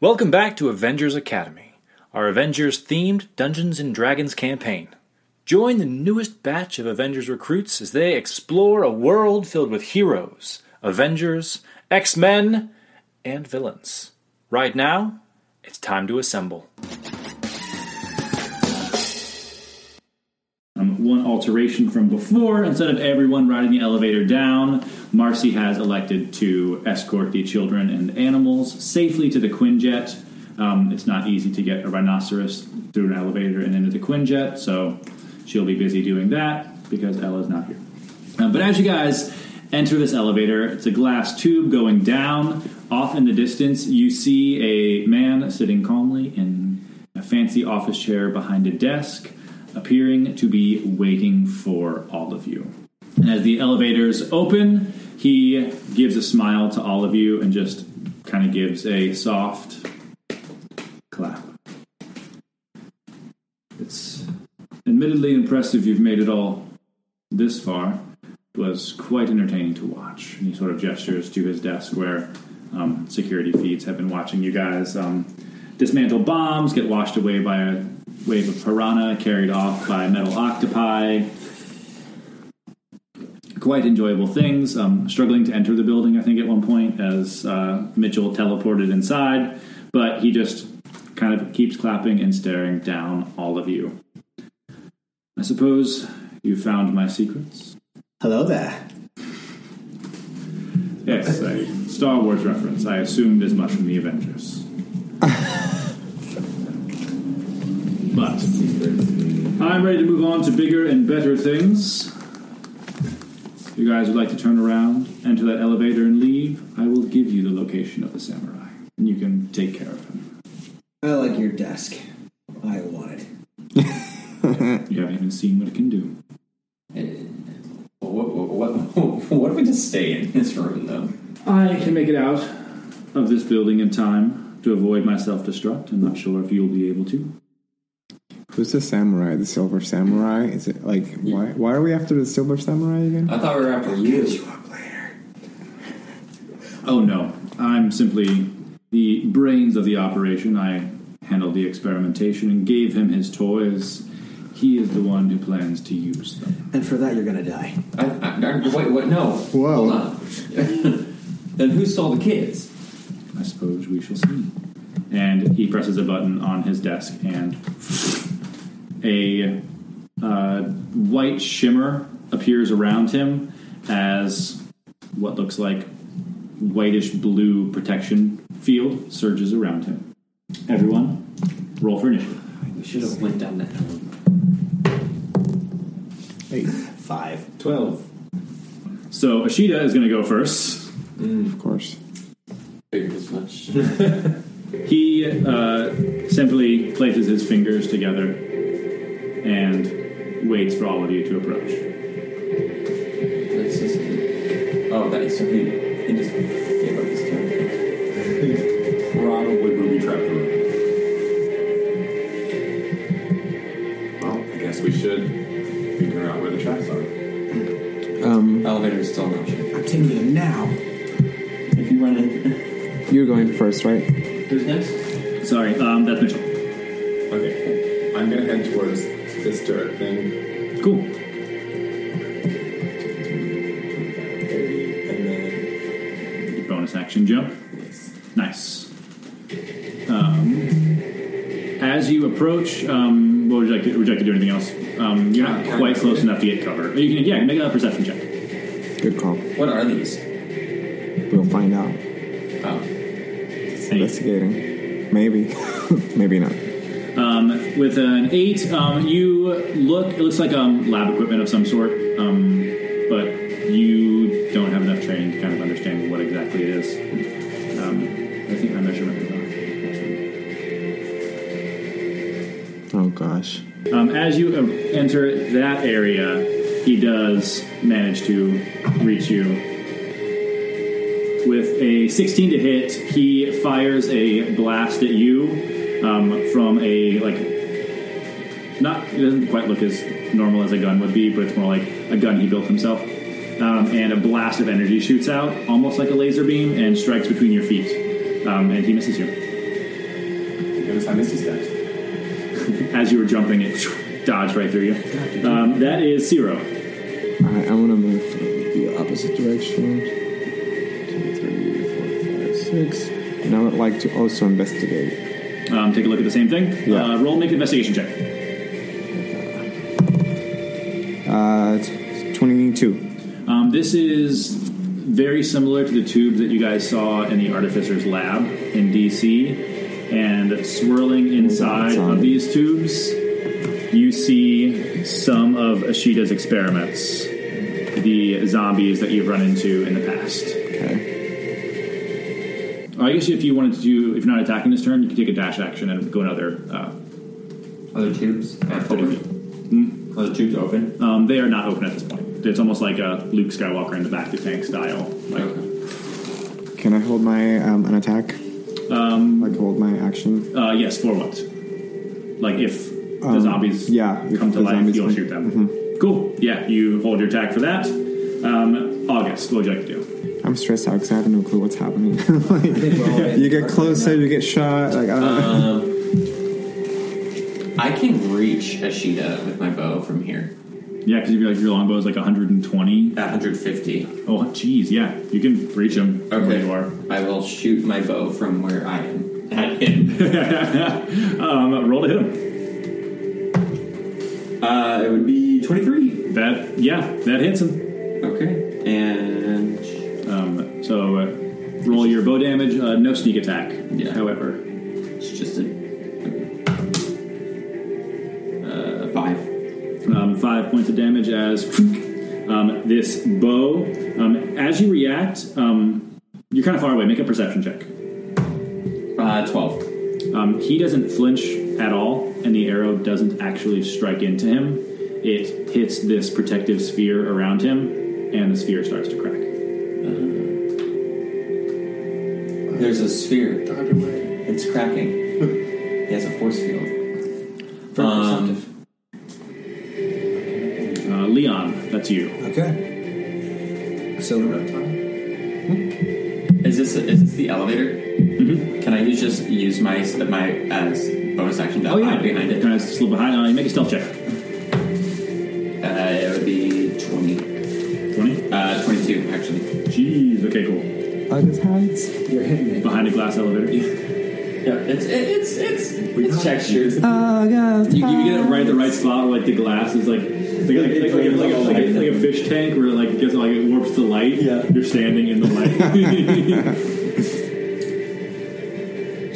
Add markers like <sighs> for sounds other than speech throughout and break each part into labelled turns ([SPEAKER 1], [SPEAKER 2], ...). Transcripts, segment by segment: [SPEAKER 1] Welcome back to Avengers Academy, our Avengers themed Dungeons and Dragons campaign. Join the newest batch of Avengers recruits as they explore a world filled with heroes, Avengers, X Men, and villains. Right now, it's time to assemble.
[SPEAKER 2] Um, one alteration from before, instead of everyone riding the elevator down, Marcy has elected to escort the children and animals safely to the Quinjet. Um, it's not easy to get a rhinoceros through an elevator and into the Quinjet, so she'll be busy doing that because Ella's not here. Um, but as you guys enter this elevator, it's a glass tube going down. Off in the distance, you see a man sitting calmly in a fancy office chair behind a desk, appearing to be waiting for all of you. And as the elevators open, he gives a smile to all of you and just kind of gives a soft clap. It's admittedly impressive you've made it all this far was quite entertaining to watch. And he sort of gestures to his desk where um, security feeds have been watching you guys um, dismantle bombs, get washed away by a wave of piranha, carried off by metal octopi. Quite enjoyable things. Um, struggling to enter the building, I think, at one point as uh, Mitchell teleported inside, but he just kind of keeps clapping and staring down all of you. I suppose you found my secrets.
[SPEAKER 3] Hello there.
[SPEAKER 2] Yes, a Star Wars reference. I assumed as much from the Avengers. but I'm ready to move on to bigger and better things. If you guys would like to turn around, enter that elevator, and leave, I will give you the location of the samurai, and you can take care of him.
[SPEAKER 3] I like your desk. I want it.
[SPEAKER 2] You haven't even seen what it can do.
[SPEAKER 4] What, what, <laughs> what, what if we just stay in this room, though?
[SPEAKER 2] I can make it out of this building in time to avoid my self-destruct. I'm not sure if you'll be able to.
[SPEAKER 5] Who's the samurai? The silver samurai? Is it like why? Why are we after the silver samurai again?
[SPEAKER 4] I thought we were after you.
[SPEAKER 2] Oh no, I'm simply the brains of the operation. I handled the experimentation and gave him his toys. He is the one who plans to use them.
[SPEAKER 3] And for that, you're gonna die.
[SPEAKER 4] I, I, I- wait, what? No.
[SPEAKER 5] Whoa.
[SPEAKER 4] Hold on. <laughs> then who stole the kids?
[SPEAKER 2] I suppose we shall see. And he presses a button on his desk, and a uh, white shimmer appears around him as what looks like whitish blue protection field surges around him. Everyone, roll for initiative.
[SPEAKER 4] We should have went down that room.
[SPEAKER 5] Eight.
[SPEAKER 3] Five.
[SPEAKER 2] Twelve. So Ashita is going to go first.
[SPEAKER 5] Of course.
[SPEAKER 4] Figured as much.
[SPEAKER 2] He uh, simply places his fingers together and waits for all of you to approach.
[SPEAKER 4] That's just. Oh, that is so he. He just gave up his turn.
[SPEAKER 6] Probably booby trap the room. Well, I guess we should figure out where the traps are.
[SPEAKER 5] Um,
[SPEAKER 4] Elevator is still an option.
[SPEAKER 3] I'm taking him now.
[SPEAKER 4] If you run in,
[SPEAKER 5] you're going first, right?
[SPEAKER 4] who's next?
[SPEAKER 2] Sorry, um, that's Mitchell.
[SPEAKER 6] Okay, I'm gonna head towards this turret thing,
[SPEAKER 2] Cool.
[SPEAKER 6] and then
[SPEAKER 2] Bonus action jump.
[SPEAKER 6] yes.
[SPEAKER 2] Nice. Um, as you approach, um, what would you like? To, would you like to do anything else? Um, you're not quite close enough to get cover. You can, yeah, make a perception check.
[SPEAKER 5] Good call.
[SPEAKER 4] What are these?
[SPEAKER 5] We'll find out.
[SPEAKER 4] Oh,
[SPEAKER 5] Investigating.
[SPEAKER 7] <laughs>
[SPEAKER 5] Maybe. Maybe not.
[SPEAKER 2] Um, with an eight, um, you look. It looks like um, lab equipment of some sort, um, but you don't have enough training to kind of understand what exactly it is. Um, I think my measurement is off.
[SPEAKER 5] Oh gosh.
[SPEAKER 2] Um, as you um, enter that area, he does manage to reach you. With a 16 to hit, he fires a blast at you um, from a like not it doesn't quite look as normal as a gun would be, but it's more like a gun he built himself. Um, and a blast of energy shoots out, almost like a laser beam, and strikes between your feet. Um, and he misses you.
[SPEAKER 6] least I missed these guys.
[SPEAKER 2] As you were jumping, it dodged right through you. Um, that is zero.
[SPEAKER 7] I, I want to move the opposite direction.
[SPEAKER 6] Two, three, four, five, six.
[SPEAKER 7] Six. And I would like to also investigate.
[SPEAKER 2] Um, take a look at the same thing.
[SPEAKER 7] Yeah.
[SPEAKER 2] Uh, roll, make an investigation check.
[SPEAKER 7] Uh, it's 22.
[SPEAKER 2] Um, this is very similar to the tube that you guys saw in the artificer's lab in DC. And swirling inside of these tubes, you see some of Ashida's experiments, the zombies that you've run into in the past.
[SPEAKER 7] Okay.
[SPEAKER 2] Or I guess if you wanted to do, if you're not attacking this turn, you can take a dash action and go another. Uh,
[SPEAKER 5] Other tubes are open.
[SPEAKER 4] Hmm?
[SPEAKER 5] Other tubes open.
[SPEAKER 2] um, they are not open at this point. It's almost like a Luke Skywalker in the back to tank style. Like,
[SPEAKER 5] Okay.
[SPEAKER 7] Can I hold my um, an attack? Um, like hold my action.
[SPEAKER 2] Uh, yes, for what? Like if the
[SPEAKER 7] Um,
[SPEAKER 2] zombies
[SPEAKER 7] yeah, if
[SPEAKER 2] come to
[SPEAKER 7] the
[SPEAKER 2] life,
[SPEAKER 7] zombies
[SPEAKER 2] you'll
[SPEAKER 7] come- Mm-hmm.
[SPEAKER 2] shoot them. Cool. Yeah, you hold your attack for that. Um, August, what would you like to do?
[SPEAKER 7] I'm stressed out because I have no clue what's happening. <laughs> like,
[SPEAKER 3] we're all in
[SPEAKER 7] you get
[SPEAKER 3] dark
[SPEAKER 7] closer,
[SPEAKER 3] right now.
[SPEAKER 7] you get shot. Like I don't know.
[SPEAKER 5] I can reach Ashida with my bow from here.
[SPEAKER 2] Yeah, because you're like your longbow is like 120.
[SPEAKER 5] At 150.
[SPEAKER 2] Oh, jeez, yeah, you can reach him from where you are.
[SPEAKER 5] I will shoot my bow from where I am <laughs> at him.
[SPEAKER 2] Um, roll to hit him.
[SPEAKER 5] uh, it would be 23.
[SPEAKER 2] That yeah, that hits him.
[SPEAKER 5] Okay. And
[SPEAKER 2] Um, so uh, roll your bow damage. Uh, no sneak attack.
[SPEAKER 5] Yeah.
[SPEAKER 2] However,
[SPEAKER 5] it's just a. Uh, five.
[SPEAKER 2] um, five points of damage as um, this bow. Um, as you react, um, you're kind of far away. Make a perception check.
[SPEAKER 5] Uh, 12.
[SPEAKER 2] Um, he doesn't flinch at all, and the arrow doesn't actually strike into him. It hits this protective sphere around him, and the sphere starts to crack.
[SPEAKER 5] There's a sphere.
[SPEAKER 6] Dodge away.
[SPEAKER 5] It's cracking. he has a force field.
[SPEAKER 3] Very
[SPEAKER 5] Um,
[SPEAKER 3] perceptive.
[SPEAKER 2] Uh, Leon, that's you.
[SPEAKER 3] Okay. So,
[SPEAKER 5] Is this is this the elevator?
[SPEAKER 2] Mm-hmm.
[SPEAKER 5] Can I use just use my my as bonus action to
[SPEAKER 2] Oh,
[SPEAKER 5] hide behind it?
[SPEAKER 2] Tries to slip behind. Uh, you make a stealth check.
[SPEAKER 5] Uh, it would be twenty.
[SPEAKER 2] 20.
[SPEAKER 5] Uh, Twenty-two actually.
[SPEAKER 2] Jeez, okay, cool.
[SPEAKER 7] August heights.
[SPEAKER 3] you're hitting me.
[SPEAKER 2] Behind a glass elevator.
[SPEAKER 5] Yeah, it's it, it's it's it's
[SPEAKER 6] got
[SPEAKER 5] textured.
[SPEAKER 7] August.
[SPEAKER 2] You, you get it right at the right spot where like the glass is like it's like, like, like, like, like, like, like a fish tank where it like gets like it warps the light.
[SPEAKER 5] Yeah.
[SPEAKER 2] You're standing in the
[SPEAKER 5] <laughs>
[SPEAKER 2] light.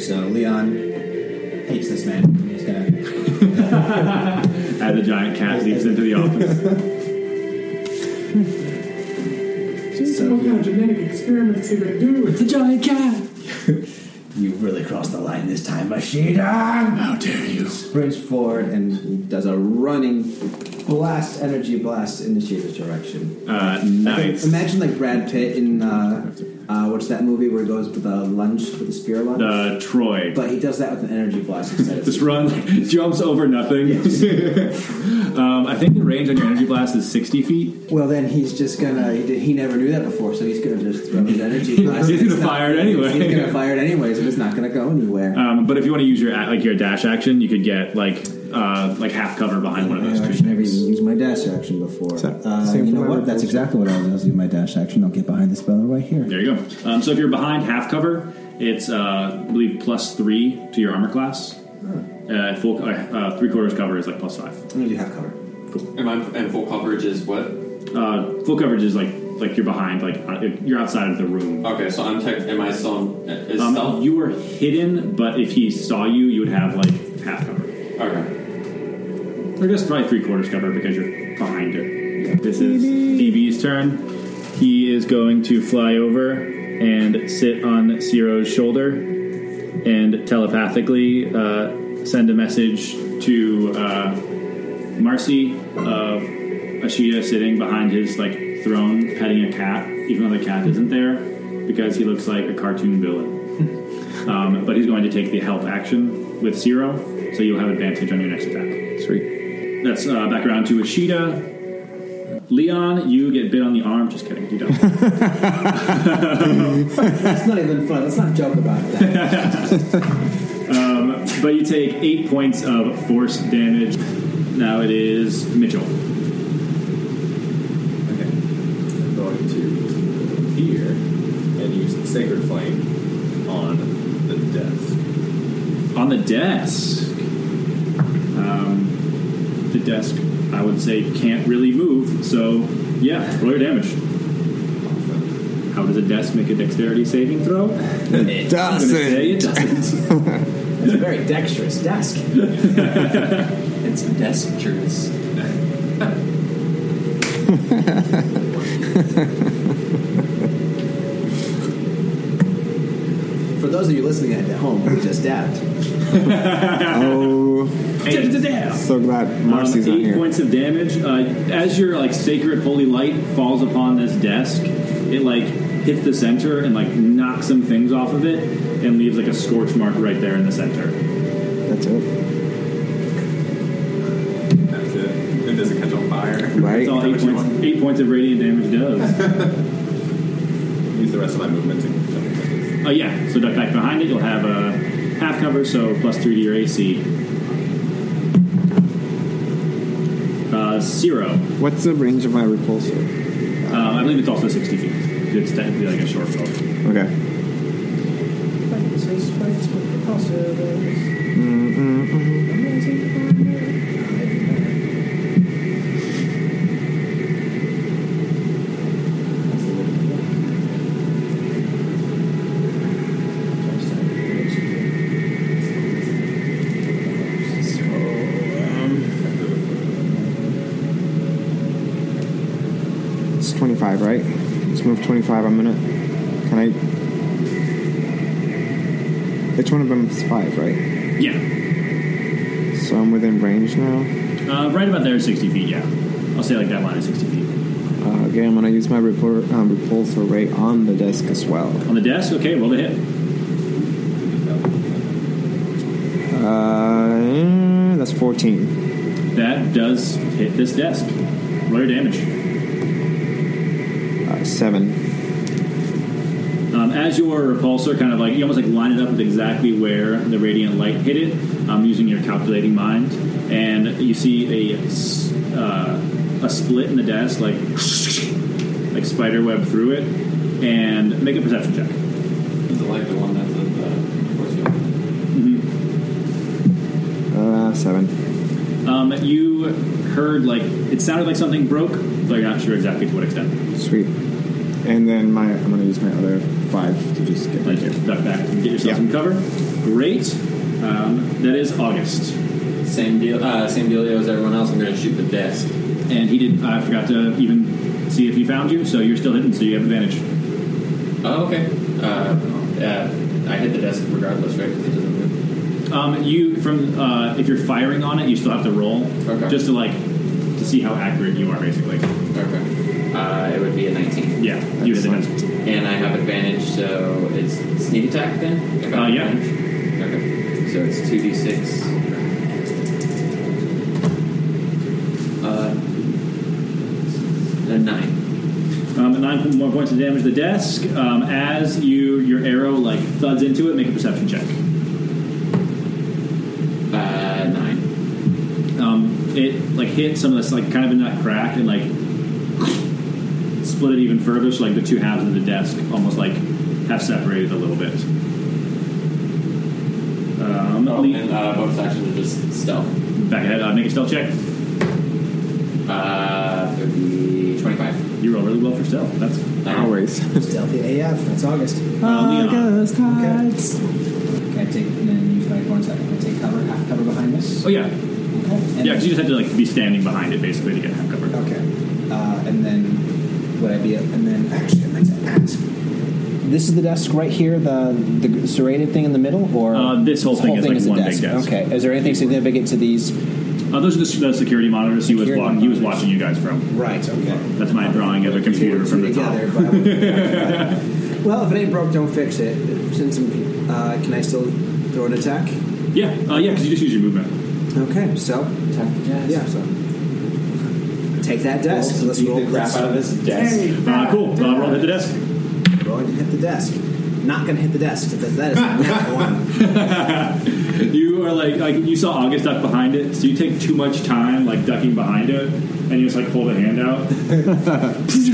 [SPEAKER 3] So, Leon hates this man. He's gonna.
[SPEAKER 2] As the giant cat leaps into the office.
[SPEAKER 3] So,
[SPEAKER 8] kind of genetic experiments you can do. It's a giant
[SPEAKER 3] <laughs>
[SPEAKER 8] cat.
[SPEAKER 3] You really crossed the line this time, Ashida! How dare you! Sprints forward and does a running blast, energy blast in Ashida's direction.
[SPEAKER 2] Uh, nice.
[SPEAKER 3] Imagine like Brad Pitt in uh, uh, what's that movie where he goes with the lunge with the spear lunge?
[SPEAKER 2] The Troy.
[SPEAKER 3] But he does that with an energy blast instead.
[SPEAKER 2] <laughs> This run jumps over nothing. <laughs> um, I think the range on your energy blast is 60 feet.
[SPEAKER 3] well, then he's just gonna. He, did- he never knew that before, so he's gonna just throw his
[SPEAKER 2] <laughs>
[SPEAKER 3] energy blast.
[SPEAKER 2] He's
[SPEAKER 3] It's
[SPEAKER 2] gonna
[SPEAKER 3] not-
[SPEAKER 2] fire it
[SPEAKER 3] He's
[SPEAKER 2] anyway.
[SPEAKER 3] gonna fire it anyways, and it's not gonna go anywhere.
[SPEAKER 2] Um, but if you want to use your a- like your dash action, you could get like uh, like half cover behind one of those
[SPEAKER 3] I
[SPEAKER 2] trees.
[SPEAKER 3] should never even used my dash action before.
[SPEAKER 7] So-
[SPEAKER 3] Uh,
[SPEAKER 7] same
[SPEAKER 3] you know
[SPEAKER 7] for my
[SPEAKER 3] what? That's
[SPEAKER 7] bullshit.
[SPEAKER 3] exactly what I was using my dash action. I'll get behind this banner right here.
[SPEAKER 2] There you go. Um, so if you're behind half cover, it's uh, I believe plus three to your armor class. Uh, full uh, uh, three quarters cover is like plus five.
[SPEAKER 3] I'm gonna do half cover.
[SPEAKER 5] Am I and full coverage is what?
[SPEAKER 2] Uh, full coverage is like like you're behind, like uh, you're outside of the room.
[SPEAKER 5] Okay, so I'm tech. Am I still? in- Is
[SPEAKER 2] Um,
[SPEAKER 5] stealth?
[SPEAKER 2] you are hidden, but if he saw you, you would have like half cover.
[SPEAKER 5] okay.
[SPEAKER 2] Or just probably three quarters cover because you're behind it. This is DB's turn. He is going to fly over and sit on Ciro's shoulder and telepathically uh, send a message to uh, Marcy, uh, Ashida sitting behind his like throne petting a cat, even though the cat isn't there because he looks like a cartoon villain. um, but he's going to take the help action with Ciro, so you'll have advantage on your next attack.
[SPEAKER 7] Sweet.
[SPEAKER 2] That's uh, back around to Ishida. Leon, you get bit on the arm. Just kidding, you don't.
[SPEAKER 3] That's not even fun. Let's not joke about that.
[SPEAKER 2] But you take eight points of force damage. Now it is Mitchell.
[SPEAKER 6] Okay. I'm going to here and use Sacred Flame on the desk.
[SPEAKER 2] On the desk. Um, the desk, I would say, can't really move. So, yeah, roll your damage. How does a desk make a dexterity saving throw? I'm
[SPEAKER 7] Does
[SPEAKER 2] gonna say it
[SPEAKER 7] it?
[SPEAKER 2] doesn't.
[SPEAKER 3] It's a very
[SPEAKER 2] <laughs>
[SPEAKER 3] dexterous desk.
[SPEAKER 5] It's dexterous.
[SPEAKER 3] For those of you listening at home, we just dabbed.
[SPEAKER 7] Oh,
[SPEAKER 2] Eight.
[SPEAKER 7] so glad
[SPEAKER 2] Um,
[SPEAKER 7] Marcy's not
[SPEAKER 2] eight
[SPEAKER 7] here.
[SPEAKER 2] points of damage. Uh, as your like sacred holy light falls upon this desk, it like hits the center and like knocks some things off of it and leaves like a scorch mark right there in the center.
[SPEAKER 7] That's it.
[SPEAKER 6] That's it. It doesn't catch on fire.
[SPEAKER 2] That's all
[SPEAKER 7] Right?
[SPEAKER 2] eight points. Eight points of radiant damage
[SPEAKER 7] <laughs>
[SPEAKER 2] does.
[SPEAKER 6] Use the rest of my movement to.
[SPEAKER 2] Oh yeah. So duck back behind it. You'll have a half cover, so plus three to your AC. Uh, zero.
[SPEAKER 7] What's the range of my repulsor?
[SPEAKER 2] Uh, I believe it's also sixty feet. It's technically like a short bow.
[SPEAKER 7] Okay.
[SPEAKER 9] Fights is fights with the possibilities. Amazing.
[SPEAKER 7] It's 25, right? Let's move 25. I'm gonna. Can I. Which one of them is 5, right?
[SPEAKER 2] Yeah.
[SPEAKER 7] So I'm within range now.
[SPEAKER 2] Uh, right about there is 60 feet, yeah. I'll say like that line is 60 feet.
[SPEAKER 7] Uh, okay, I'm gonna use my repul- um, repulsor ray on the desk as well.
[SPEAKER 2] On the desk, okay, roll to hit.
[SPEAKER 7] Uh, that's 14.
[SPEAKER 2] That does hit this desk. Roll your damage.
[SPEAKER 7] Uh, 7.
[SPEAKER 2] Um, as your repulsor kind of like, you almost like line it up with exactly where the radiant light hit it, um, using your calculating mind, and you see a, s- uh, a split in the desk, like, <laughs> like spider web through it, and make a perception check.
[SPEAKER 5] Is the light the one that's at the force field?
[SPEAKER 7] Uh, 7.
[SPEAKER 2] Um, you heard like, it sounded like something broke, but you're not sure exactly to what extent.
[SPEAKER 7] Sweet. And then my I'm gonna use my other 5 to just get right
[SPEAKER 2] Like,
[SPEAKER 7] here.
[SPEAKER 2] duck back and get yourself
[SPEAKER 7] Yeah.
[SPEAKER 2] some cover. Great. Um, that is August.
[SPEAKER 5] Same deal. Uh, same dealio as everyone else. I'm going to shoot the desk.
[SPEAKER 2] And he did, I forgot to even see if he found you, so you're still hidden, so you have advantage.
[SPEAKER 5] Oh, okay. Uh, uh, I hit the desk regardless, right? Because it doesn't move.
[SPEAKER 2] Um, you, from, uh, if you're firing on it, you still have to roll.
[SPEAKER 5] Okay.
[SPEAKER 2] Just to, like, to see how accurate you are, basically.
[SPEAKER 5] Okay. Uh, it would be a 19.
[SPEAKER 2] Yeah, you hit the desk.
[SPEAKER 5] And I have advantage, so it's sneak attack then? If I
[SPEAKER 2] Uh,
[SPEAKER 5] have
[SPEAKER 2] yeah.
[SPEAKER 5] advantage? Okay. So it's 2d6. Uh, a 9.
[SPEAKER 2] Um, nine more points of damage to the desk. Um, as you, your arrow, like, thuds into it, make a perception check.
[SPEAKER 5] Uh, 9.
[SPEAKER 2] um, it like hit some of this like kind of in that crack and like split it even further so like the two halves of the desk almost like have separated a little bit um,
[SPEAKER 5] Oh,
[SPEAKER 2] le-
[SPEAKER 5] and uh, bonus action to just stealth.
[SPEAKER 2] back ahead uh, make a stealth check
[SPEAKER 5] Uh, it would be 25.
[SPEAKER 2] you roll really well for stealth that's
[SPEAKER 7] Always.
[SPEAKER 3] Stealthy AF. That's August.
[SPEAKER 2] uh, Leon.
[SPEAKER 10] Can I take and then use my bonus action? Can I take cover, half cover behind this?
[SPEAKER 2] oh yeah
[SPEAKER 10] Okay. And
[SPEAKER 2] yeah because you just have to like be standing behind it basically to get half cover
[SPEAKER 10] Okay. Uh, and then would I be? And then actually, I meant to ask. This is the desk right here, the the serrated thing in the middle, or
[SPEAKER 2] Uh, this whole thing is like
[SPEAKER 10] a
[SPEAKER 2] one big desk.
[SPEAKER 10] Okay. Is there anything significant to these?
[SPEAKER 2] uh, those are the, the security monitors he was
[SPEAKER 10] Security
[SPEAKER 2] wa- he was
[SPEAKER 10] monitors.
[SPEAKER 2] watching you guys from
[SPEAKER 3] Right. Okay.
[SPEAKER 2] that's my drawing of a computer
[SPEAKER 3] Two
[SPEAKER 2] from the top
[SPEAKER 3] together, but
[SPEAKER 2] <laughs>
[SPEAKER 3] I wouldn't- well, if it ain't broke, don't fix it. Since I'm, uh, can I still throw an attack?
[SPEAKER 2] yeah uh, yeah because you just use your movement
[SPEAKER 3] Okay, so yeah, so take that desk. let's roll. let's-
[SPEAKER 5] of this
[SPEAKER 2] uh, cool uh, roll hit the desk
[SPEAKER 3] Going <laughs> to hit the desk. Not going to hit the desk because that is not one.
[SPEAKER 2] You where like like you saw August duck behind it, so you take too much time like ducking behind it, and you just like hold a hand out.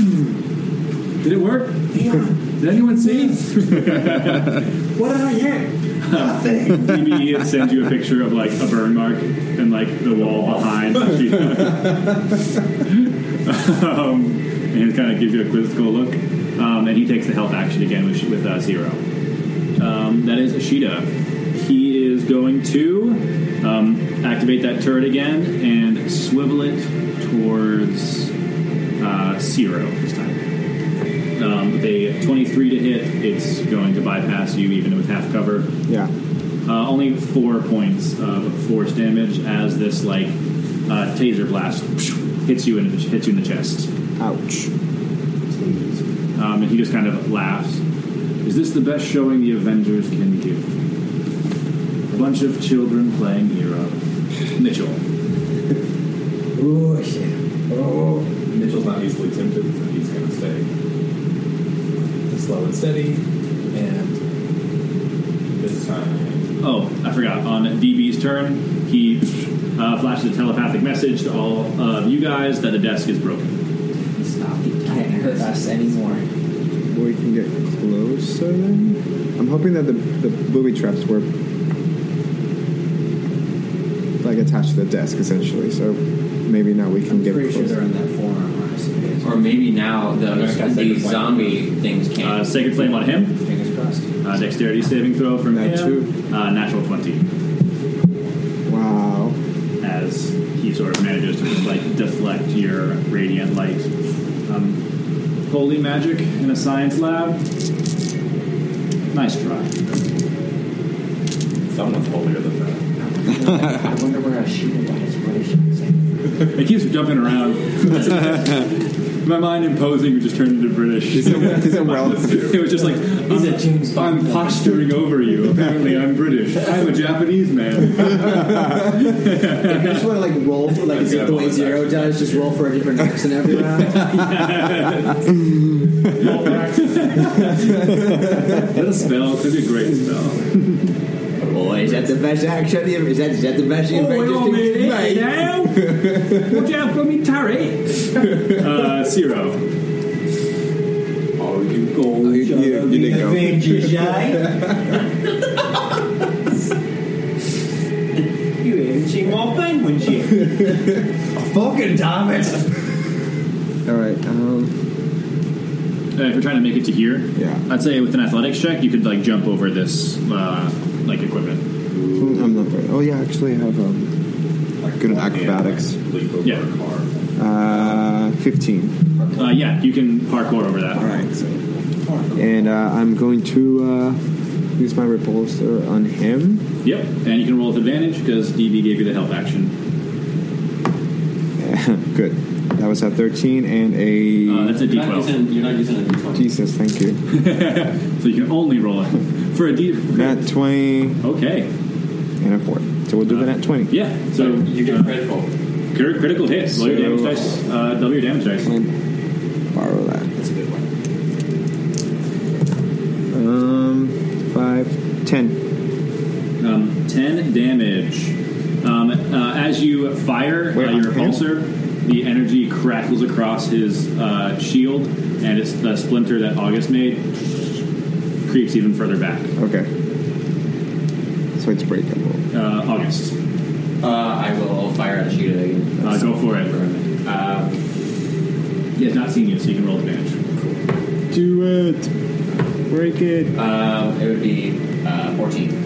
[SPEAKER 2] Did it work? Did anyone see?
[SPEAKER 3] What did I hit? Nothing.
[SPEAKER 2] DBE and sends you a picture of like a burn mark and like the wall behind. <laughs> the tree trunk. um, and kind of gives you a quizzical look. Um, and he takes the health action again with, with uh, zero. Um, that is Ashida. He is going to um, activate that turret again and swivel it towards uh, zero this time. Um, with a 23 to hit, it's going to bypass you even with half cover.
[SPEAKER 7] Yeah.
[SPEAKER 2] Uh, only four points uh, of force damage as this like uh, taser blast hits you in the, hits you in the chest.
[SPEAKER 7] Ouch.
[SPEAKER 2] Um, and he just kind of laughs. Is this the best showing the Avengers can give? A bunch of children playing hero. Mitchell.
[SPEAKER 3] Oh, shit. Oh.
[SPEAKER 6] Mitchell's not easily tempted, so he's going to stay slow and steady. And this time,
[SPEAKER 2] Oh, I forgot. On DB's turn, he uh, flashes a telepathic message to all of you guys that the desk is broken.
[SPEAKER 3] Stop. You
[SPEAKER 11] Can't hurt us anymore.
[SPEAKER 7] We can get closer then? I'm hoping that the, the booby traps were like attached to the desk essentially, so maybe now we can
[SPEAKER 3] I'm
[SPEAKER 7] get
[SPEAKER 3] pretty sure
[SPEAKER 7] closer.
[SPEAKER 3] they're on that forearm, honestly.
[SPEAKER 5] Or maybe now the,
[SPEAKER 6] Okay, I think
[SPEAKER 5] the
[SPEAKER 6] it's like-
[SPEAKER 5] zombie things
[SPEAKER 2] Uh,
[SPEAKER 5] can't.
[SPEAKER 2] Sacred Flame on him.
[SPEAKER 3] Fingers crossed.
[SPEAKER 2] Uh, dexterity saving throw from
[SPEAKER 7] That
[SPEAKER 2] him. Uh, natural 20.
[SPEAKER 7] wow.
[SPEAKER 2] as he sort of manages to just, like deflect your radiant light. Um, holy magic in a science lab. Nice try.
[SPEAKER 6] someone's holier than that.
[SPEAKER 3] I wonder where I shoot it. What is she
[SPEAKER 2] It keeps jumping around. <laughs> My mind imposing you just turned into British.
[SPEAKER 7] He's a, he's a well
[SPEAKER 2] <laughs> it was just like
[SPEAKER 3] He's a James Bond
[SPEAKER 2] I'm
[SPEAKER 3] villain.
[SPEAKER 2] posturing over you. Apparently, I'm British. I'm a Japanese man.
[SPEAKER 3] If you just want to like roll for like
[SPEAKER 6] I've got
[SPEAKER 3] the way
[SPEAKER 6] one
[SPEAKER 3] zero does, just roll for a different accent every round.
[SPEAKER 2] Little spell could be a great spell.
[SPEAKER 3] Boy, is that the best action? you- Is that is that the best you've ever just made?
[SPEAKER 2] <laughs> Watch out for me, Terry. uh, zero.
[SPEAKER 6] Oh, you go.
[SPEAKER 7] you, you, you did go.
[SPEAKER 3] Avengers, yeah?
[SPEAKER 5] You ain't seen more penguin shit.
[SPEAKER 3] Fucking damn it!
[SPEAKER 7] Alright, um
[SPEAKER 2] Uh, if you're trying to make it to here,
[SPEAKER 7] Yeah.
[SPEAKER 2] I'd say with an athletics check, you could like jump over this uh, like equipment.
[SPEAKER 7] hmm, I'm not very oh yeah, actually I have um good at acrobatics.
[SPEAKER 6] Leap over
[SPEAKER 2] Yeah.
[SPEAKER 6] a car.
[SPEAKER 7] Uh fifteen.
[SPEAKER 2] Uh, yeah, you can parkour over that.
[SPEAKER 7] Alright, so and uh, I'm going to uh, use my repulsor on him. <laughs>
[SPEAKER 2] Yep, and you can roll with advantage because DB gave you the help action.
[SPEAKER 7] Good. That was a 13 and
[SPEAKER 2] Uh,
[SPEAKER 7] a
[SPEAKER 2] that's a
[SPEAKER 5] You're not
[SPEAKER 2] D12,
[SPEAKER 5] using, you're not using a D20.
[SPEAKER 7] Jesus, thank you.
[SPEAKER 2] <laughs> so you can only roll it for a D.
[SPEAKER 7] Nat 20
[SPEAKER 2] Okay,
[SPEAKER 7] and a 4. So we'll do the nat 20.
[SPEAKER 2] yeah. So
[SPEAKER 5] you get critical.
[SPEAKER 2] crit- critical hits. Roll your damage
[SPEAKER 7] So-
[SPEAKER 2] dice. Uh, double your damage dice.
[SPEAKER 7] Borrow that. That's a good one. Um, 5, 10.
[SPEAKER 2] Um, 10 damage. Um, uh, as you fire
[SPEAKER 7] Wait,
[SPEAKER 2] uh, your
[SPEAKER 7] I'm
[SPEAKER 2] repulsor, the energy crackles across his uh, shield, and it's the splinter that August made creeps even further back.
[SPEAKER 7] Okay. So it's breakable.
[SPEAKER 2] Uh, August,
[SPEAKER 5] Uh, I will fire at Sheeta again.
[SPEAKER 2] uh, go for it.
[SPEAKER 5] Um,
[SPEAKER 2] He has not seen you, so you can roll advantage.
[SPEAKER 7] Do it! Break it!
[SPEAKER 5] uh, it would be uh, 14.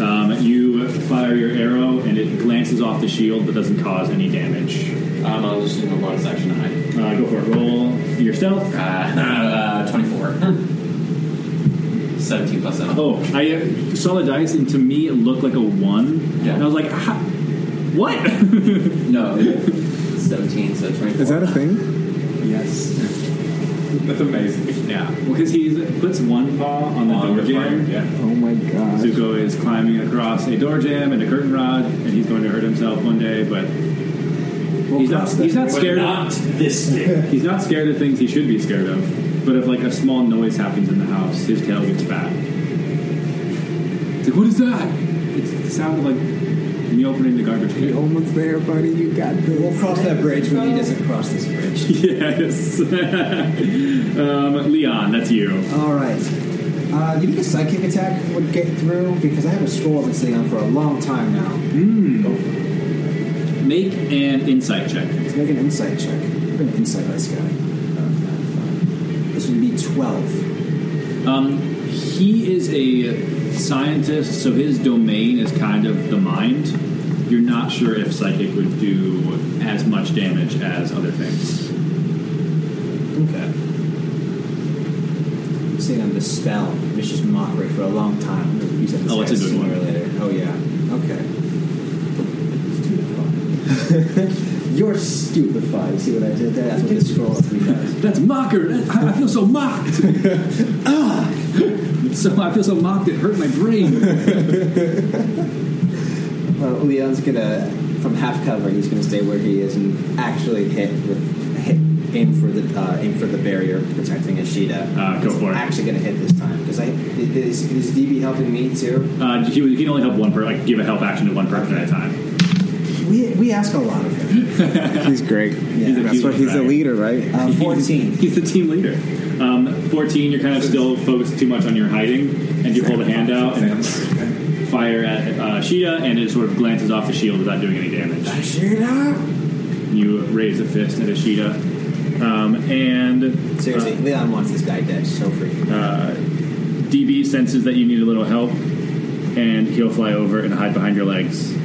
[SPEAKER 2] Um, you fire your arrow, and it glances off the shield but doesn't cause any damage.
[SPEAKER 5] Um, I'll just do my bonus action. I,
[SPEAKER 2] Uh, go for it. Roll your stealth.
[SPEAKER 5] uh, <laughs> uh, 24. 17 plus 7.
[SPEAKER 2] Oh, I uh, saw the dice, and to me it looked like a one.
[SPEAKER 5] Yeah.
[SPEAKER 2] And I was like, "Ha- what? <laughs>
[SPEAKER 5] No, 17, so 24.
[SPEAKER 7] Is that a thing?
[SPEAKER 5] Yes.
[SPEAKER 6] That's amazing.
[SPEAKER 2] Yeah, because he puts one paw on the
[SPEAKER 6] On
[SPEAKER 2] door
[SPEAKER 6] the fire,
[SPEAKER 2] jam.
[SPEAKER 6] yeah.
[SPEAKER 7] Oh my god.
[SPEAKER 2] Zuko is climbing across a door jam and a curtain rod, and he's going to hurt himself one day. But he's not. He's not
[SPEAKER 5] But
[SPEAKER 2] scared.
[SPEAKER 5] not this thing.
[SPEAKER 2] He's not scared of things he should be scared of. But if like a small noise happens in the house, his tail gets fat. It's like, what is that? it's the sound of like me opening the garbage
[SPEAKER 5] You're
[SPEAKER 2] can.
[SPEAKER 5] almost there, buddy. You got
[SPEAKER 3] We'll
[SPEAKER 5] this.
[SPEAKER 3] cross that bridge when he doesn't cross this bridge.
[SPEAKER 2] <laughs> Yes. <laughs> um, Leon, that's you.
[SPEAKER 3] All right. Uh, do you think a psychic attack would get through? Because I have a scroll I've been sitting on for a long time now.
[SPEAKER 2] Make an insight check.
[SPEAKER 3] Let's make an insight check. We're going to insight this guy. This would be 12.
[SPEAKER 2] Um, he is a scientist, so his domain is kind of the mind. You're not sure if psychic would do as much damage as other things.
[SPEAKER 3] Okay. I'm sitting on this spell, Vicious Mockery, for a long time. I'm going to use that this
[SPEAKER 2] Oh, it's a
[SPEAKER 3] guy's
[SPEAKER 2] good one.
[SPEAKER 3] sooner or later. Oh, yeah. Okay. You're stupefied. See what I did there? That's what this scroll three does.
[SPEAKER 2] That's mocker. That- I, I feel so <laughs> mocked. Ah! so I feel so mocked it hurt my brain.
[SPEAKER 3] Well, Leon's gonna, from half cover, he's gonna stay where he is and actually hit with hit, aim for the uh, aim for the barrier protecting Ashida.
[SPEAKER 2] Uh, go
[SPEAKER 3] He's
[SPEAKER 2] for it.
[SPEAKER 3] Actually, gonna hit this time because I is, is DB helping me too.
[SPEAKER 2] Uh, he, would- he can only help one person. Like give a help action to one person at a time.
[SPEAKER 3] We, we ask a lot of him.
[SPEAKER 5] He's great.
[SPEAKER 2] a
[SPEAKER 5] That's why
[SPEAKER 2] human
[SPEAKER 5] he's a
[SPEAKER 2] dragon.
[SPEAKER 5] leader, right?
[SPEAKER 3] Uh, Fourteen.
[SPEAKER 2] He's the team leader. Um, Fourteen. You're kind of still focused too much on your hiding, and you hold a hand out and fire at uh, Shida, and it sort of glances off the shield without doing any damage.
[SPEAKER 3] Ashida.
[SPEAKER 2] You raise a fist at Ishida. Um, and
[SPEAKER 3] Seriously, Leon wants this guy dead so freaking.
[SPEAKER 2] uh, DB senses that you need a little help, and he'll fly over and hide behind your legs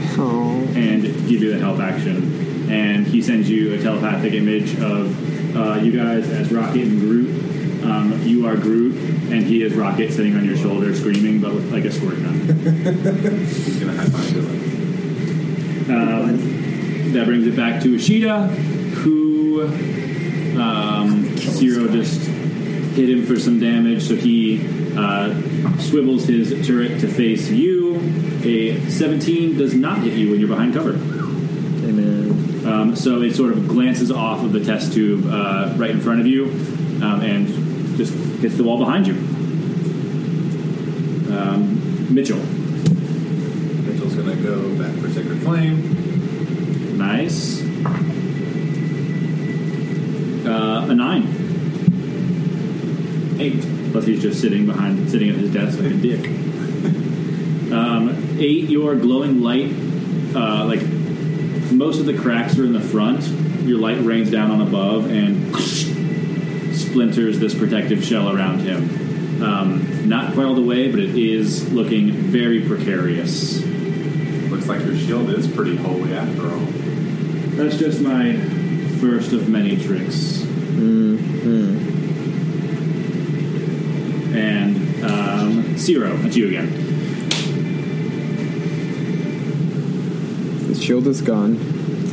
[SPEAKER 2] and give you the help action. And he sends you a telepathic image of uh, you guys as Rocket and Groot. Um, you are Groot, and he is Rocket sitting on your shoulder screaming, but with like a squirt gun.
[SPEAKER 6] He's gonna high five you.
[SPEAKER 2] Um, that brings it back to Ishida, who um, Zero just hit him for some damage, so he uh, swivels his turret to face you. A 17 does not hit you when you're behind cover. Um, so it sort of glances off of the test tube uh, right in front of you um, and just hits the wall behind you. Um, Mitchell.
[SPEAKER 6] Mitchell's gonna go back for Sacred Flame.
[SPEAKER 2] Nice. Uh, a nine. Eight. Plus he's just sitting behind, sitting at his desk like a dick. Um, eight. Your glowing light, uh, like most of the cracks are in the front. Your light rains down on above and <sniffs> splinters this protective shell around him. Um, not quite all the way, but it is looking very precarious.
[SPEAKER 6] Looks like your shield is pretty holy after all.
[SPEAKER 2] That's just my first of many tricks.
[SPEAKER 5] Mm-hmm.
[SPEAKER 2] And um, Zero, that's you again.
[SPEAKER 5] The shield is gone.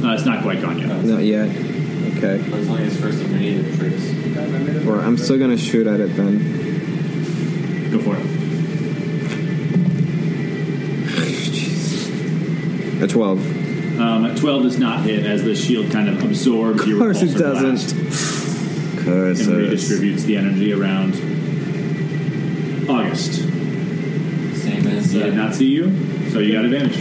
[SPEAKER 2] Uh, it's not quite gone yet.
[SPEAKER 5] Not yet. Okay.
[SPEAKER 4] But it's only his first of many of the tricks.
[SPEAKER 5] Or I'm still gonna shoot at it then. <sighs>
[SPEAKER 2] Go for it.
[SPEAKER 5] A 12.
[SPEAKER 2] Um, Twelve does not hit as the shield kind of absorbs.
[SPEAKER 5] Of
[SPEAKER 2] your
[SPEAKER 5] course it
[SPEAKER 2] repulsor blast
[SPEAKER 5] doesn't.
[SPEAKER 2] And
[SPEAKER 5] Curses.
[SPEAKER 2] redistributes the energy around. August.
[SPEAKER 4] Same as
[SPEAKER 2] He
[SPEAKER 4] uh,
[SPEAKER 2] did not see you, so you got advantage.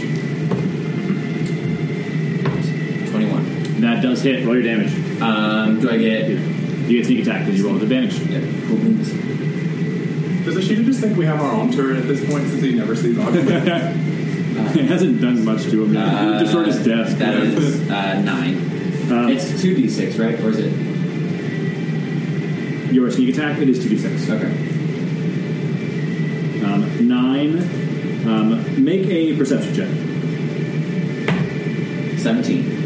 [SPEAKER 4] 21.
[SPEAKER 2] That does hit. Roll your damage.
[SPEAKER 4] Um, do I get.
[SPEAKER 2] You get sneak attack because you roll with advantage. <laughs>
[SPEAKER 4] Yeah, cool beans.
[SPEAKER 6] Does Ashita just think we have our own turret at this point since he never sees <laughs> August?
[SPEAKER 2] it hasn't done much to him.
[SPEAKER 4] Uh,
[SPEAKER 2] just sort of his desk.
[SPEAKER 4] That is uh, 9.
[SPEAKER 6] Ah.
[SPEAKER 2] Um,
[SPEAKER 4] it's 2d6, right? Or is it.
[SPEAKER 2] Your sneak attack, it is 2d6.
[SPEAKER 4] Okay.
[SPEAKER 2] Um, 9. Um, make a perception check.
[SPEAKER 4] 17.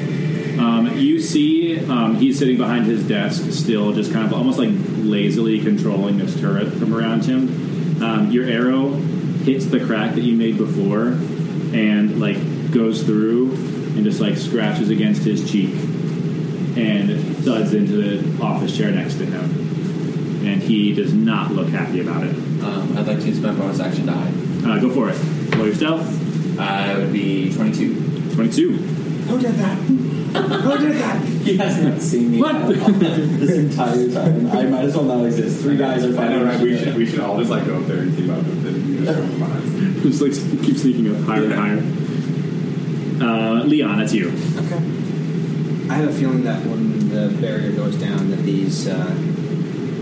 [SPEAKER 2] Um, you see um, he's sitting behind his desk still, just kind of almost like lazily controlling this turret from around him. Um, your arrow hits the crack that you made before and like goes through and just like scratches against his cheek and thuds into the office chair next to him. And he does not look happy about it.
[SPEAKER 4] Um, I'd like to use my bonus action to hide.
[SPEAKER 2] Uh, go for it. Roll your stealth.
[SPEAKER 4] Uh, it would be 22.
[SPEAKER 2] 22.
[SPEAKER 3] Who did that? Who did that?
[SPEAKER 5] He has not seen me
[SPEAKER 2] What?
[SPEAKER 5] this entire time. I might as well not exist. Three guys are
[SPEAKER 6] I know,
[SPEAKER 5] fighting.
[SPEAKER 6] right? We should, we should all just like go up there and team up with it. You know, from <laughs> behind.
[SPEAKER 2] Just like keep sneaking up higher and higher. Uh, Leon, it's you.
[SPEAKER 3] Okay.
[SPEAKER 12] I have a feeling that when the barrier goes down, that these uh,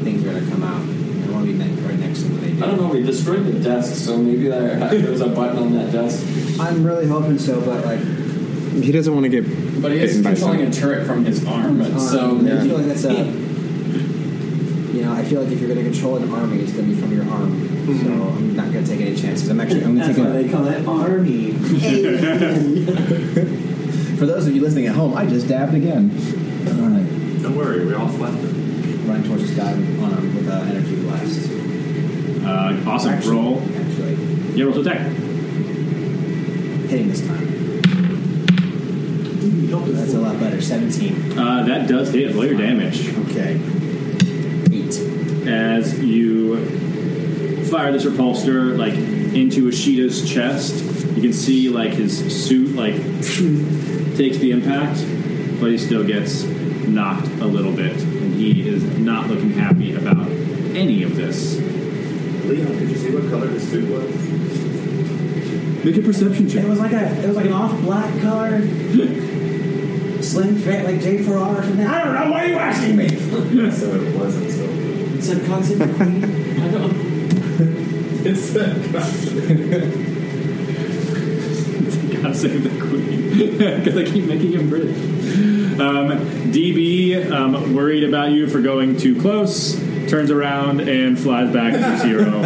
[SPEAKER 12] things are going to come out. I want to be ne- right next to what they do.
[SPEAKER 5] I don't know. We destroyed the desk, so maybe there, there's a button on that desk.
[SPEAKER 3] I'm really hoping so, but like,
[SPEAKER 7] He doesn't want to get
[SPEAKER 5] But he is
[SPEAKER 7] bitten by
[SPEAKER 5] controlling a
[SPEAKER 7] something.
[SPEAKER 5] turret from his arm,
[SPEAKER 3] um,
[SPEAKER 5] so
[SPEAKER 3] I feel like that's a. You know, I feel like if you're going to control an army, it's going to be from your arm. So I'm not going to take any chances. I'm actually I'm going
[SPEAKER 5] that's
[SPEAKER 3] to
[SPEAKER 5] why
[SPEAKER 3] take
[SPEAKER 5] they call it army.
[SPEAKER 3] a, <laughs> For those of you listening at home, I just dabbed again. All right,
[SPEAKER 6] Don't worry, we all slept.
[SPEAKER 3] running towards this guy with- on him with uh, energy blast.
[SPEAKER 2] <laughs> Uh, awesome.
[SPEAKER 3] Actually-
[SPEAKER 2] Roll.
[SPEAKER 3] Actually,
[SPEAKER 2] Yeah, roll to attack.
[SPEAKER 3] hitting this time. That's a lot better. 17.
[SPEAKER 2] Uh, that does hit. Roll your damage.
[SPEAKER 3] Okay. Eight.
[SPEAKER 2] as you fire this repulsor like into Ashida's chest. You can see like his suit like <laughs> takes the impact, but he still gets knocked a little bit, and he is not looking happy about any of this.
[SPEAKER 6] Leon, could you see what color his suit was?
[SPEAKER 2] Make a perception check.
[SPEAKER 3] It was like a, it was like an off black <laughs> color, slim fit, like J four R or something. I don't know. Why are you asking me?
[SPEAKER 6] so it wasn't silver.
[SPEAKER 5] It's a constant queen. I don't.
[SPEAKER 6] It's
[SPEAKER 2] Gotta save the queen <laughs> because I keep making him British. Um, DB um, worried about you for going too close. Turns around and flies back to zero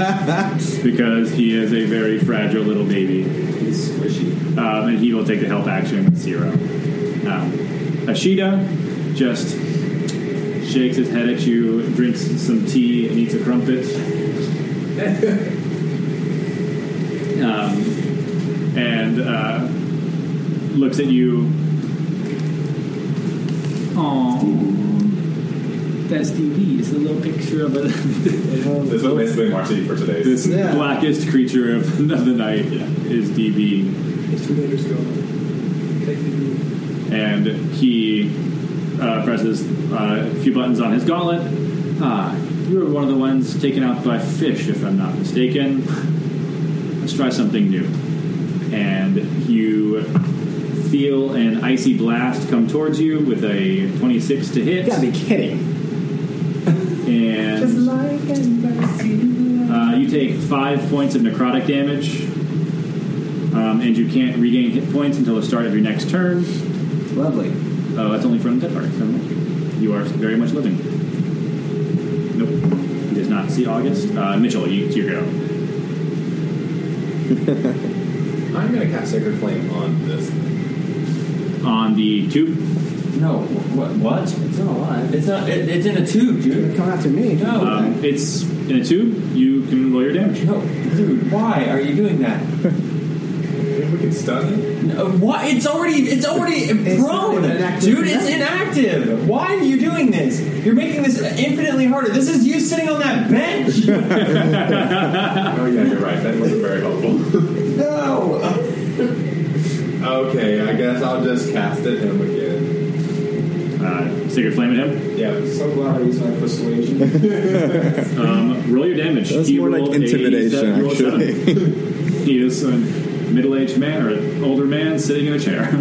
[SPEAKER 2] because he is a very fragile little baby,
[SPEAKER 5] He's squishy.
[SPEAKER 2] um, and he will take the help action at zero. Um, Ashida just shakes his head at you, drinks some tea, and eats a crumpet. um, and uh, looks at you. Aww. That's DB. It's a little picture of a. <laughs>
[SPEAKER 6] This was basically Marcy for today's.
[SPEAKER 2] this
[SPEAKER 3] Yeah.
[SPEAKER 2] blackest creature of, <laughs> of the night is DB. and he uh, presses uh, a few buttons on his gauntlet. Ah, you were one of the ones taken out by fish, if I'm not mistaken. <laughs> Let's try something new. And you feel an icy blast come towards you with a 26 to hit.
[SPEAKER 3] gotta be kidding.
[SPEAKER 2] and
[SPEAKER 9] like embassy.
[SPEAKER 2] Uh, you take five points of necrotic damage, um, and you can't regain hit points until the start of your next turn.
[SPEAKER 3] Lovely.
[SPEAKER 2] Oh, that's only from the dead party. so no. You are very much living. Nope. He does not see August. Uh, Mitchell, you, it's your go.
[SPEAKER 6] I'm gonna cast Sacred Flame on this.
[SPEAKER 2] On the tube,
[SPEAKER 5] No, what? What? It's not alive. It's not. It, it's in a tube, dude.
[SPEAKER 3] Come after me.
[SPEAKER 5] No. uh,
[SPEAKER 2] um, it's in a tube. You can roll your damage.
[SPEAKER 5] No, dude. Why are you doing that?
[SPEAKER 6] If we can stun him,
[SPEAKER 5] No, what? It's already. It's already prone,
[SPEAKER 3] not inactive.
[SPEAKER 5] dude. It's inactive. Why are you doing this? You're making this infinitely harder. This is you sitting on that bench.
[SPEAKER 6] oh yeah, you're right. That wasn't very <laughs> helpful.
[SPEAKER 5] no.
[SPEAKER 6] okay, I guess I'll just cast at him again.
[SPEAKER 2] Uh, Sacred Flame at him.
[SPEAKER 6] Yeah, so glad I used my persuasion.
[SPEAKER 2] Um, roll your damage.
[SPEAKER 7] That's
[SPEAKER 2] He
[SPEAKER 7] more like
[SPEAKER 2] rolled a
[SPEAKER 7] intimidation,
[SPEAKER 2] seven- rolled a seven.
[SPEAKER 7] actually.
[SPEAKER 2] He is a middle-aged man or an older man sitting in a chair. <laughs>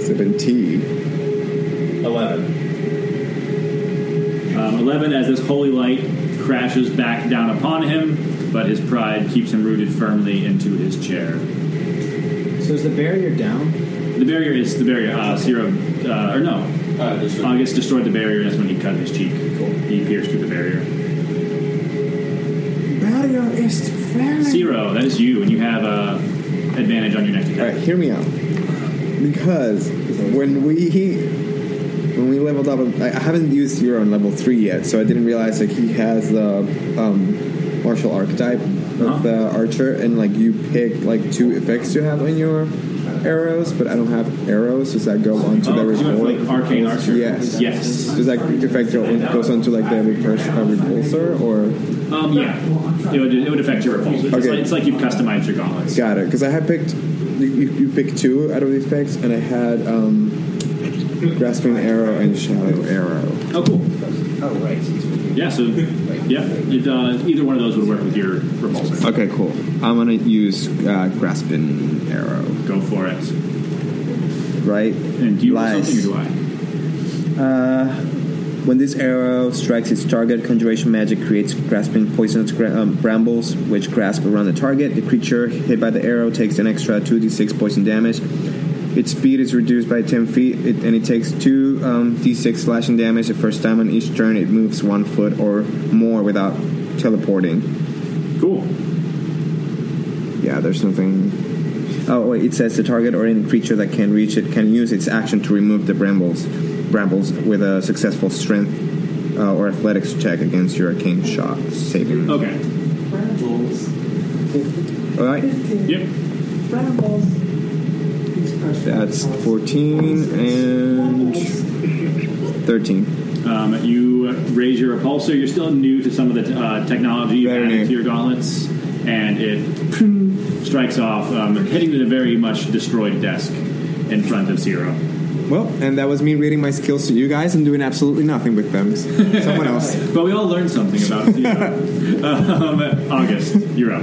[SPEAKER 7] Sipping tea.
[SPEAKER 6] Eleven.
[SPEAKER 2] Um, 11 as this holy light crashes back down upon him, but his pride keeps him rooted firmly into his chair.
[SPEAKER 3] So is the barrier down?
[SPEAKER 2] The barrier is the barrier. Uh, Zero, uh, or no,
[SPEAKER 5] Uh, this is-
[SPEAKER 2] August destroyed the barrier. and That's when he cut his cheek. He pierced through the barrier.
[SPEAKER 3] Barrier is failing.
[SPEAKER 2] Zero, that is you, and you have uh, advantage on your next
[SPEAKER 7] All right,
[SPEAKER 2] attack.
[SPEAKER 7] hear me out. Because when we when we leveled up, I I haven't used zero on level three yet, so I didn't realize like he has the um, martial archetype of
[SPEAKER 2] Huh?
[SPEAKER 7] the archer, and like you pick like two effects you have in your have arrows, but I don't have arrows. Does that go onto
[SPEAKER 2] Oh,
[SPEAKER 7] the
[SPEAKER 2] 'cause you have
[SPEAKER 7] report?
[SPEAKER 2] like arcane archery.
[SPEAKER 7] Yes.
[SPEAKER 2] Yes.
[SPEAKER 7] Does that effect go, goes onto like the repulsor, uh, repulsor or
[SPEAKER 2] Um, yeah. It would, it would affect your repulsor. It's,
[SPEAKER 7] Okay.
[SPEAKER 2] like, it's like you've customized your gauntlets.
[SPEAKER 7] got it? Because I had picked you, you, you picked two out of the effects, and I had um, grasping arrow and shadow arrow.
[SPEAKER 2] Oh, cool.
[SPEAKER 3] Oh, right.
[SPEAKER 2] Yeah. So, yeah, it, uh, either one of those would work with your repulsor.
[SPEAKER 7] Okay, cool. I'm gonna use uh, grasping arrow,
[SPEAKER 2] Go for it.
[SPEAKER 7] right?
[SPEAKER 2] And do you roll
[SPEAKER 7] Lies.
[SPEAKER 2] something or do I?
[SPEAKER 7] Uh, when this arrow strikes its target, conjuration magic creates grasping poisonous gra- um, brambles, which grasp around the target. The creature hit by the arrow takes an extra 2d6 poison damage. Its speed is reduced by 10 feet, it, and it takes 2 um, d6 slashing damage the first time on each turn it moves one foot or more without teleporting.
[SPEAKER 2] Cool.
[SPEAKER 7] Yeah, there's nothing. Oh, wait, it says the target or any creature that can reach it can use its action to remove the brambles, brambles with a successful strength uh, or athletics check against your arcane shot saving.
[SPEAKER 2] Okay.
[SPEAKER 7] All right,
[SPEAKER 2] Yep.
[SPEAKER 9] Brambles.
[SPEAKER 7] that's 14 and 13.
[SPEAKER 2] Um, you raise your repulsor. You're still new to some of the uh, technology you've
[SPEAKER 7] Very
[SPEAKER 2] added
[SPEAKER 7] new.
[SPEAKER 2] to your gauntlets, and it strikes off, um, hitting the very much destroyed desk in front of Zero.
[SPEAKER 7] Well, and that was me reading my skills to you guys and doing absolutely nothing with them. Someone else.
[SPEAKER 2] But we all learned something about
[SPEAKER 7] <laughs>
[SPEAKER 2] Zero. um, August, you're up.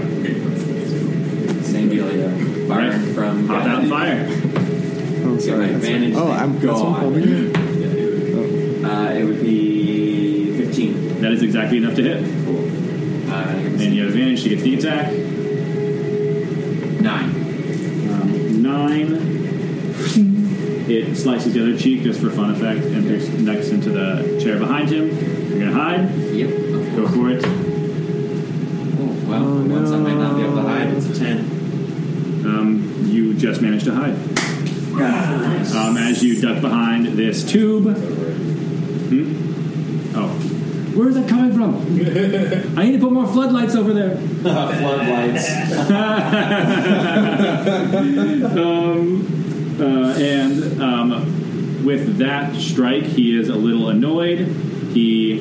[SPEAKER 5] Same deal, yeah. Fire
[SPEAKER 2] Right.
[SPEAKER 5] from.
[SPEAKER 2] Hot out and fire.
[SPEAKER 7] Oh,
[SPEAKER 5] Get my
[SPEAKER 7] sorry. that's-
[SPEAKER 5] advantage.
[SPEAKER 7] Oh, I'm that's what I'm holding it.
[SPEAKER 5] Yeah, it would, uh, it would be 15.
[SPEAKER 2] That is exactly enough to hit.
[SPEAKER 5] Cool. Uh,
[SPEAKER 2] And you have advantage. She gets the attack.
[SPEAKER 5] nine.
[SPEAKER 2] Um, nine. It slices the other cheek just for fun effect and picks next into the chair behind him. You're gonna hide.
[SPEAKER 5] Yep.
[SPEAKER 2] Go for it.
[SPEAKER 5] Oh, well, for once I might not be able to hide. It's a 10.
[SPEAKER 2] Um, you just managed to hide. Um, as you duck behind this tube. Hmm? Oh. Where is that coming from? I need to put more floodlights over there.
[SPEAKER 5] Floodlights.
[SPEAKER 2] Uh, and um, with that strike, he is a little annoyed. He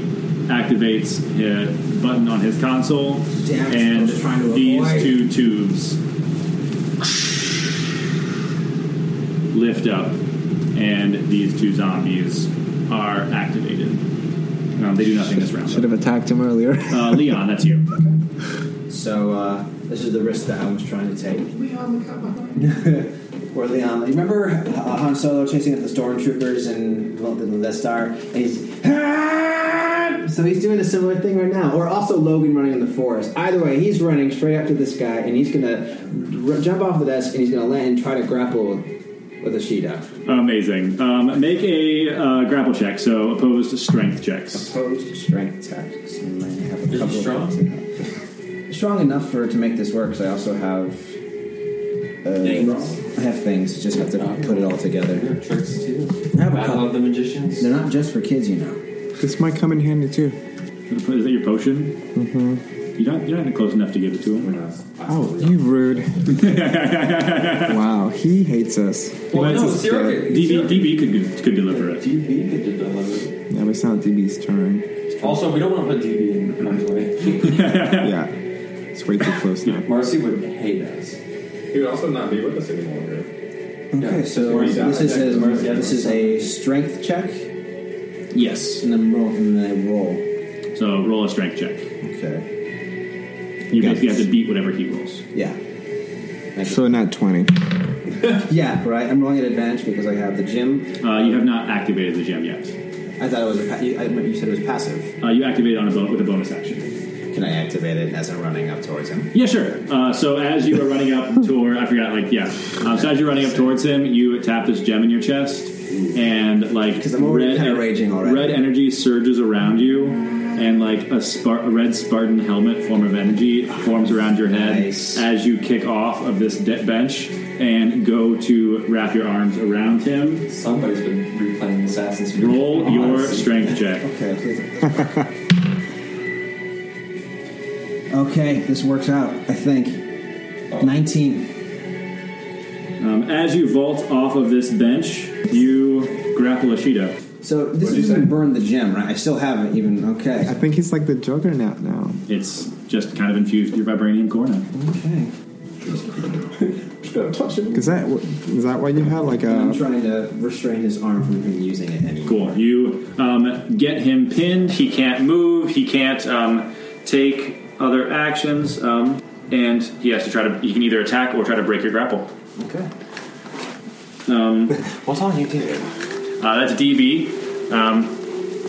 [SPEAKER 2] activates a button on his console,
[SPEAKER 3] Damn, I
[SPEAKER 2] and
[SPEAKER 3] was trying to
[SPEAKER 2] these
[SPEAKER 3] avoid.
[SPEAKER 2] two tubes lift up, and these two zombies are activated. Um, they do nothing this round.
[SPEAKER 3] <laughs>
[SPEAKER 7] Should have attacked him earlier.
[SPEAKER 2] Uh, Leon, that's you.
[SPEAKER 3] So uh, this is the risk that I was trying to take.
[SPEAKER 9] Leon, look out behind.
[SPEAKER 3] Or Leon, you remember uh, Han Solo chasing up the stormtroopers and well, the Death Star, and he's "Ah!" so he's doing a similar thing right now. Or also Logan running in the forest. Either way, he's running straight up to this guy, and he's gonna r- jump off the desk, and he's gonna land and try to grapple with Ashida.
[SPEAKER 2] Amazing. Um, make a uh, grapple check, so opposed strength checks.
[SPEAKER 3] Opposed strength tactics. And I have a
[SPEAKER 5] he
[SPEAKER 3] couple of
[SPEAKER 5] strong?
[SPEAKER 3] things. Strong enough for to make this work. So I also have. Uh, I have things. Just have to put it all together.
[SPEAKER 5] Tricks too.
[SPEAKER 3] I have a
[SPEAKER 5] Battle
[SPEAKER 3] couple.
[SPEAKER 5] of the Magicians.
[SPEAKER 3] They're not just for kids, you know.
[SPEAKER 7] <laughs> this might come in handy too.
[SPEAKER 2] Is that your potion? Mm-hmm. You're not, you're not close enough to give it to him.
[SPEAKER 7] Oh, you <laughs> rude. wow, he hates us.
[SPEAKER 5] Well, no,
[SPEAKER 7] That's a
[SPEAKER 5] Zero
[SPEAKER 7] scary-
[SPEAKER 5] could.
[SPEAKER 2] DB, DB could, could deliver it.
[SPEAKER 5] DB could deliver.
[SPEAKER 7] Yeah, but it's not DB's
[SPEAKER 5] <laughs>
[SPEAKER 7] turn.
[SPEAKER 5] Also, we don't want to put DB in harm's way.
[SPEAKER 7] Yeah, it's way too close now.
[SPEAKER 5] <laughs> Marcy would hate us.
[SPEAKER 6] He would also not be with us anymore. Right?
[SPEAKER 3] Okay, so
[SPEAKER 5] Marcy
[SPEAKER 3] this is
[SPEAKER 5] attack,
[SPEAKER 3] a
[SPEAKER 5] Marcy
[SPEAKER 3] this is a strength check,
[SPEAKER 2] Yes.
[SPEAKER 3] and then roll, and then I roll.
[SPEAKER 2] So roll a strength check.
[SPEAKER 3] Okay.
[SPEAKER 2] You basically have to beat whatever he rolls.
[SPEAKER 3] Yeah.
[SPEAKER 7] So not 20.
[SPEAKER 3] Yeah. Right. I'm rolling at advantage because I have the gym.
[SPEAKER 2] Uh, you have not activated the gem yet.
[SPEAKER 3] I thought it was. A pa- you, I, you said it was passive.
[SPEAKER 2] Uh, you activate it on a bo- with a bonus action.
[SPEAKER 3] Can I activate it as I'm running up towards him?
[SPEAKER 2] Yeah, sure. Uh, so as you are running up toward, I forgot, like, yeah. Um, so as you're running up towards him, you tap this gem in your chest, and like,
[SPEAKER 3] 'Cause I'm already kinda raging already.
[SPEAKER 2] Red energy surges around you, and like a, spar- a red Spartan helmet form of energy forms around your head
[SPEAKER 3] Nice.
[SPEAKER 2] as you kick off of this de- bench and go to wrap your arms around him.
[SPEAKER 5] Somebody's been replaying Assassin's Creed.
[SPEAKER 2] Roll your
[SPEAKER 5] Honestly.
[SPEAKER 2] strength check.
[SPEAKER 3] Okay. Please. okay. This works out. I think. Nineteen.
[SPEAKER 2] Um, as you vault off of this bench, you grapple a Shido.
[SPEAKER 3] So this is even burn the gem, right? I still haven't even.
[SPEAKER 5] I
[SPEAKER 3] Okay.
[SPEAKER 5] think he's like the juggernaut now.
[SPEAKER 2] It's just kind of infused with your vibranium core now.
[SPEAKER 3] Okay.
[SPEAKER 6] Just gotta touch it.
[SPEAKER 5] Is that is that why you had like
[SPEAKER 3] I'm
[SPEAKER 5] a?
[SPEAKER 3] trying to restrain his arm from even using it anymore.
[SPEAKER 2] Cool. You um, get him pinned. He can't move. He can't um, take other actions, um, and he has to try to. He can either attack or try to break your grapple.
[SPEAKER 3] Okay.
[SPEAKER 13] <laughs>
[SPEAKER 6] What's on you do?
[SPEAKER 2] Uh, that's DB. Um,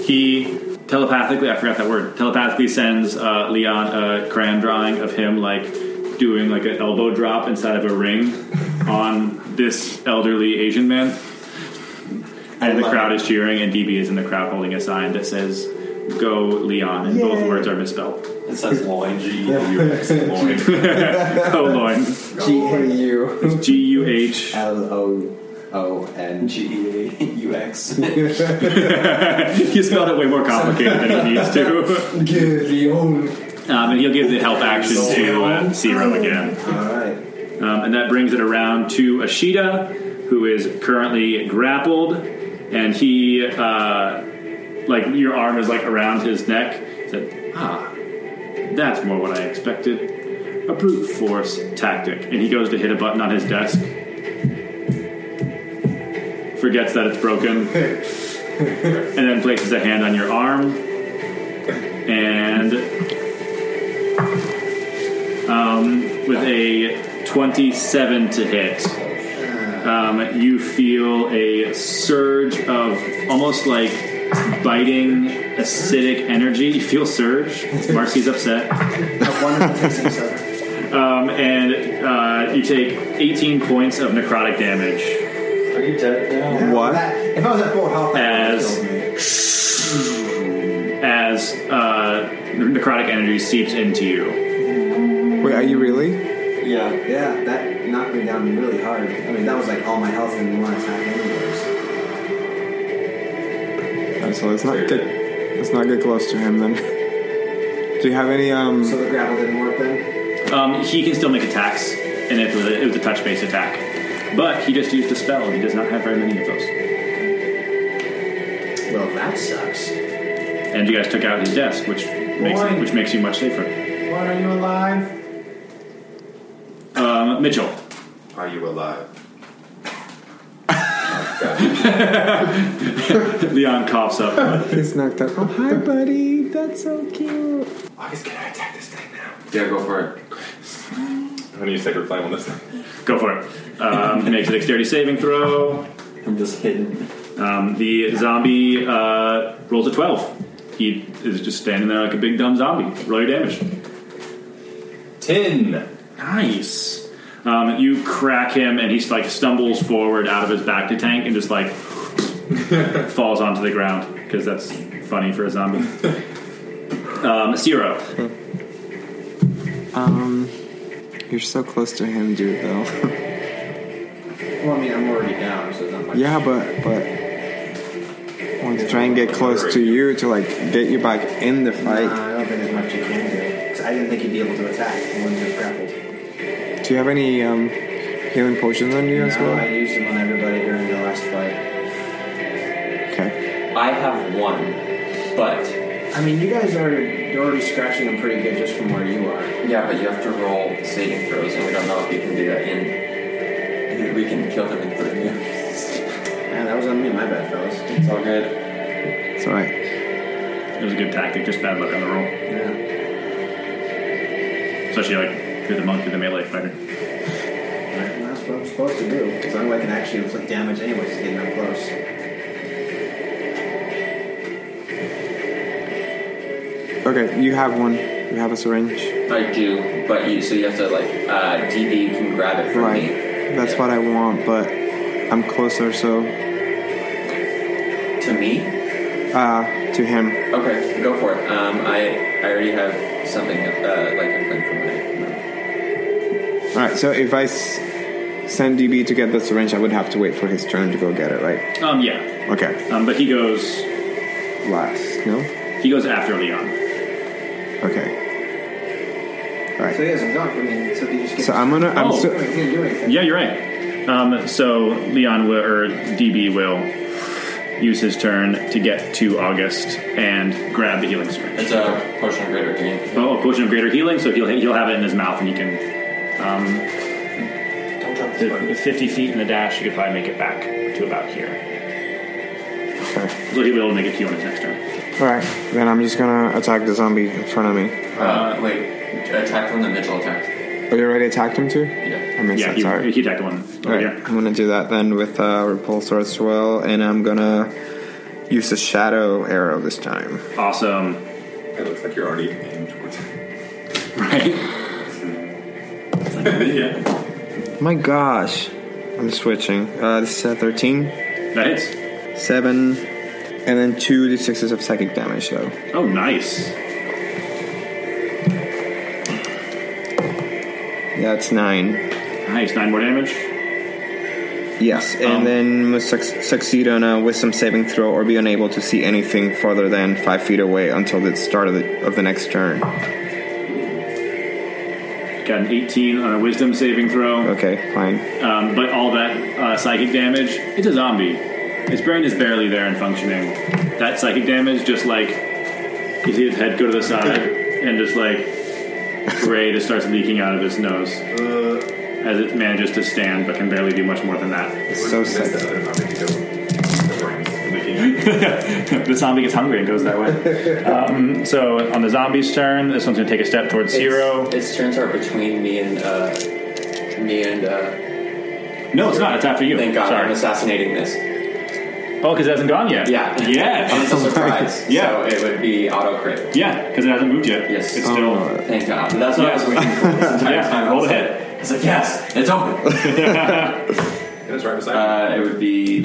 [SPEAKER 2] he telepathically, I forgot that word, telepathically sends uh, Leon a crayon drawing of him like doing like an elbow drop inside of a ring on this elderly Asian man. And the crowd is cheering, and DB is in the crowd holding a sign that says, Go Leon, and both words are misspelled. <laughs>
[SPEAKER 4] It says loin, G U X loin.
[SPEAKER 2] Go Loin.
[SPEAKER 13] G A U
[SPEAKER 2] It's Oh, G U H. <laughs>
[SPEAKER 13] L O O N.
[SPEAKER 4] G A U
[SPEAKER 3] <laughs>
[SPEAKER 4] X.
[SPEAKER 2] You spelled it way more complicated than it needs
[SPEAKER 3] <laughs>
[SPEAKER 2] to.
[SPEAKER 13] Give the old.
[SPEAKER 2] Um, and he'll give the help action to uh, Zero again.
[SPEAKER 13] All right.
[SPEAKER 2] Um, and that brings it around to Ashida, who is currently grappled, and he, uh, like, your arm is like around his neck. He said, ah, that's more what I expected. A brute force tactic. And he goes to hit a button on his desk, forgets that it's broken, and then places a hand on your arm, and with a 27 to hit. Um, you feel a surge of almost like biting acidic energy. You feel surge. Marcy's upset. um, and uh, you take 18 points of necrotic damage
[SPEAKER 13] Are you dead
[SPEAKER 5] What?
[SPEAKER 13] That, if I was at full health, that would
[SPEAKER 2] As-
[SPEAKER 13] kill me.
[SPEAKER 2] as uh, necrotic energy seeps into you.
[SPEAKER 5] Wait, are you really?
[SPEAKER 13] Yeah.
[SPEAKER 3] Yeah, that knocked me down really hard. I mean, that was like all my health in one attack, anyways.
[SPEAKER 5] Oh, So let's not get let's not get close to him then. <laughs> Do you have any um?
[SPEAKER 3] So the grapple didn't work then.
[SPEAKER 2] Um, he can still make attacks, and it was a, it was a touch based attack. But he just used a spell, and he does not have very many of those.
[SPEAKER 3] Well, that sucks.
[SPEAKER 2] and you guys took out his desk, which makes
[SPEAKER 13] Why?
[SPEAKER 2] which makes you much safer.
[SPEAKER 13] Why are you alive?
[SPEAKER 2] Um, Mitchell, <laughs>
[SPEAKER 6] Are you alive?
[SPEAKER 2] Leon coughs up.
[SPEAKER 5] He's knocked out. Oh hi, buddy. That's so cute.
[SPEAKER 6] August, can I attack this thing now?
[SPEAKER 4] Yeah, go for it.
[SPEAKER 6] I need a sacred flame on this thing.
[SPEAKER 2] Go for it. Um, he makes a dexterity saving throw.
[SPEAKER 4] I'm just hidden.
[SPEAKER 2] Um, the zombie uh, rolls a twelve. He is just standing there like a big dumb zombie. Roll your damage.
[SPEAKER 6] Tin.
[SPEAKER 2] Nice. Um, you crack him, and he's like stumbles forward out of his back to tank, and just like falls onto the ground because that's funny for a zombie. Um, zero.
[SPEAKER 5] Um, you're so close to him, dude. Though. <laughs>
[SPEAKER 3] Well, I mean, I'm already down, so it's not much.
[SPEAKER 5] yeah, but but I want to try and get close to you to like get you back in the
[SPEAKER 3] Uh,
[SPEAKER 5] fight.
[SPEAKER 3] I don't think there's much you can do. 'Cause I didn't think you'd be able to attack when you're grappled.
[SPEAKER 5] Do you have any um healing potions on you as
[SPEAKER 3] No, I
[SPEAKER 5] well?
[SPEAKER 3] used them on everybody during the last fight.
[SPEAKER 5] Okay.
[SPEAKER 4] I have one, but
[SPEAKER 3] I mean, you guys are you're already scratching them pretty good just from where you are.
[SPEAKER 4] yeah, but you have to roll saving throws, and we don't know if you can do that in. We can kill them in three minutes.
[SPEAKER 3] Man, that was on me, my bad, fellas.
[SPEAKER 4] It's all good.
[SPEAKER 5] It's all right.
[SPEAKER 2] It was a good tactic, just bad luck on the roll.
[SPEAKER 3] Yeah.
[SPEAKER 2] Especially like through the monk, through the melee fighter.
[SPEAKER 3] And that's what I'm supposed to do. Because I'm like an actually inflict damage anyways, getting up close.
[SPEAKER 5] Okay, you have one. You have a syringe,
[SPEAKER 4] I do, but you so you have to like uh, DB can grab it from
[SPEAKER 5] right?
[SPEAKER 4] me.
[SPEAKER 5] That's what I want, but I'm closer, so
[SPEAKER 4] To me?
[SPEAKER 5] uh to him.
[SPEAKER 4] Okay, go for it. Um, I I already have something uh, like a claim from my.
[SPEAKER 5] All right. So if I s- send DB to get the syringe, I would have to wait for his turn to go get it, right?
[SPEAKER 2] Um, yeah.
[SPEAKER 5] Okay.
[SPEAKER 2] Um, but he goes.
[SPEAKER 5] Last, no.
[SPEAKER 2] He goes after Leon.
[SPEAKER 5] Okay. All
[SPEAKER 13] So
[SPEAKER 5] right.
[SPEAKER 13] he hasn't done. I mean, so they just get.
[SPEAKER 5] So I'm gonna. I'm
[SPEAKER 2] Oh.
[SPEAKER 5] so,
[SPEAKER 3] <laughs>
[SPEAKER 13] He can't do anything.
[SPEAKER 2] Yeah, you're right. Um, so Leon will, or DB will use his turn to get to August and grab the healing syringe.
[SPEAKER 4] It's a potion of greater healing.
[SPEAKER 2] Oh, a potion of greater healing, so he'll he'll have it in his mouth and he can. Um, the- the 50 feet in the dash, he could probably make it back to about here.
[SPEAKER 7] Okay.
[SPEAKER 2] So he'll be able to make a Q on his next turn.
[SPEAKER 7] Alright, then I'm just gonna attack the zombie in front of me.
[SPEAKER 4] Uh, wait, attack from the Mitchell attack.
[SPEAKER 7] Oh, you already attacked him too?
[SPEAKER 4] Yeah.
[SPEAKER 7] I missed
[SPEAKER 2] Yeah,
[SPEAKER 7] that, sorry.
[SPEAKER 2] he, oh, he attacked one. over
[SPEAKER 7] Alright,
[SPEAKER 2] here.
[SPEAKER 7] I'm gonna do that then with uh, repulsor as well, and I'm gonna use the shadow arrow this time.
[SPEAKER 2] Awesome. <laughs>
[SPEAKER 6] It looks like you're already aimed towards
[SPEAKER 2] Right?
[SPEAKER 6] yeah.
[SPEAKER 7] My gosh, I'm switching. Uh, this is a 13,
[SPEAKER 2] That hits.
[SPEAKER 7] 7, and then 2 d6s of psychic damage though.
[SPEAKER 2] Oh, nice.
[SPEAKER 7] That's 9.
[SPEAKER 2] Nice. Nine more damage.
[SPEAKER 7] Yes, and
[SPEAKER 2] Um,
[SPEAKER 7] then must suc- succeed on a wisdom saving throw or be unable to see anything farther than 5 feet away until the start of the, of the next turn.
[SPEAKER 2] Got an 18 on a wisdom saving throw.
[SPEAKER 7] Okay, fine.
[SPEAKER 2] Um, but all that uh, psychic damage, it's a zombie. His brain is barely there and functioning. That psychic damage just like you see his head go to the side and just like gray just starts leaking out of his nose
[SPEAKER 7] Uh.
[SPEAKER 2] as it manages to stand but can barely do much more than that.
[SPEAKER 7] It's so
[SPEAKER 6] That's
[SPEAKER 7] sick.
[SPEAKER 6] the other zombie to go. The brain's leaking out.
[SPEAKER 2] the zombie gets hungry and goes that way. Um, so on the zombie's turn, this one's going to take a step towards zero.
[SPEAKER 4] Its turns are between me and uh, me and uh,
[SPEAKER 2] No, it's not. It's after you.
[SPEAKER 4] thank God I'm
[SPEAKER 2] Sorry.
[SPEAKER 4] assassinating this.
[SPEAKER 2] Oh, because it hasn't gone yet.
[SPEAKER 4] Yeah. And it's
[SPEAKER 2] Yeah.
[SPEAKER 4] a surprise.
[SPEAKER 2] Yeah.
[SPEAKER 4] So it would be auto crit.
[SPEAKER 2] yeah, because it hasn't moved yet.
[SPEAKER 4] Yes. Oh,
[SPEAKER 2] It's still.
[SPEAKER 4] Thank God. That's what I was waiting for this entire
[SPEAKER 2] Yeah,
[SPEAKER 4] time. I
[SPEAKER 2] roll
[SPEAKER 4] was
[SPEAKER 2] a
[SPEAKER 4] like-
[SPEAKER 2] hit.
[SPEAKER 4] I was like, yes, it's open.
[SPEAKER 6] And it's right beside
[SPEAKER 4] uh, it would be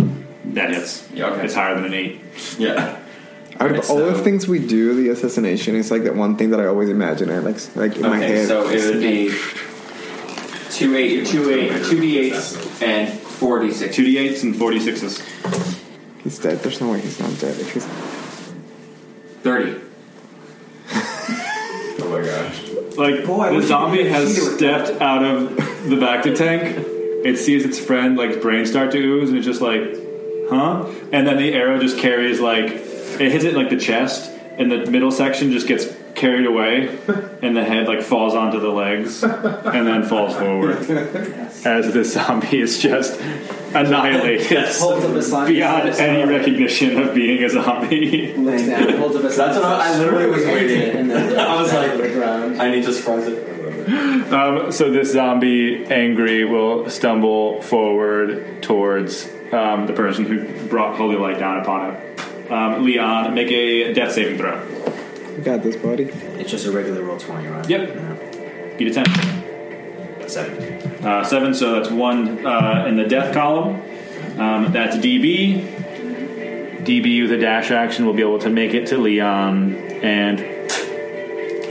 [SPEAKER 2] That hits.
[SPEAKER 4] Yeah, okay.
[SPEAKER 2] It's higher than an eight.
[SPEAKER 4] yeah.
[SPEAKER 7] Out of
[SPEAKER 4] It's,
[SPEAKER 7] all the
[SPEAKER 4] uh,
[SPEAKER 7] things we do, the assassination is like the one thing that I always imagine. I like, s- like in my
[SPEAKER 4] Okay,
[SPEAKER 7] head.
[SPEAKER 4] so it would be two eight, two eight, two d eights, and four d six.
[SPEAKER 2] Two d eights and forty sixes.
[SPEAKER 7] he's dead. There's no way he's not dead. If he's
[SPEAKER 4] Thirty.
[SPEAKER 6] me. Oh my gosh.
[SPEAKER 2] Like
[SPEAKER 13] Boy,
[SPEAKER 2] the
[SPEAKER 13] would Oh, you
[SPEAKER 2] zombie
[SPEAKER 13] be a
[SPEAKER 2] has
[SPEAKER 13] cheater.
[SPEAKER 2] stepped out of <laughs> the Bacta tank. It sees its friend like brain start to ooze, and it's just like, huh? And then the arrow just carries like it hits it like the chest, and the middle section just gets carried
[SPEAKER 13] <laughs>
[SPEAKER 2] away, and the head like falls onto the legs, and then falls
[SPEAKER 13] <laughs>
[SPEAKER 2] forward as this zombie is just annihilated
[SPEAKER 3] Holds up his slime.
[SPEAKER 2] beyond any recognition of being a zombie.
[SPEAKER 3] Lays down. Holds up his
[SPEAKER 4] That's what I- I literally was waiting.
[SPEAKER 3] And then
[SPEAKER 4] I was
[SPEAKER 3] down to
[SPEAKER 4] like-
[SPEAKER 3] the ground.
[SPEAKER 4] I need to surprise it.
[SPEAKER 2] Um, so this zombie, angry, will stumble forward towards um, the person who brought holy light down upon him. Um, Leon, make a death saving throw.
[SPEAKER 7] you got this,
[SPEAKER 4] <laughs>
[SPEAKER 7] buddy.
[SPEAKER 14] It's just a regular roll 20, right?
[SPEAKER 2] Yep. Beat a ten.
[SPEAKER 14] Seven.
[SPEAKER 2] Uh, seven, so that's one uh, in the death column. Um, that's DB. DB with a dash action will be able to make it to Leon and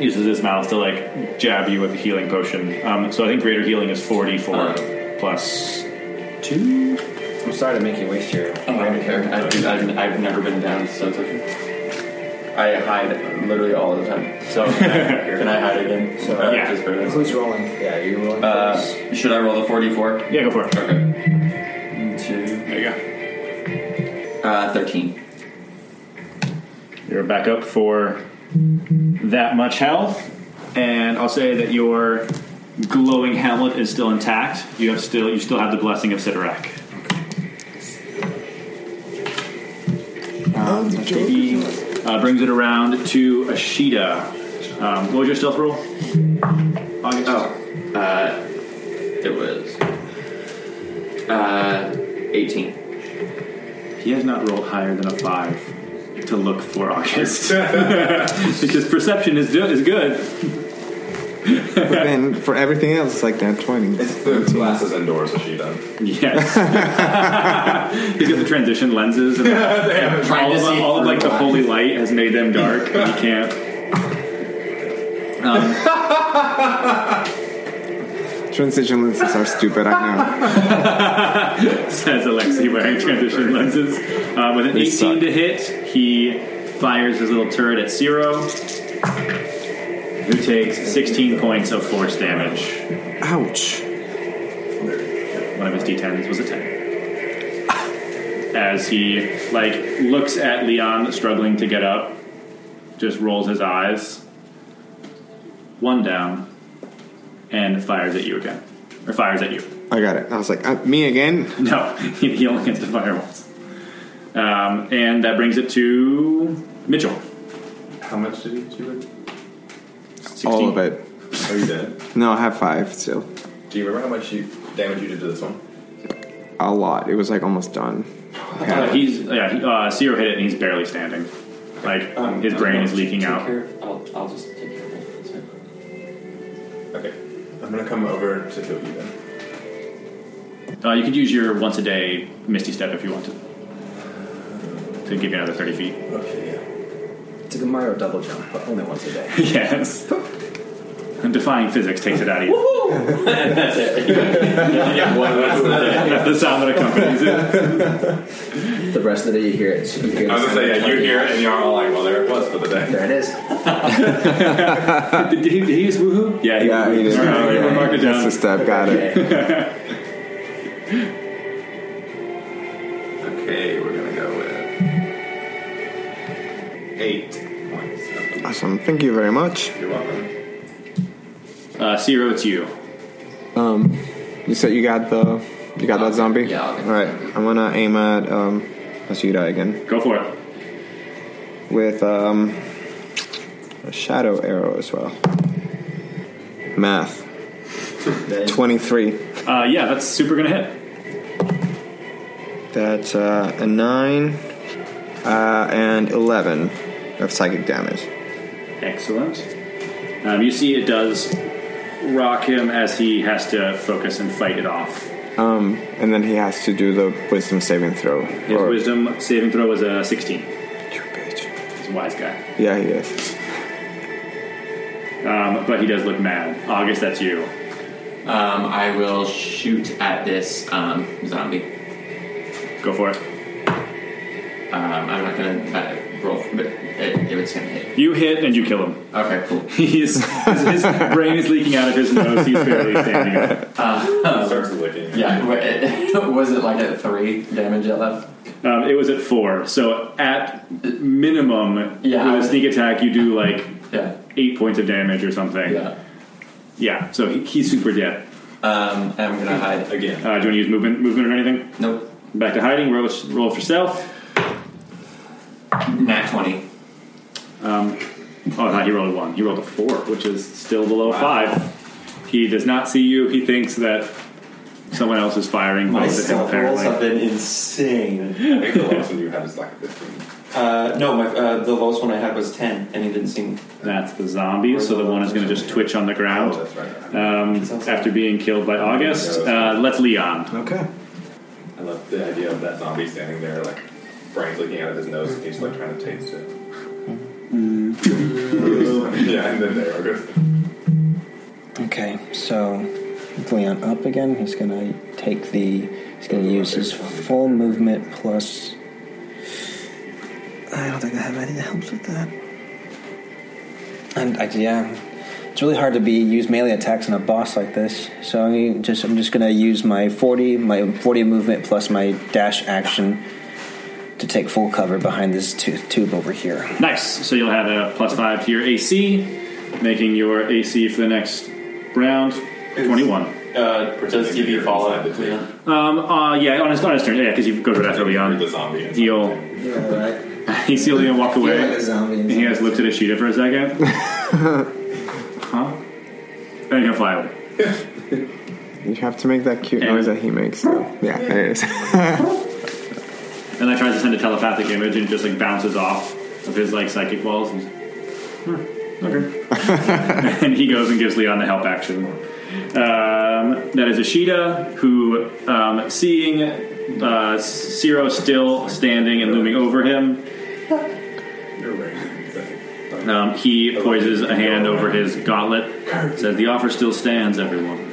[SPEAKER 2] uses his mouth to like jab you with a healing potion. Um, so I think greater healing is 44 Uh-huh. plus two.
[SPEAKER 14] I'm sorry to make you waste your.
[SPEAKER 4] Oh, I don't care. I, do- I've, I've never been down, so it's okay. I hide literally all the time. So can I hide again? So
[SPEAKER 2] yeah.
[SPEAKER 4] Just for this.
[SPEAKER 14] Who's rolling? Yeah, you're rolling first.
[SPEAKER 4] Uh, should I roll the forty-four?
[SPEAKER 2] Yeah, go for it.
[SPEAKER 4] Okay. Two.
[SPEAKER 2] There you go.
[SPEAKER 4] Uh, thirteen.
[SPEAKER 2] You're back up for that much health, and I'll say that your glowing helmet is still intact. You have still you still have the blessing of Sidorak. Um, baby, uh, brings it around to Ashida. Um, what was your stealth roll? August?
[SPEAKER 4] Oh. Uh, it was. Uh, eighteen.
[SPEAKER 2] He has not rolled higher than a five to look for August <laughs> because perception is do- is good.
[SPEAKER 7] But then for everything else, it's like that 20.
[SPEAKER 6] It's the glasses indoors that she done.
[SPEAKER 2] Yes. <laughs> He's got the transition lenses,
[SPEAKER 4] <laughs>
[SPEAKER 2] and
[SPEAKER 4] Trying
[SPEAKER 2] all,
[SPEAKER 4] to
[SPEAKER 2] of,
[SPEAKER 4] see
[SPEAKER 2] all of, like the
[SPEAKER 4] through
[SPEAKER 2] holy light has made them dark, and you can't. <laughs> Um,
[SPEAKER 7] Transition lenses are stupid, I know.
[SPEAKER 2] says Alexi
[SPEAKER 4] <laughs>
[SPEAKER 2] wearing transition lenses. Um, with an 18
[SPEAKER 7] suck.
[SPEAKER 2] to hit, he fires his little turret at Zero, who takes 16 points of force damage.
[SPEAKER 7] Ouch.
[SPEAKER 2] one of his d10s was a 10. As he, like, looks at Leon struggling to get up, just rolls his eyes, one down, and fires at you again. Or fires at you. <laughs>
[SPEAKER 7] I got it. I was like, uh, me again?
[SPEAKER 2] No, he he only gets the fire once. Um, and that brings it to Mitchell.
[SPEAKER 6] How much did he do?
[SPEAKER 7] All of it.
[SPEAKER 6] Oh, you did.
[SPEAKER 7] No, I have five still.
[SPEAKER 6] Do you remember how much you, damage you did to this one?
[SPEAKER 7] A lot. It was like almost done.
[SPEAKER 2] Uh, he's yeah. He, uh, Ciro hit it, and he's barely standing. Like
[SPEAKER 4] Um,
[SPEAKER 2] his um, brain is leaking out.
[SPEAKER 4] I'll, I'll just take care of it. Sorry.
[SPEAKER 6] Okay. I'm gonna come over to heal you then.
[SPEAKER 2] Uh, you could use your once a day Misty Step if you wanted to give you another thirty feet. <laughs>
[SPEAKER 6] Okay, yeah.
[SPEAKER 15] It's like a Mario double jump, but only once a day.
[SPEAKER 2] yes. <laughs> Defying physics takes it out of you. <laughs>
[SPEAKER 4] That's it. You get one less than that.
[SPEAKER 2] That's the sound that accompanies it.
[SPEAKER 15] The rest of the day you hear it. You hear
[SPEAKER 6] I was
[SPEAKER 15] the
[SPEAKER 6] gonna say,
[SPEAKER 15] sound of
[SPEAKER 6] yeah, you
[SPEAKER 15] it.
[SPEAKER 6] hear it and you're all like, well, there it was for the day.
[SPEAKER 15] There it is.
[SPEAKER 2] <laughs> did, he, did he use woohoo? Yeah. He,
[SPEAKER 7] Yeah, he
[SPEAKER 2] All
[SPEAKER 7] just,
[SPEAKER 2] right,
[SPEAKER 7] yeah,
[SPEAKER 2] we'll mark it down.
[SPEAKER 7] that's the step. Got it.
[SPEAKER 15] Okay.
[SPEAKER 6] Okay, we're gonna go with eight points.
[SPEAKER 7] Awesome. Thank you very much.
[SPEAKER 6] You're welcome.
[SPEAKER 2] Uh, Ciro, it's you.
[SPEAKER 7] Um, you said you got the you got that zombie.
[SPEAKER 4] yeah, I'll
[SPEAKER 7] All
[SPEAKER 4] get
[SPEAKER 7] right. I'm gonna aim at um, Masuda again
[SPEAKER 2] Go for it.
[SPEAKER 7] with um, a shadow arrow as well. Math. Twenty three.
[SPEAKER 2] Uh, yeah, that's super gonna hit.
[SPEAKER 7] That's uh, a nine uh, and eleven of psychic damage.
[SPEAKER 2] Excellent. Um, you see, it does rock him as he has to focus and fight it off.
[SPEAKER 7] Um, and then he has to do the wisdom saving throw.
[SPEAKER 2] His
[SPEAKER 7] Or-
[SPEAKER 2] wisdom saving throw was a sixteen.
[SPEAKER 7] You bitch.
[SPEAKER 2] He's a wise guy.
[SPEAKER 7] Yeah, he is.
[SPEAKER 2] Um, but he does look mad. August, that's you.
[SPEAKER 4] Um, I will shoot at this um, zombie.
[SPEAKER 2] Go for it.
[SPEAKER 4] Um, I'm not gonna uh, roll, but it, it was gonna hit.
[SPEAKER 2] You hit and you kill him. <laughs>
[SPEAKER 4] Okay, cool.
[SPEAKER 2] He's, his, his brain is leaking out of his nose. He's barely standing up.
[SPEAKER 6] Starts licking.
[SPEAKER 4] Yeah, <laughs> wa- it- was it like at three damage it left?
[SPEAKER 2] Um, it was at four, so at minimum,
[SPEAKER 4] Yeah.
[SPEAKER 2] with a sneak attack, you do like
[SPEAKER 4] Yeah,
[SPEAKER 2] eight points of damage or something.
[SPEAKER 4] yeah.
[SPEAKER 2] Yeah, so he, he's super dead.
[SPEAKER 4] Um, I'm gonna hide again.
[SPEAKER 2] Uh, do you want to use movement, movement or anything?
[SPEAKER 4] Nope.
[SPEAKER 2] Back to hiding. Roll, roll for stealth.
[SPEAKER 4] Nat twenty.
[SPEAKER 2] Oh, no, he rolled a one. He rolled a four, which is still below five. He does not see you. He thinks that someone else is firing
[SPEAKER 13] My
[SPEAKER 2] bullets at him.
[SPEAKER 13] stealth rolls
[SPEAKER 2] Apparently,
[SPEAKER 13] have been insane.
[SPEAKER 6] I think the last one you had is like a 15.
[SPEAKER 13] Uh, no, my, uh, the lowest one I had was 10, and he didn't see me.
[SPEAKER 2] that's the zombie. So the one is going to just twitch on the ground.
[SPEAKER 6] Oh, that's right.
[SPEAKER 2] um, after being killed by August. Uh, let's Leon.
[SPEAKER 5] Okay.
[SPEAKER 6] I love the idea of that zombie standing there, like, brains leaking out of his nose, and he's like trying to taste it. <laughs> yeah, and then there it goes.
[SPEAKER 14] Okay, so with Leon up again. He's gonna take the. He's gonna use his full movement plus. I don't think I have anything that helps with that. And I, yeah, it's really hard to be use melee attacks on a boss like this. So I'm gonna just I'm just gonna use my forty my forty movement plus my dash action to take full cover behind this tu- tube over here.
[SPEAKER 2] Nice. So you'll have a plus five to your AC, making your AC for the next round twenty-one.
[SPEAKER 4] Uh, does DB fall out?
[SPEAKER 2] Um, uh, yeah, on his, on his turn. Yeah, because you go right after
[SPEAKER 6] The
[SPEAKER 2] Leon.
[SPEAKER 6] zombie. is-
[SPEAKER 2] He'll <laughs>
[SPEAKER 3] Yeah, right.
[SPEAKER 2] he sees Leon walk
[SPEAKER 3] Feel like a
[SPEAKER 2] away.
[SPEAKER 3] zombie.
[SPEAKER 2] And he has looked at Ashita for a second. huh? And he'll fly away.
[SPEAKER 7] You have to make that cute
[SPEAKER 2] And-
[SPEAKER 7] noise that he makes. though. Yeah, there it is.
[SPEAKER 2] And then tries to send a telepathic image and just like bounces off of his like psychic walls. And, "Hmm, okay. <laughs> and he goes and gives Leon the help action. Um, that is Ishida, who, um, seeing uh, Ciro still standing and looming over him, um, he poises a hand over his gauntlet. Says, "The offer still stands, everyone."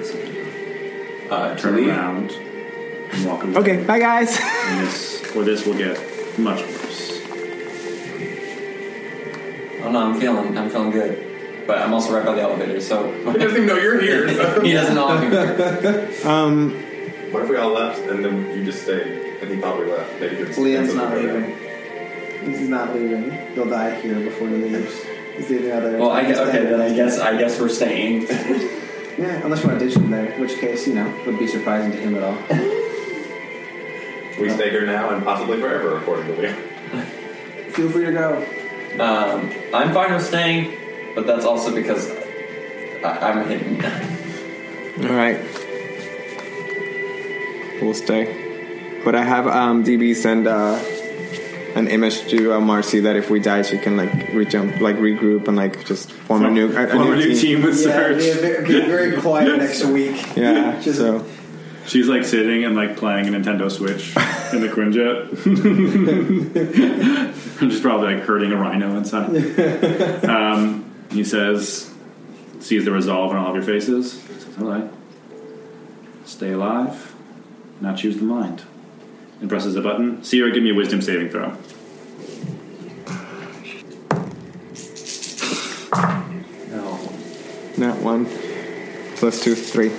[SPEAKER 4] Uh, to
[SPEAKER 2] Turn
[SPEAKER 4] leave?
[SPEAKER 2] around and walk away.
[SPEAKER 7] <laughs> Okay, bye guys.
[SPEAKER 2] And this, or this will get much worse.
[SPEAKER 4] Oh no, I'm feeling, I'm feeling good, but I'm <laughs> also right by the elevator, so <laughs>
[SPEAKER 6] He doesn't even know you're here. so-
[SPEAKER 4] he doesn't know I'm here.
[SPEAKER 7] Um,
[SPEAKER 6] What if we all left and then you just stayed and he thought we left? Maybe he was-
[SPEAKER 3] Liam's not leaving. He's not leaving. He'll die here before he leaves. He's leaving other.
[SPEAKER 4] Well, I guess, okay, then I
[SPEAKER 3] Yeah,
[SPEAKER 4] guess I guess we're staying.
[SPEAKER 3] unless you want to ditch him there, in which case, you know, would be surprising to him
[SPEAKER 4] <laughs>
[SPEAKER 3] at all.
[SPEAKER 6] We stay here now and possibly forever, according to Liam.
[SPEAKER 3] Feel free to go.
[SPEAKER 4] Um, I'm fine with staying, but that's also because I, I'm hidden.
[SPEAKER 7] All right. We'll stay. But I have um, DB send uh, an image to uh, Marcy that if we die, she can like rejump, like regroup, and like just form a new a, a new, team.
[SPEAKER 2] with Surge.
[SPEAKER 3] be very, be very
[SPEAKER 4] <laughs>
[SPEAKER 3] quiet next week.
[SPEAKER 7] Yeah. <laughs> so
[SPEAKER 2] She's like sitting and like playing a Nintendo Switch in the Quinjet. <laughs> She's probably like hurting a rhino inside. Um, he says, sees the resolve in all of your faces. Says, all right, stay alive, not choose the mind. And presses a button. Sierra, give me a wisdom saving throw.
[SPEAKER 7] not one plus two, three.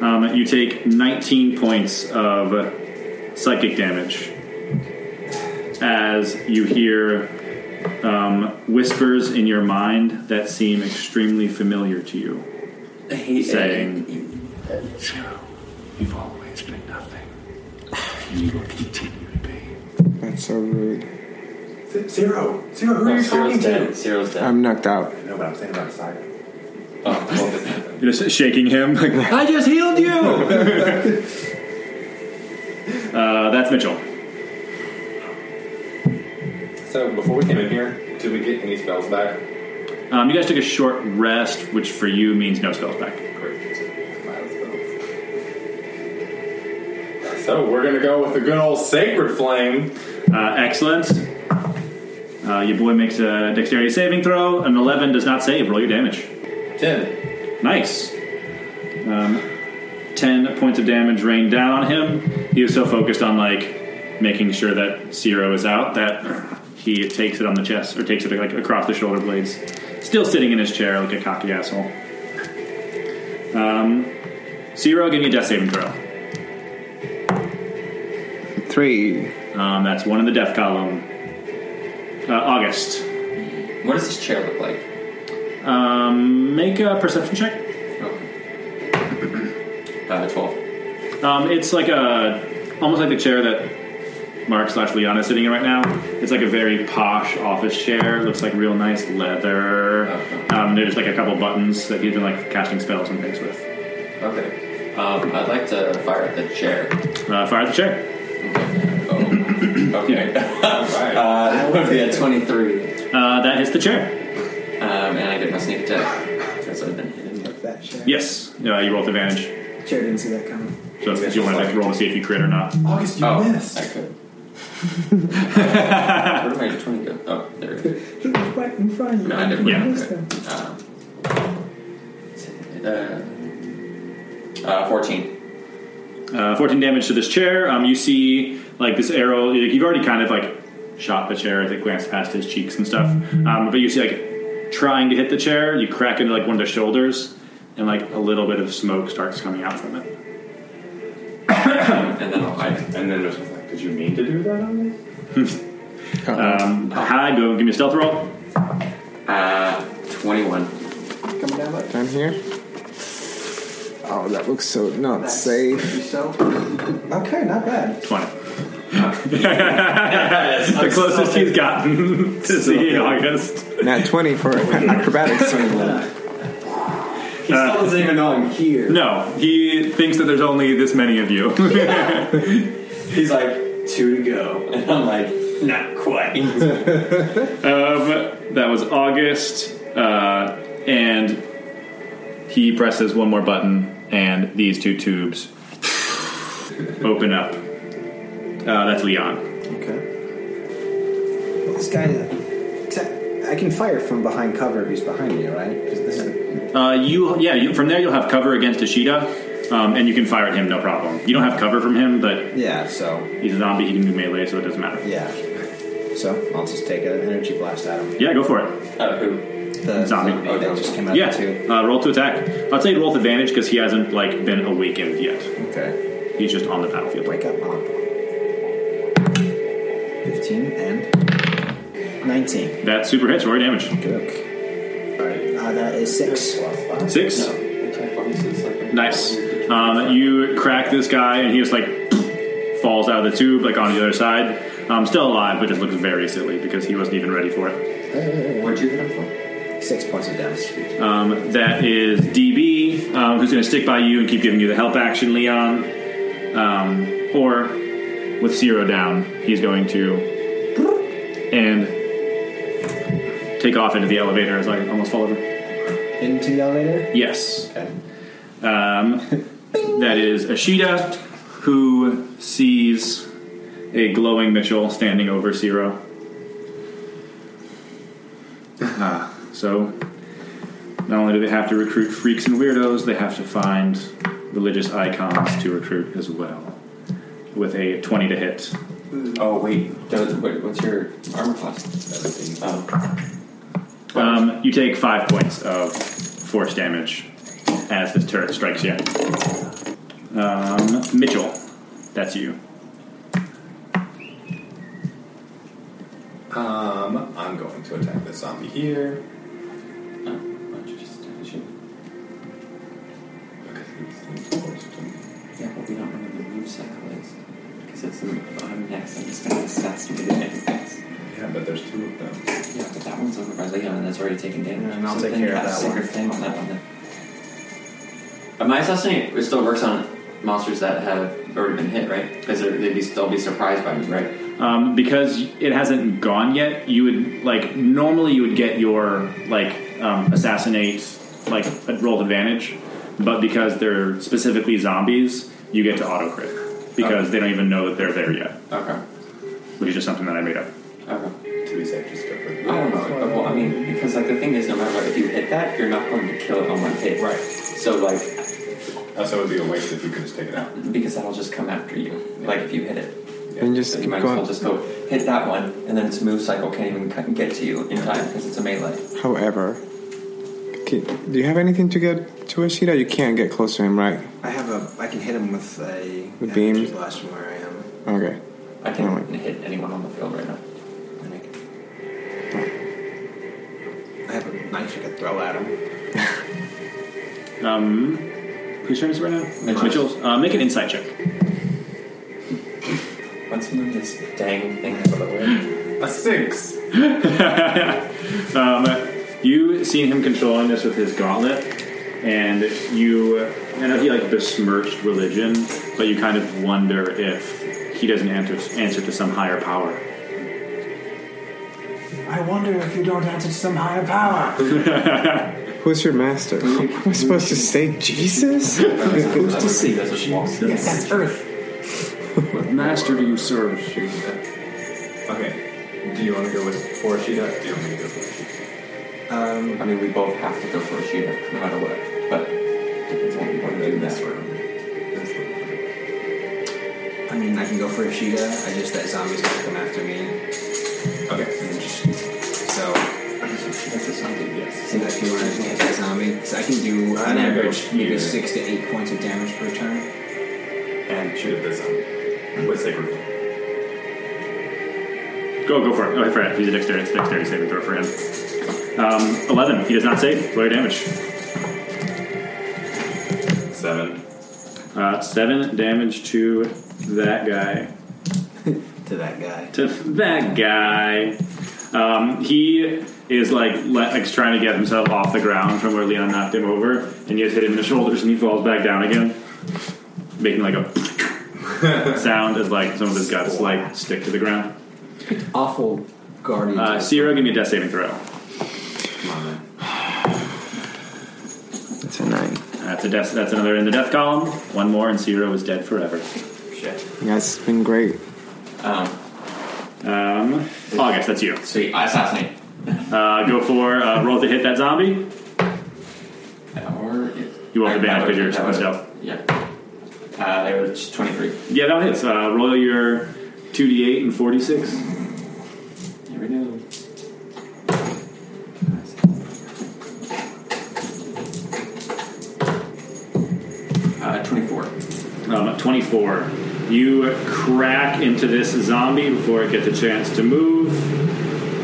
[SPEAKER 2] Um, you take 19 points of psychic damage as you hear um, whispers in your mind that seem extremely familiar to you, saying, You've always been nothing. and You will continue to be.
[SPEAKER 7] That's so rude.
[SPEAKER 6] Zero. Zero. Who are you talking
[SPEAKER 4] Zero's
[SPEAKER 6] to?
[SPEAKER 4] dead. Zero's dead.
[SPEAKER 7] I'm knocked out.
[SPEAKER 6] No, but I'm saying about Saga.
[SPEAKER 2] You're just shaking him. like, <laughs> I just healed you! uh, that's Mitchell.
[SPEAKER 6] So before we came in here, did we get any spells back?
[SPEAKER 2] Um, you guys took a short rest, which for you means no spells back.
[SPEAKER 6] Great. So we're gonna go with the good old sacred flame.
[SPEAKER 2] Uh, excellent. Uh, your boy makes a dexterity saving throw. An 11 does not save. Roll your damage.
[SPEAKER 6] Ten.
[SPEAKER 2] Nice. Um, 10 points of damage rain down on him. He was so focused on, like, making sure that Zero is out that he takes it on the chest, or takes it, like, across the shoulder blades. Still sitting in his chair like a cocky asshole. Um, Zero, give me a death saving throw.
[SPEAKER 7] Three.
[SPEAKER 2] Um, that's one in the death column. Uh, August.
[SPEAKER 4] What does this chair
[SPEAKER 6] <clears throat>
[SPEAKER 4] look like?
[SPEAKER 2] Um, make a perception check.
[SPEAKER 4] Uh, Twelve.
[SPEAKER 2] Um, it's like a almost like the chair that Mark slash Liana is sitting in right now. It's like a very posh office chair. It looks like real nice leather. Um, there's like a couple buttons that he's been like casting spells and things with.
[SPEAKER 4] Okay. Um, I'd like to fire at the chair.
[SPEAKER 2] Uh, fire the chair.
[SPEAKER 6] <laughs>
[SPEAKER 4] Okay. uh, that would be a 23. Um,
[SPEAKER 2] Uh, that hits the chair.
[SPEAKER 4] and I get my sneak attack. Because I've been hidden.
[SPEAKER 3] Fuck that chair.
[SPEAKER 2] Yes, uh, you roll with advantage.
[SPEAKER 3] Chair didn't see that coming.
[SPEAKER 2] So if you want to like, roll to see if you crit or not.
[SPEAKER 6] August, you
[SPEAKER 4] Oh,
[SPEAKER 6] missed.
[SPEAKER 4] I
[SPEAKER 6] <laughs>
[SPEAKER 4] could. Where did my 20 go? Oh, there it is.
[SPEAKER 9] He was right in front of you.
[SPEAKER 4] No, I never
[SPEAKER 2] Yeah.
[SPEAKER 9] Missed him.
[SPEAKER 4] Um, uh, uh, 14.
[SPEAKER 2] Uh, 14 damage to this chair. Um, you see, like, this arrow. Like, you've already kind of, like, shot the chair as it glanced past his cheeks and stuff. Um, but you see, like, trying to hit the chair, you crack into, like, one of the shoulders, and, like, a little bit of smoke starts coming out from it.
[SPEAKER 4] And then I'll hide.
[SPEAKER 6] And then there's like, did you mean to do that on me?
[SPEAKER 2] Um, hi, go give me a stealth roll.
[SPEAKER 4] Uh, 21.
[SPEAKER 3] Coming down like
[SPEAKER 7] Down here. Oh, that looks so not
[SPEAKER 3] Nice.
[SPEAKER 7] safe.
[SPEAKER 3] So, okay, not bad.
[SPEAKER 2] 20. <laughs> the closest he's gotten <laughs> to see August.
[SPEAKER 7] Nat twenty for <laughs> acrobatics.
[SPEAKER 15] He still doesn't even know I'm here.
[SPEAKER 2] No, he thinks that there's only this many of you.
[SPEAKER 4] He's like, two to go. <laughs> And I'm like, not quite.
[SPEAKER 2] Um, that was August, uh, and he presses one more button, and these two tubes open up. Uh, that's Leon.
[SPEAKER 3] Okay. This guy. t- I can fire from behind cover if he's behind me, right? 'Cause this is the,
[SPEAKER 2] Uh, you, yeah, you, from there you'll have cover against Ishida, um, and you can fire at him, no problem. You don't have cover from him, but
[SPEAKER 3] yeah. So
[SPEAKER 2] he's a zombie; he can do melee, so it doesn't matter.
[SPEAKER 3] yeah. so I'll just take an energy blast at him.
[SPEAKER 2] Yeah, go for it.
[SPEAKER 4] Uh, who?
[SPEAKER 3] The
[SPEAKER 2] Zombie.
[SPEAKER 3] zombie, that just came out
[SPEAKER 2] yeah,
[SPEAKER 3] of the tube.
[SPEAKER 2] Uh, roll to attack. I'd say roll with advantage because he hasn't like been awakened yet.
[SPEAKER 3] Okay.
[SPEAKER 2] He's just on the battlefield.
[SPEAKER 3] Wake up, mom. 15 and 19.
[SPEAKER 2] That super hits. Roll your damage.
[SPEAKER 3] Good. Uh, that is 6.
[SPEAKER 2] Six. Nice. Um, you crack this guy, and he just like <clears throat> falls out of the tube, like on the other side. Um, still alive, but just looks very silly because he wasn't even ready for it.
[SPEAKER 4] Where'd you hit him
[SPEAKER 3] 6 points of damage.
[SPEAKER 2] Um, that is DB, um, who's going to stick by you and keep giving you the help action, Leon. Um, or with zero down, he's going to and take off into the elevator as I almost fall over.
[SPEAKER 3] Into the elevator?
[SPEAKER 2] Yes.
[SPEAKER 3] Okay.
[SPEAKER 2] Um, that is Ashida, who sees a glowing Mitchell standing over Zero. Uh, so, not only do they have to recruit freaks and weirdos, they have to find religious icons to recruit as well. With a 20 to hit.
[SPEAKER 4] from? Oh, wait. Does, wait. What's your armor class? Oh.
[SPEAKER 2] Um, you take five points of force damage as this turret strikes you. Um, Mitchell, that's you.
[SPEAKER 6] Um, I'm going to attack this zombie here.
[SPEAKER 4] Oh, why don't you just attack the ship?
[SPEAKER 6] Because these things are close to me.
[SPEAKER 4] Yeah, but we don't know what the move cycle is. Because it's the if I'm next, I'm just gonna assassinate it.
[SPEAKER 6] Yeah, but there's two of them.
[SPEAKER 4] Yeah, but that one's over by Leon, and that's already taken damage.
[SPEAKER 3] And I'll
[SPEAKER 4] So
[SPEAKER 3] take
[SPEAKER 4] then
[SPEAKER 3] care of
[SPEAKER 4] cast
[SPEAKER 3] that one.
[SPEAKER 4] Sacred Flame on that one then. But my assassinate it still works on monsters that have already been hit, right? Because they'd be, they'll be surprised by me, right?
[SPEAKER 2] um, because it hasn't gone yet you would like normally you would get your like um, assassinate like a rolled advantage but because they're specifically zombies you get to auto crit because they don't even know that they're there yet
[SPEAKER 4] Okay.
[SPEAKER 2] which is just something that i made up
[SPEAKER 4] Okay.
[SPEAKER 6] To be safe, just go for
[SPEAKER 4] I
[SPEAKER 6] the
[SPEAKER 4] don't know. Well, I mean, because like the thing is, no matter what, if you hit that, you're not going to kill it on one hit.
[SPEAKER 6] Right.
[SPEAKER 4] So like,
[SPEAKER 6] Also, Oh, it would be a waste if you could just take it out.
[SPEAKER 4] because that'll just come after you. Like if you hit it,
[SPEAKER 7] And just
[SPEAKER 4] so you
[SPEAKER 7] keep
[SPEAKER 4] might as well
[SPEAKER 7] going.
[SPEAKER 4] just go hit that one, and then its move cycle can't even c- get to you in time because it's a melee.
[SPEAKER 7] However, okay, do you have anything to get to Ashida? You can't get close to him, right?
[SPEAKER 3] I have a. I can hit him with a.
[SPEAKER 7] With beam.
[SPEAKER 3] energy blast from where I am.
[SPEAKER 7] Okay.
[SPEAKER 4] I can't
[SPEAKER 7] Alright.
[SPEAKER 4] hit anyone on the field right now.
[SPEAKER 3] And I, can, I have a knife I could throw at him.
[SPEAKER 2] um, who's turn is it right now
[SPEAKER 4] Mitchell.
[SPEAKER 2] mitchell's uh, make an insight check
[SPEAKER 4] Let's move this dang thing out of the way.
[SPEAKER 6] A six.
[SPEAKER 2] <laughs> um, you seen him controlling this with his gauntlet, and you I know he like besmirched religion, but you kind of wonder if he doesn't answer answer to some higher power.
[SPEAKER 9] I wonder if you don't answer to some higher power.
[SPEAKER 7] Who's your master? <laughs> Am I supposed to
[SPEAKER 14] <laughs>
[SPEAKER 7] say Jesus?
[SPEAKER 4] Let's just see. That's a walk.
[SPEAKER 9] yes, that's Earth.
[SPEAKER 2] What master do you serve?
[SPEAKER 6] Okay. Do you want to go with four Ashida? Do you want me to go for Ashida?
[SPEAKER 4] I mean, we both have to go for a shooter, no matter what. But it's only one to do
[SPEAKER 6] This
[SPEAKER 4] that.
[SPEAKER 6] one. This
[SPEAKER 3] I mean, I can go for Ishida. I just that zombie's gonna come after me.
[SPEAKER 6] one. Okay.
[SPEAKER 3] And just, so,
[SPEAKER 4] That's a something. Yes.
[SPEAKER 3] see that you want to anti zombie. So I can do on
[SPEAKER 6] gonna go
[SPEAKER 3] average maybe
[SPEAKER 6] here.
[SPEAKER 3] six to eight points of damage per turn.
[SPEAKER 6] And shoot at this one with sacred. flame.
[SPEAKER 2] Go go for it. Okay, for it. He's a dexterity it's a dexterity saving throw for him. Um, Eleven. He does not save. Roll your damage.
[SPEAKER 6] Seven.
[SPEAKER 2] Uh, seven damage to that guy.
[SPEAKER 3] To that guy.
[SPEAKER 2] to that guy. Um, he is like, le- like trying to get himself off the ground from where Leon knocked him over, and you just hit him in the shoulders, and he falls back down again, making like a <laughs> sound as like some of his guts like stick to the ground.
[SPEAKER 3] Awful guardian.
[SPEAKER 2] Uh, Sierra, give me a death saving throw.
[SPEAKER 3] Come on, man.
[SPEAKER 7] That's a nine.
[SPEAKER 2] That's a death. That's another in the death column. One more, and Sierra is dead forever.
[SPEAKER 4] Shit.
[SPEAKER 7] Yeah, it's been great.
[SPEAKER 4] Um.
[SPEAKER 2] Um, August, that's you.
[SPEAKER 4] Sweet. I assassinate.
[SPEAKER 2] Uh, go for uh, roll to hit that zombie.
[SPEAKER 4] Or if-
[SPEAKER 2] You want the
[SPEAKER 4] I- I
[SPEAKER 2] advantage
[SPEAKER 4] would-
[SPEAKER 2] because you're
[SPEAKER 4] I
[SPEAKER 2] stealth.
[SPEAKER 4] would- Yeah. Uh, they were twenty-three.
[SPEAKER 2] Yeah, that one hits. Uh, roll your two d8 and forty six.
[SPEAKER 4] Here we go. Uh, 24.
[SPEAKER 2] Um, 24. You crack into this zombie before it gets a chance to move,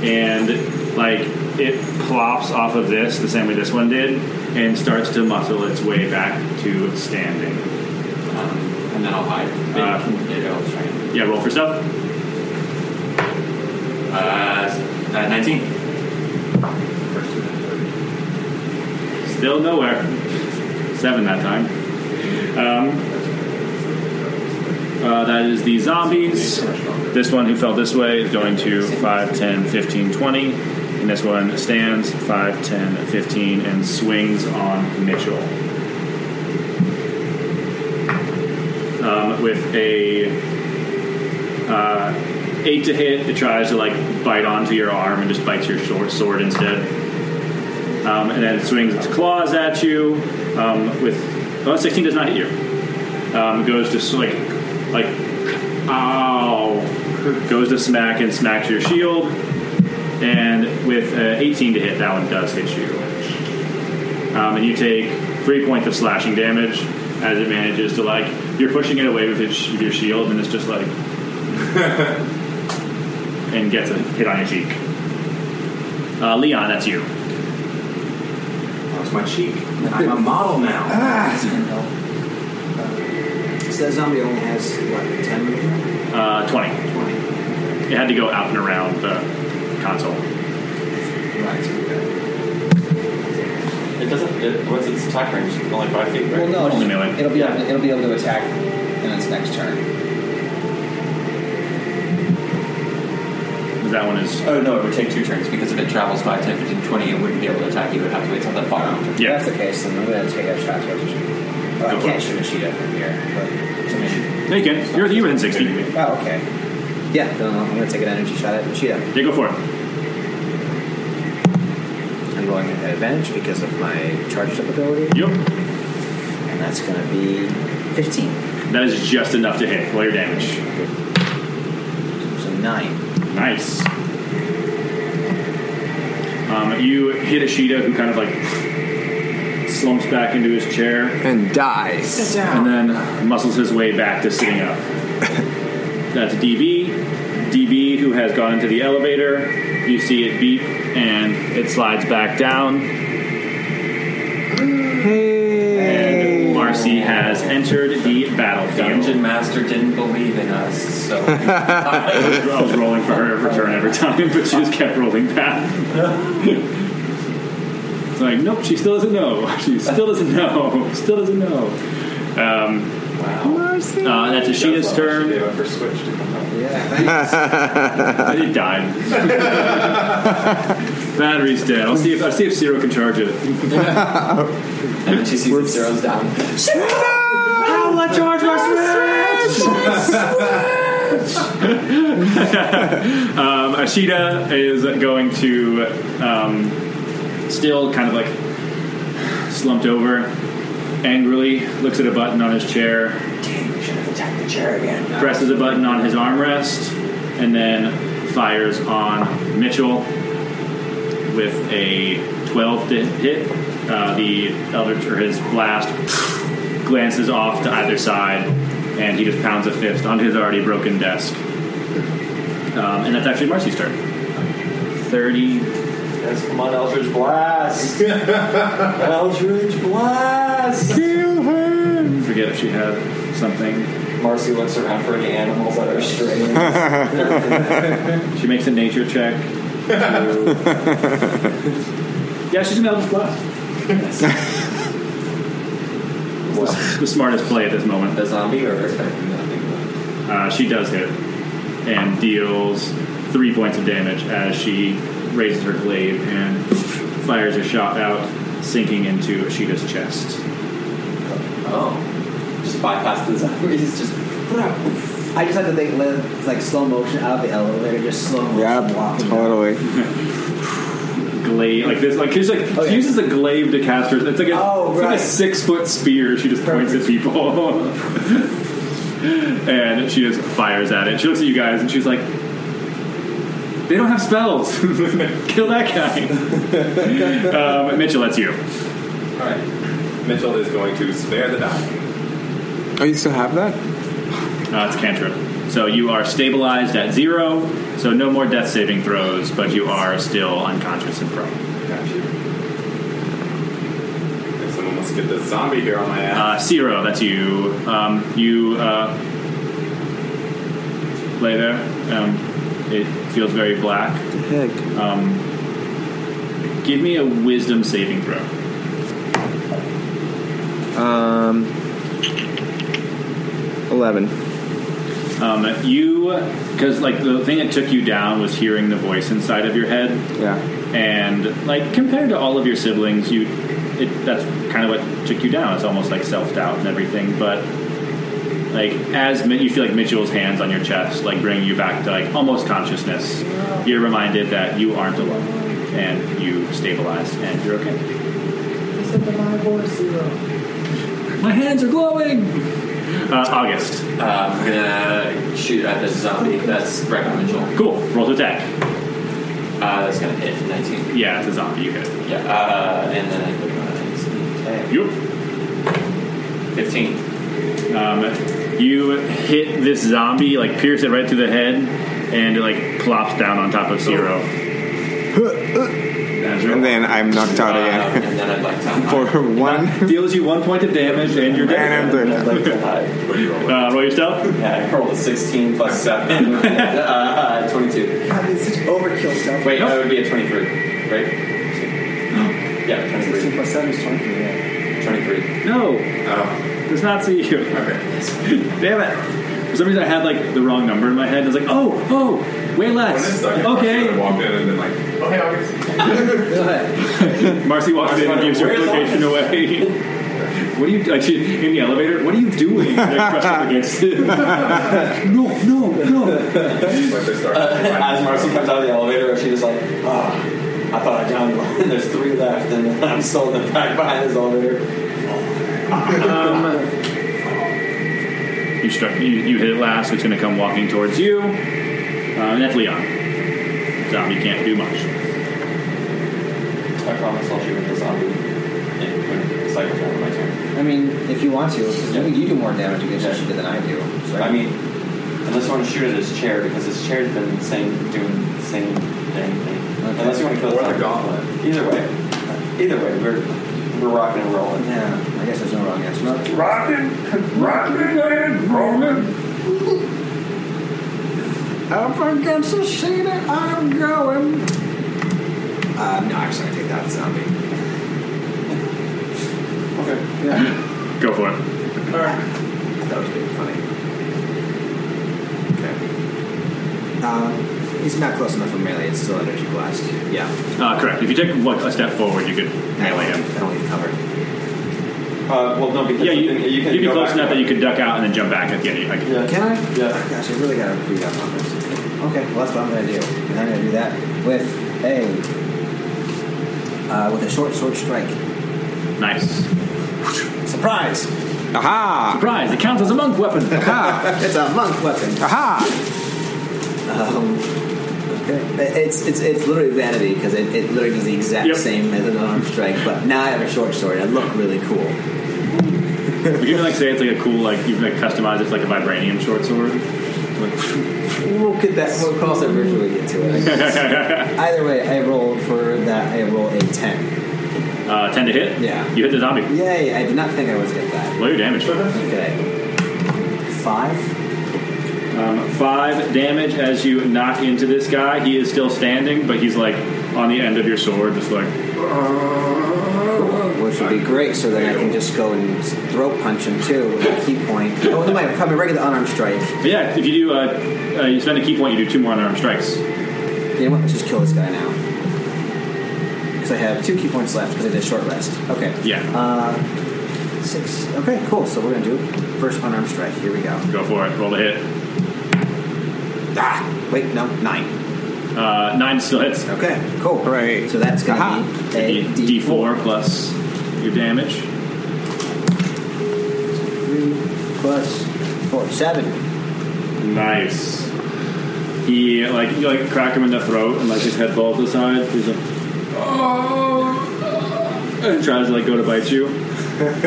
[SPEAKER 2] and like it plops off of this the same way this one did, and starts to muscle its way back to standing.
[SPEAKER 4] Um, and then I'll hide.
[SPEAKER 2] Uh,
[SPEAKER 4] Yeah, I'll try and-
[SPEAKER 2] yeah, roll for stuff.
[SPEAKER 4] Uh, uh, 19.
[SPEAKER 2] Still nowhere. Seven that time. Um, uh, that is the zombies. This one who fell this way is going to 5, 10, 15, 20. And this one stands 5, 10, 15, and swings on Mitchell. Um, with a uh, 8 to hit, it tries to like bite onto your arm and just bites your short sword instead um, and then it swings its claws at you um, with oh, 16 does not hit you um, goes just like like ow goes to smack and smacks your shield and with uh, 18 to hit that one does hit you um, and you take three points of slashing damage as it manages to like you're pushing it away with its, with your shield and it's just like and gets a hit on your cheek uh, Leon that's you
[SPEAKER 6] That's my cheek. I'm a model now.
[SPEAKER 3] So Ah. that zombie only has what ten movement?
[SPEAKER 2] Uh, 20. It had to go out and around the console.
[SPEAKER 4] It doesn't. It, what's its attack range? Only five feet. Right?
[SPEAKER 14] Well, no,
[SPEAKER 2] Only
[SPEAKER 14] it's-
[SPEAKER 2] melee.
[SPEAKER 14] it'll be able, it'll be able to attack in its next turn.
[SPEAKER 2] That one is.
[SPEAKER 4] Oh no, it would take two turns because if it travels 5, 10, 15, 20, it wouldn't be able to attack you. It would have to wait till the following turn.
[SPEAKER 2] Yeah.
[SPEAKER 14] If that's the case, then I'm going to take a shot towards you. Well, I
[SPEAKER 2] Go for
[SPEAKER 14] can't
[SPEAKER 2] it.
[SPEAKER 14] shoot a cheetah from here, but it's amazing.
[SPEAKER 2] Hey, Ken, you're, you're in 60. Yeah,
[SPEAKER 14] Oh, okay. Yeah, then I'm going to take an energy shot at the cheetah.
[SPEAKER 2] go for it.
[SPEAKER 14] I'm rolling at advantage because of my charged up ability,
[SPEAKER 2] Yep.
[SPEAKER 14] and that's going to be 15.
[SPEAKER 2] That is just enough to hit. Roll your damage.
[SPEAKER 14] So 9.
[SPEAKER 2] Nice. Um, you hit Ishida, who kind of like slumps back into his chair
[SPEAKER 7] And dies.
[SPEAKER 9] Sit down.
[SPEAKER 2] and then muscles his way back to sitting up. That's DB. DB, who has gone into the elevator. You see it beep and it slides back down. And Marcy has entered the battlefield.
[SPEAKER 4] Dungeon Master didn't believe in us, so <laughs>
[SPEAKER 2] I was rolling for her return every time, <laughs> but she just kept rolling back. it's like, nope, she still doesn't know. <laughs> She still doesn't know. <laughs> Still doesn't know. Um, wow. Uh, that's Ashina's turn.
[SPEAKER 6] They have her switch to come out.
[SPEAKER 2] <laughs> I did die. Battery's dead. I'll see if I'll see if Zero can charge it.
[SPEAKER 4] and then she sees the zeros down.
[SPEAKER 2] Um, Ashida is going to um, still kind of like slumped over, angrily looks at a button on his chair,
[SPEAKER 14] Attack the chair again.
[SPEAKER 2] presses a button on his armrest, and then fires on Mitchell with a 12 to hit. Uh, the Eldritch, or his blast, glances off to either side, and he just pounds a fist onto his already broken desk. Um, and that's actually Marcy's turn. 30.
[SPEAKER 13] Yes, come on, Eldridge Blast! Eldridge Blast!
[SPEAKER 2] I forget if she had something.
[SPEAKER 13] Marcy looks around for any animals that are straying.
[SPEAKER 2] She makes a nature check. yeah, she's an Eldritch Blast. It's the smartest play at this moment.
[SPEAKER 4] The zombie or expecting nothing.
[SPEAKER 2] Uh, she does hit and deals three points of damage as she raises her glaive and fires a shot out, sinking into Ashida's chest.
[SPEAKER 4] Oh, just bypass the zombies. <laughs> Just um,
[SPEAKER 3] uh, I just like to think live like slow motion out of the elevator, just slow motion
[SPEAKER 7] Yep,
[SPEAKER 3] walking.
[SPEAKER 7] totally.
[SPEAKER 2] Glaive, like this, like she's like
[SPEAKER 3] yeah.
[SPEAKER 2] she uses a glaive to cast her. It's like a,
[SPEAKER 3] Oh,
[SPEAKER 2] it's like a
[SPEAKER 3] right.
[SPEAKER 2] six foot spear. She just points at people, <laughs> and she just fires at it. She looks at you guys and she's like, They don't have spells. <laughs> Kill that guy.
[SPEAKER 3] <laughs>
[SPEAKER 2] um, Mitchell, that's you.
[SPEAKER 6] All right. Mitchell is going to spare the dying.
[SPEAKER 16] Oh, you still have that?
[SPEAKER 2] Uh, it's a cantrip. So you are stabilized at zero, so no more death saving throws, but you are still unconscious and prone.
[SPEAKER 6] Gotcha. If someone wants to get this zombie here on my ass.
[SPEAKER 2] Uh, Zero, that's you. Um, you uh, lay there. Um, it feels very black.
[SPEAKER 17] Heck.
[SPEAKER 2] Um, give me a wisdom saving throw.
[SPEAKER 17] Um, 11.
[SPEAKER 2] Um, you, because like the thing that took you down was hearing the voice inside of your head,
[SPEAKER 17] Yeah.
[SPEAKER 2] and like compared to all of your siblings, you, it, that's kind of what took you down. It's almost like self doubt and everything, but like as Mi- you feel like Mitchell's hands on your chest, like bringing you back to like almost consciousness, you're reminded that you aren't alone, and you stabilize and you're okay.
[SPEAKER 9] Except for my voice, zero.
[SPEAKER 2] My hands are glowing. Uh, August.
[SPEAKER 4] Uh, I'm gonna shoot at this zombie that's right on Mitchell.
[SPEAKER 2] Cool. Roll to attack.
[SPEAKER 4] Uh, that's gonna hit 19.
[SPEAKER 2] Yeah, it's a zombie. You hit.
[SPEAKER 4] Yeah. Uh, and then I put my
[SPEAKER 2] Yup.
[SPEAKER 4] 15.
[SPEAKER 2] Um, you hit this zombie, like pierce it right through the head, and it like plops down on top of Zero.
[SPEAKER 16] And then I'm knocked out
[SPEAKER 4] Uh,
[SPEAKER 7] Oh,
[SPEAKER 16] again.
[SPEAKER 4] and then I'd like
[SPEAKER 7] <laughs>
[SPEAKER 4] to.
[SPEAKER 16] For one.
[SPEAKER 2] deals you one point of damage, and you're
[SPEAKER 16] And I'm doing
[SPEAKER 4] I'd
[SPEAKER 16] that.
[SPEAKER 4] like to hide. What do you roll?
[SPEAKER 2] Uh, roll yourself.
[SPEAKER 4] Yeah, I rolled a 16 plus 7. uh, uh, 22.
[SPEAKER 9] God, this is overkill stuff.
[SPEAKER 4] Wait, that would be a 23, right? Yeah, 23.
[SPEAKER 9] 16 plus 7 is 23, yeah.
[SPEAKER 4] 23.
[SPEAKER 2] No,
[SPEAKER 6] Oh,
[SPEAKER 2] does not see you.
[SPEAKER 6] okay.
[SPEAKER 2] <laughs> Damn it! For some reason, I had like the wrong number in my head. I was like, oh, oh, way
[SPEAKER 6] When
[SPEAKER 2] less.
[SPEAKER 6] it's like, I should've
[SPEAKER 2] Okay.
[SPEAKER 6] walked in and been like, oh, hey, August.
[SPEAKER 7] Go ahead.
[SPEAKER 2] Marcy walks in and gives your
[SPEAKER 4] Where's
[SPEAKER 2] location away. <laughs> What are you like she, in the elevator? What are you doing? Like, crushed up against it. <laughs> no, no, no.
[SPEAKER 6] Like they
[SPEAKER 3] Uh,
[SPEAKER 6] start.
[SPEAKER 4] As Marcy comes out of the elevator, she's just like, oh, I thought I downed one. And <laughs> there's three left, and I'm still in the back behind this elevator.
[SPEAKER 2] You struck. You, you hit it last. It's going to come walking towards you. Um, and that's Leon. Zombie can't do much.
[SPEAKER 4] I promise I'll shoot at the zombie. And when it cycles over my turn.
[SPEAKER 3] I mean, if you want to, 'cause you, you do more damage against
[SPEAKER 4] Yeah.
[SPEAKER 3] Shida than I do. So
[SPEAKER 4] I mean, unless you want to shoot at his chair, because his chair's been saying, doing the same thing. Unless you want to kill
[SPEAKER 6] Or the
[SPEAKER 4] zombie.
[SPEAKER 6] gauntlet.
[SPEAKER 4] Either way. Either way, we're, we're rocking and rolling.
[SPEAKER 3] yeah, I guess there's no wrong answer.
[SPEAKER 6] Rockin', rockin' and rollin'.
[SPEAKER 7] Up against the cedar, I'm going. Uh, no, I'm just gonna take that zombie.
[SPEAKER 4] Okay.
[SPEAKER 7] Yeah,
[SPEAKER 2] Go for it.
[SPEAKER 7] I thought it was being funny. Okay. Um, he's not close enough for melee. It's still energy blast. Yeah.
[SPEAKER 2] Uh, correct. If you take what, a step forward, you could melee him.
[SPEAKER 7] I don't need cover.
[SPEAKER 4] Uh, well, no, because
[SPEAKER 2] Yeah, you,
[SPEAKER 4] the thing- you can
[SPEAKER 2] you'd be
[SPEAKER 4] go
[SPEAKER 2] close
[SPEAKER 4] back
[SPEAKER 2] enough
[SPEAKER 4] to-
[SPEAKER 2] that you could duck out and then jump back at the end. Like,
[SPEAKER 4] Yeah.
[SPEAKER 7] Can I?
[SPEAKER 3] Oh,
[SPEAKER 4] Yeah.
[SPEAKER 7] Gosh, I really gotta read up on this. Okay, well that's what I'm gonna do.
[SPEAKER 3] And I'm going to do that with a uh, with a short sword strike.
[SPEAKER 2] Nice.
[SPEAKER 3] Surprise!
[SPEAKER 16] Aha!
[SPEAKER 2] Surprise! It counts as a monk
[SPEAKER 4] <laughs>
[SPEAKER 2] weapon.
[SPEAKER 3] it's a monk weapon.
[SPEAKER 16] Aha!
[SPEAKER 3] Um, okay. It's it's it's literally vanity because it, it literally does the exact
[SPEAKER 2] Yep.
[SPEAKER 3] same as an arm strike, but now I have a short sword. I look really cool.
[SPEAKER 2] you can like say it's like a cool like you can like customize it to, like a vibranium short sword.
[SPEAKER 3] We'll get that. We'll cross that bridge when we get to it. I guess.
[SPEAKER 2] uh,
[SPEAKER 3] Either way, I rolled for that. I roll a ten.
[SPEAKER 2] Uh, ten to hit.
[SPEAKER 3] Yeah.
[SPEAKER 2] You hit the zombie.
[SPEAKER 3] Yay! I did not think I was gonna get that.
[SPEAKER 2] Blow your damage.
[SPEAKER 3] Okay. Five.
[SPEAKER 2] Um, five damage as you knock into this guy. He is still standing, but he's like on the end of your sword, just like
[SPEAKER 3] Which would be great, so then I can just go and s- throat punch him too with a key point. Oh, no, my, probably regular unarmed strike.
[SPEAKER 2] But yeah, if you do, uh, uh, you spend a key point, you do two more unarmed strikes.
[SPEAKER 3] You know what? Let's just kill this guy now. Because I have two key points left because I did a short rest. Okay.
[SPEAKER 2] Yeah.
[SPEAKER 3] Uh, six. Okay, cool. So we're going to do first unarmed strike. Here we go.
[SPEAKER 2] Go for it. Roll the hit.
[SPEAKER 3] Ah! Wait, no, nine.
[SPEAKER 2] Uh, nine still hits.
[SPEAKER 3] Okay, cool.
[SPEAKER 16] Right.
[SPEAKER 3] So that's going
[SPEAKER 16] Aha.
[SPEAKER 3] to be a
[SPEAKER 2] D four plus your damage.
[SPEAKER 3] Three plus four. Seven.
[SPEAKER 2] Nice. He like you like crack him in the throat and like his head falls aside. He's like, oh, and tries to like go to
[SPEAKER 18] <laughs>
[SPEAKER 2] bite you.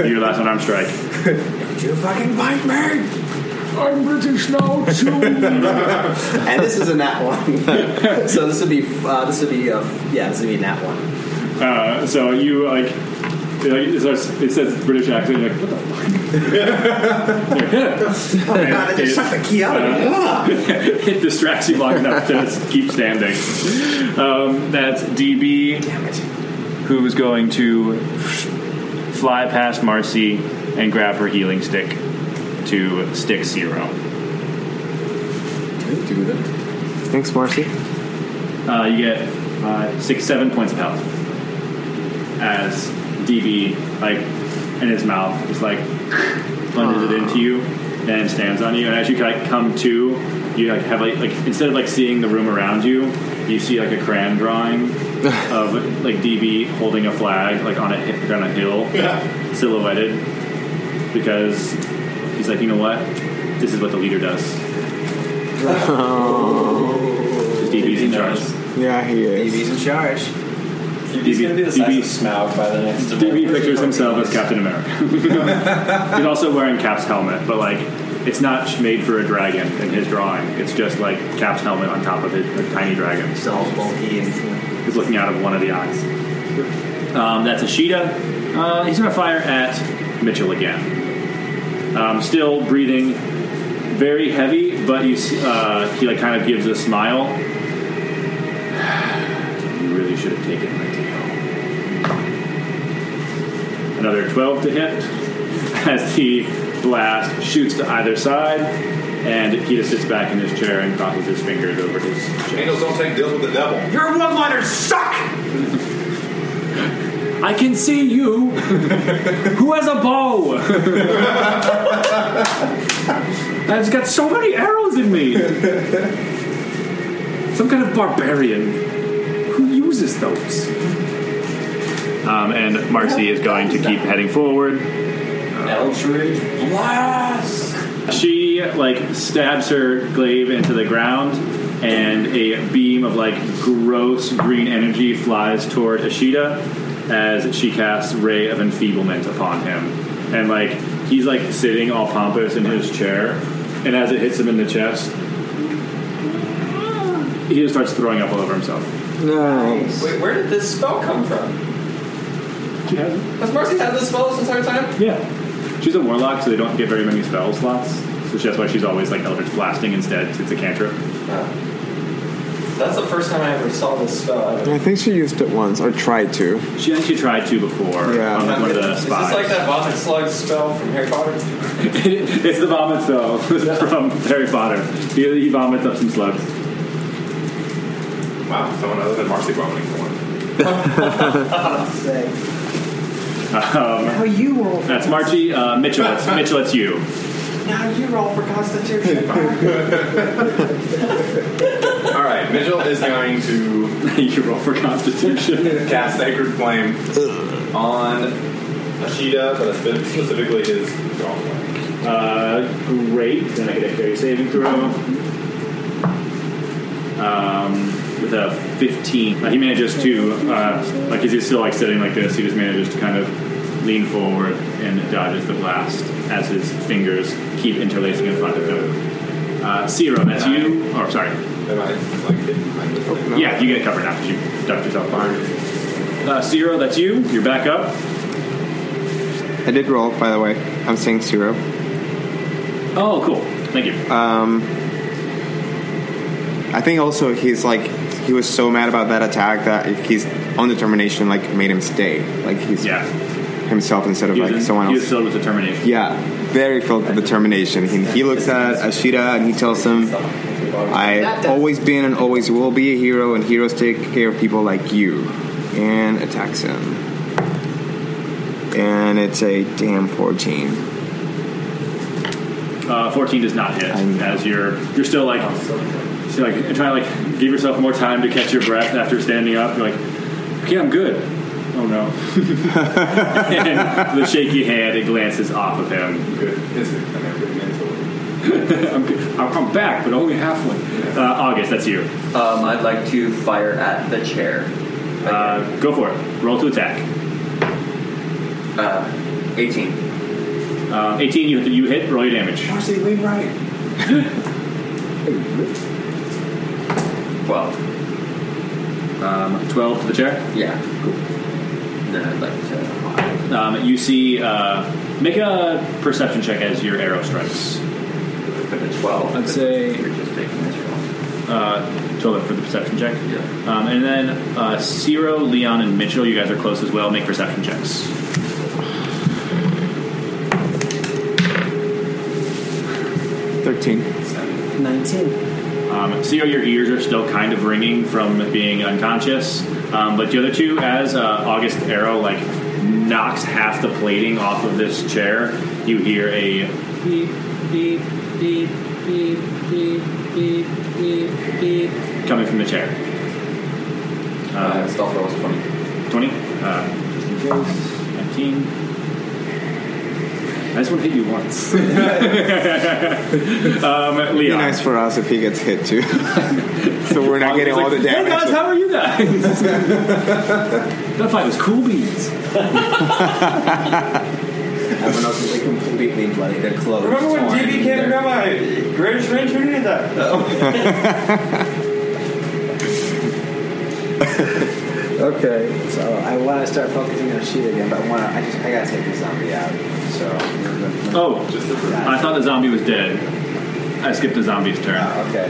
[SPEAKER 2] Your last unarmed strike.
[SPEAKER 15] Don't you fucking bite me! I'm British now too.
[SPEAKER 3] <laughs>
[SPEAKER 18] and this is a nat one, so this would be uh, this would be uh, yeah this would be a nat one.
[SPEAKER 2] Uh, so you like it, like, it starts, it says British accent. You're like what the
[SPEAKER 18] <laughs>
[SPEAKER 2] fuck?
[SPEAKER 18] Oh god, I just sucked the key out of me. Ah.
[SPEAKER 2] <laughs> it distracts you long enough to just keep standing. Um, that's DB, who is going to fly past Marcy and grab her healing stick to stick zero.
[SPEAKER 7] do that. Thanks, Marcy.
[SPEAKER 2] Uh, you get uh, six, seven points of health as DB, like, in his mouth, just like plunges it into you and stands on you. And as you like come to, you like have like, like instead of like seeing the room around you, you see like a crayon drawing of like DB holding a flag like on a hi- on a hill, silhouetted, because he's like, you know what, this is what the leader does. DB's in charge.
[SPEAKER 7] Yeah, he is.
[SPEAKER 18] DB's in charge.
[SPEAKER 13] He's going to be the size
[SPEAKER 2] DB
[SPEAKER 13] of Smaug by the next
[SPEAKER 2] DB pictures himself as Captain America. He's also wearing Cap's helmet, but like it's not made for a dragon in his drawing. It's just like Cap's helmet on top of his a tiny dragon.
[SPEAKER 18] It's all bulky and
[SPEAKER 2] He's looking out of one of the eyes. Um, that's Ashita. Uh, he's going to fire at Mitchell again. Um, still breathing very heavy, but he's, uh, he like kind of gives a smile. <sighs> you really should have taken my deal. Another 12 to hit <laughs> as the blast shoots to either side, and he just sits back in his chair and crosses his fingers over his
[SPEAKER 6] Angels don't take deals with the devil.
[SPEAKER 15] Your one-liners suck.
[SPEAKER 2] I can see you. Who has a bow? I've got so many arrows in me. Some kind of barbarian. Who uses those? Um, and Marcy is going to keep heading forward.
[SPEAKER 13] Eldridge Blast!
[SPEAKER 2] She like stabs her glaive into the ground, and a beam of like gross green energy flies toward Ashita as she casts Ray of Enfeeblement upon him, and like he's like sitting all pompous in his chair, and as it hits him in the chest, he just starts throwing up all over himself.
[SPEAKER 7] Nice.
[SPEAKER 13] Wait, where did this spell come from? Has Marcy had this spell this entire time?
[SPEAKER 2] Yeah, she's a warlock, so they don't get very many spell slots, so that's why she's always like Eldritch Blasting instead. 'cause It's a cantrip.
[SPEAKER 13] That's the first time I ever saw this spell ever.
[SPEAKER 7] I think she used it once or tried to.
[SPEAKER 2] She actually tried to before
[SPEAKER 7] Yeah.
[SPEAKER 2] on like, one of the
[SPEAKER 13] Is this
[SPEAKER 2] spies.
[SPEAKER 13] like that vomit slug spell from Harry Potter?
[SPEAKER 2] <laughs> it's the vomit spell <laughs> from Harry Potter. He, he vomits up some slugs.
[SPEAKER 6] Wow, someone other than Marcy vomiting for one.
[SPEAKER 18] Say,
[SPEAKER 2] Um,
[SPEAKER 9] How you roll?
[SPEAKER 2] that's Marchie. Uh, Mitchell, it's, Mitchell, it's you. <laughs>
[SPEAKER 18] now you roll for Constitution.
[SPEAKER 6] All right, Mitchell is going to
[SPEAKER 2] you roll for Constitution.
[SPEAKER 6] <laughs> cast Sacred Flame on Ashida, but specifically his gauntlet.
[SPEAKER 2] Uh, great. Then I get a carry saving throw. Um, with a 15. Uh, he manages to, uh, like, 'cause he's still, like, sitting like this, he just manages to kind of lean forward and dodges the blast as his fingers keep interlacing in front of him. Uh, Zero, that's you. Or, sorry.
[SPEAKER 6] Am I like hitting my thing?
[SPEAKER 2] Yeah, you get covered now because you ducked yourself behind. Uh, Zero, that's you. You're back up.
[SPEAKER 7] I did roll, by the way. I'm saying zero.
[SPEAKER 2] Oh, cool. Thank you.
[SPEAKER 7] Uh, I think also he's like he was so mad about that attack that he's on determination like made him stay. Like he's
[SPEAKER 2] yeah.
[SPEAKER 7] himself instead of
[SPEAKER 2] He was,
[SPEAKER 7] like
[SPEAKER 2] in-
[SPEAKER 7] someone
[SPEAKER 2] he was
[SPEAKER 7] else.
[SPEAKER 2] filled with determination.
[SPEAKER 7] Yeah, very filled with determination. He, he looks at Ashita and he tells him, "I've always been and always will be a hero, and heroes take care of people like you." And attacks him. And it's a damn fourteen.
[SPEAKER 2] Uh, 14 does not hit. As you're you're still like still like trying to like give yourself more time to catch your breath after standing up. You're like, okay, I'm good. Oh no! and the shaky hand it glances off of him. <laughs>
[SPEAKER 6] Good. Is it? I mean, good mentally.
[SPEAKER 2] I'm- I'll come back, but only halfway. Uh, August, that's you.
[SPEAKER 4] Um, I'd like to fire at the chair.
[SPEAKER 2] Uh, go for it. Roll to attack.
[SPEAKER 4] Uh, 18.
[SPEAKER 2] Um, 18, you hit, you hit, roll your damage.
[SPEAKER 19] Marcy, lean right.
[SPEAKER 4] 12.
[SPEAKER 2] Um, 12 to the chair?
[SPEAKER 4] Yeah. Cool. Then I'd like to.
[SPEAKER 2] Um, you see, uh, make a perception check as your arrow strikes.
[SPEAKER 4] Put a 12.
[SPEAKER 2] I'd say.
[SPEAKER 4] You're just taking this roll.
[SPEAKER 2] Uh, 12 for the perception check. Um, and then uh, Ciro, Leon, and Mitchell, you guys are close as well. Make perception checks.
[SPEAKER 7] Thirteen.
[SPEAKER 3] Nineteen.
[SPEAKER 2] Um, Ciro, your ears are still kind of ringing from being unconscious, um, but the other two, as uh, August Arrow like knocks half the plating off of this chair, you hear a beep, beep, beep, beep, beep, beep, beep, beep coming from the chair. Uh,
[SPEAKER 4] Stealth roll is 20.
[SPEAKER 2] 20. Uh, just in case. 19. I just want to hit you
[SPEAKER 7] <laughs>
[SPEAKER 2] once. um, Leon.
[SPEAKER 7] Be nice for us if he gets hit too. <laughs> so we're not getting all the
[SPEAKER 2] Hey
[SPEAKER 7] damage.
[SPEAKER 2] guys, how are you guys?
[SPEAKER 7] <laughs>
[SPEAKER 2] that fight was cool beans.
[SPEAKER 3] Everyone else is like completely bloody. They're closed.
[SPEAKER 20] Remember when
[SPEAKER 3] torn. Oh.
[SPEAKER 20] DB came to grab my greatest range? Who needed that? <laughs>
[SPEAKER 3] <laughs> Okay. So I want to start focusing on Sheet again, but I want to. I just I gotta take the zombie out. So.
[SPEAKER 2] Oh, I thought the zombie was dead. I skipped the zombie's turn.
[SPEAKER 7] Oh.
[SPEAKER 3] okay.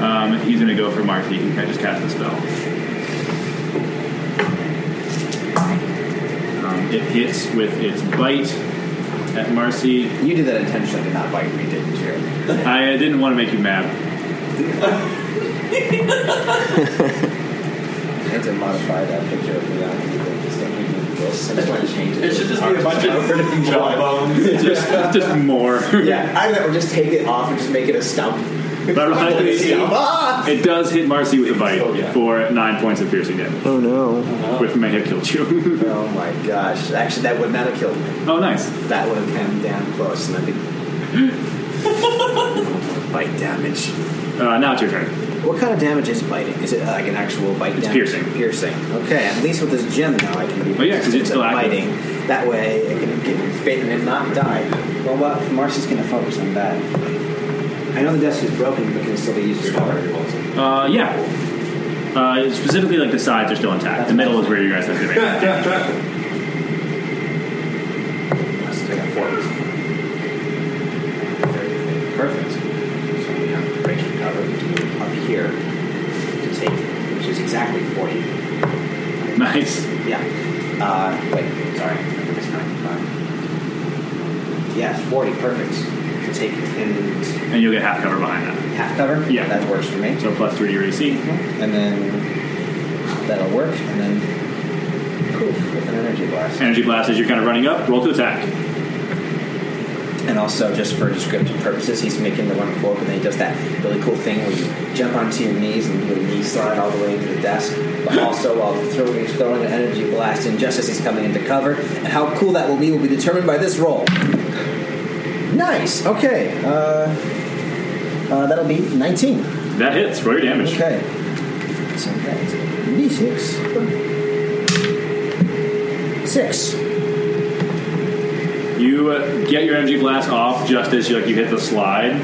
[SPEAKER 2] Um, he's going to go for Marcy. He can just cast the spell. Um, it hits with its bite at Marcy.
[SPEAKER 3] You did that intentionally to not bite me, didn't you?
[SPEAKER 2] I didn't want to make you mad.
[SPEAKER 3] I had to modify that picture of the zombie.
[SPEAKER 20] It should just be a bunch of
[SPEAKER 3] Arms.
[SPEAKER 20] jawbones.
[SPEAKER 2] Just, just more.
[SPEAKER 3] Yeah, I bet we'll just take it off and just make it a stump.
[SPEAKER 2] But ironically,
[SPEAKER 3] <laughs> Stump. Ah!
[SPEAKER 2] it does hit Marcy with a bite for nine points of piercing damage.
[SPEAKER 7] Oh no.
[SPEAKER 2] With may have killed you. <laughs>
[SPEAKER 3] Oh my gosh. Actually, that would not have killed me.
[SPEAKER 2] oh, nice.
[SPEAKER 3] That would have come down close, and I'd
[SPEAKER 2] <laughs>
[SPEAKER 3] be. bite damage.
[SPEAKER 2] Uh, now it's your turn.
[SPEAKER 3] What kind of damage is biting? Is it uh, like an actual bite
[SPEAKER 2] It's
[SPEAKER 3] damage?
[SPEAKER 2] piercing.
[SPEAKER 3] Piercing. Okay, at least with this gem now I can be
[SPEAKER 2] Oh, yeah, 'cause it's still active.
[SPEAKER 3] biting. That way I can get bitten and not die.
[SPEAKER 6] Well, what, Marcy's going to focus on that. I know the desk is broken, but can it still be used as cover.
[SPEAKER 2] Uh, yeah. Uh, specifically, like the sides are still intact. The middle is where you guys have to make.
[SPEAKER 3] Perfect. So we have breaking cover to up here to take, which is exactly 40.
[SPEAKER 2] Nice.
[SPEAKER 3] Yeah. Uh, wait, sorry. It's 95. Yeah, 40, perfect. To take and
[SPEAKER 2] And you'll get half cover behind that.
[SPEAKER 3] half cover.
[SPEAKER 2] Yeah.
[SPEAKER 3] That works for me.
[SPEAKER 2] So plus three to your AC.
[SPEAKER 3] And then that'll work. And then poof, with an energy blast.
[SPEAKER 2] Energy blast as you're kind of running up. Roll to attack.
[SPEAKER 3] And also, just for descriptive purposes, he's making the one quote, and then he does that really cool thing where you jump onto your knees and do a knee slide all the way into the desk, but also while throwing, he's throwing an energy blast in just as he's coming into cover. And how cool that will be will be determined by this roll. Nice. Okay. Uh, uh, that'll be 19.
[SPEAKER 2] That hits. Roll your damage.
[SPEAKER 3] Okay. So that's d6. Six.
[SPEAKER 2] You uh, get your energy blast off just as you like you hit the slide.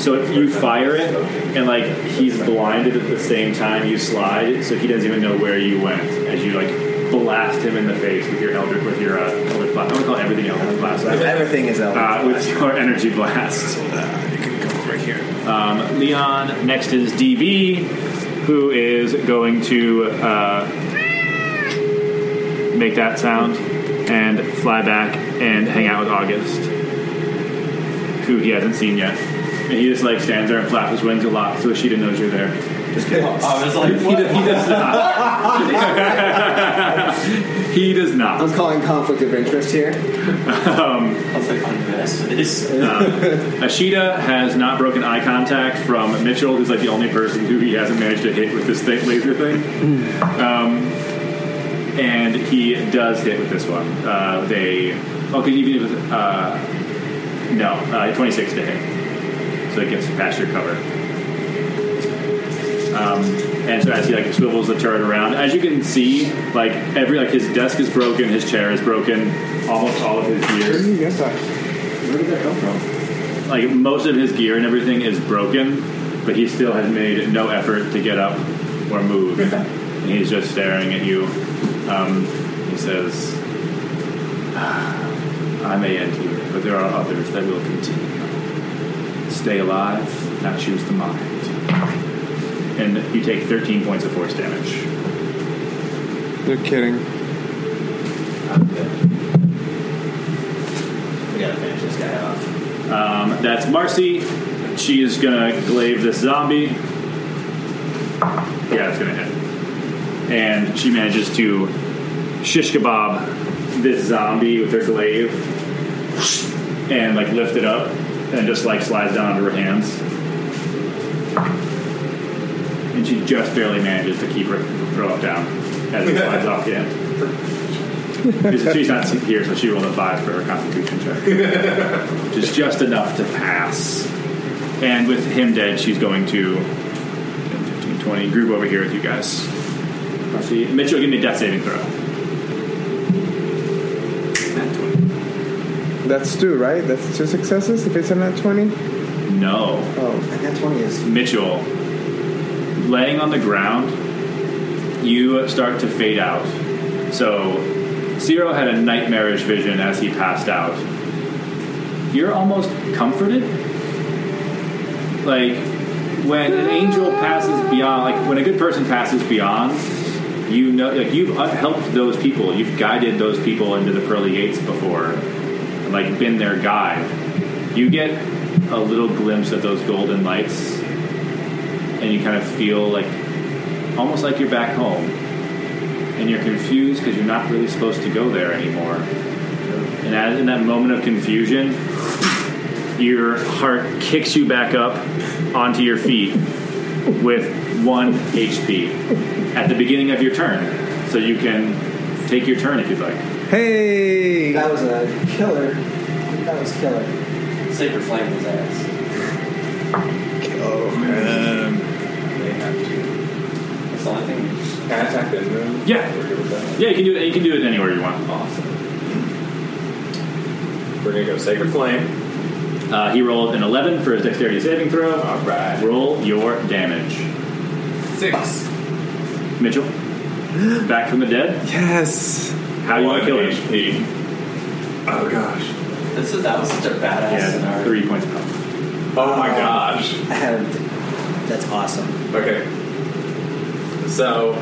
[SPEAKER 2] So if you fire it, and like he's blinded at the same time you slide, so he doesn't even know where you went as you like blast him in the face with your elder with your uh, elder blast. I want to call everything elder blast.
[SPEAKER 3] Everything is out.
[SPEAKER 2] Uh, with <laughs> your energy blast. Um, Leon next is DB, who is going to uh, make that sound and fly back and hang out with August, who he hasn't seen yet. And he just like stands there and flaps his wings a lot so Ashita knows you're there.
[SPEAKER 20] I was like,
[SPEAKER 2] He, does- he does not. <laughs> he does not.
[SPEAKER 3] <laughs> I'm calling conflict of interest here.
[SPEAKER 2] Um,
[SPEAKER 20] I was like,
[SPEAKER 4] "Oh,
[SPEAKER 20] I'm the best for this.
[SPEAKER 2] Ashita has not broken eye contact from Mitchell, who's like the only person who he hasn't managed to hit with this thing, laser thing. Um, and he does hit with this one. Uh, they, oh, because even if it was, uh, no, uh, 26 to hit. So so it gets past your cover. Um, and so as he like swivels the turret around, as you can see, like every like his desk is broken, his chair is broken, almost all of his gear. Where did you get that? Where did that come from? Like most of his gear and everything is broken, but he still has made no effort to get up or move. and he's just staring at you. Um, he says, "Ah, "I may end here, but there are others that will continue. Stay alive, not choose the mind." And you take 13 points of force damage.
[SPEAKER 7] You're kidding.
[SPEAKER 3] We gotta finish this guy off.
[SPEAKER 2] Um, that's Marcy. She is gonna glaive this zombie. Yeah, it's gonna hit. And she manages to shish kebab this zombie with her glaive and like lift it up and just like slides down onto her hands. And she just barely manages to keep her throw up down as it slides off the end. She's- She's not here, so she rolled a five for her constitution check. Which is just enough to pass. And with him dead, she's going to 10, 15, 20. Group over here with you guys. Marcy, Mitchell, give me a death saving throw.
[SPEAKER 7] That's two, right? That's two successes if it's a nat 20?
[SPEAKER 2] No.
[SPEAKER 7] Oh.
[SPEAKER 2] That 20 is. Mitchell, laying on the ground, you start to fade out. So, Zero had a nightmarish vision as he passed out. You're almost comforted. Like, when an angel passes beyond, like, when a good person passes beyond, you know, like, you've uh, helped those people, you've guided those people into the pearly gates before, and, like, been their guide you get a little glimpse of those golden lights and you kind of feel like almost like you're back home and you're confused because you're not really supposed to go there anymore and as in that moment of confusion your heart kicks you back up onto your feet with one hp at the beginning of your turn so you can take your turn if you'd like
[SPEAKER 7] Hey!
[SPEAKER 3] That was a killer. That was killer. Sacred flame was ass.
[SPEAKER 6] Oh man. They have to. That's the only thing. Can I attack this room?
[SPEAKER 2] Yeah.
[SPEAKER 6] We're good with that.
[SPEAKER 2] yeah you can do it you can do it anywhere you want awesome
[SPEAKER 6] We're gonna go sacred flame.
[SPEAKER 2] Uh, he rolled an 11 for his dexterity saving throw. All right. Roll your damage.
[SPEAKER 6] Six.
[SPEAKER 2] Mitchell, back from the dead.
[SPEAKER 7] Yes.
[SPEAKER 2] How do you want to kill him?
[SPEAKER 6] Oh gosh.
[SPEAKER 4] This is that was such a badass
[SPEAKER 2] Yeah,
[SPEAKER 4] scenario.
[SPEAKER 2] three points. Up.
[SPEAKER 6] Oh my gosh.
[SPEAKER 3] Um, That's awesome.
[SPEAKER 6] Okay. So,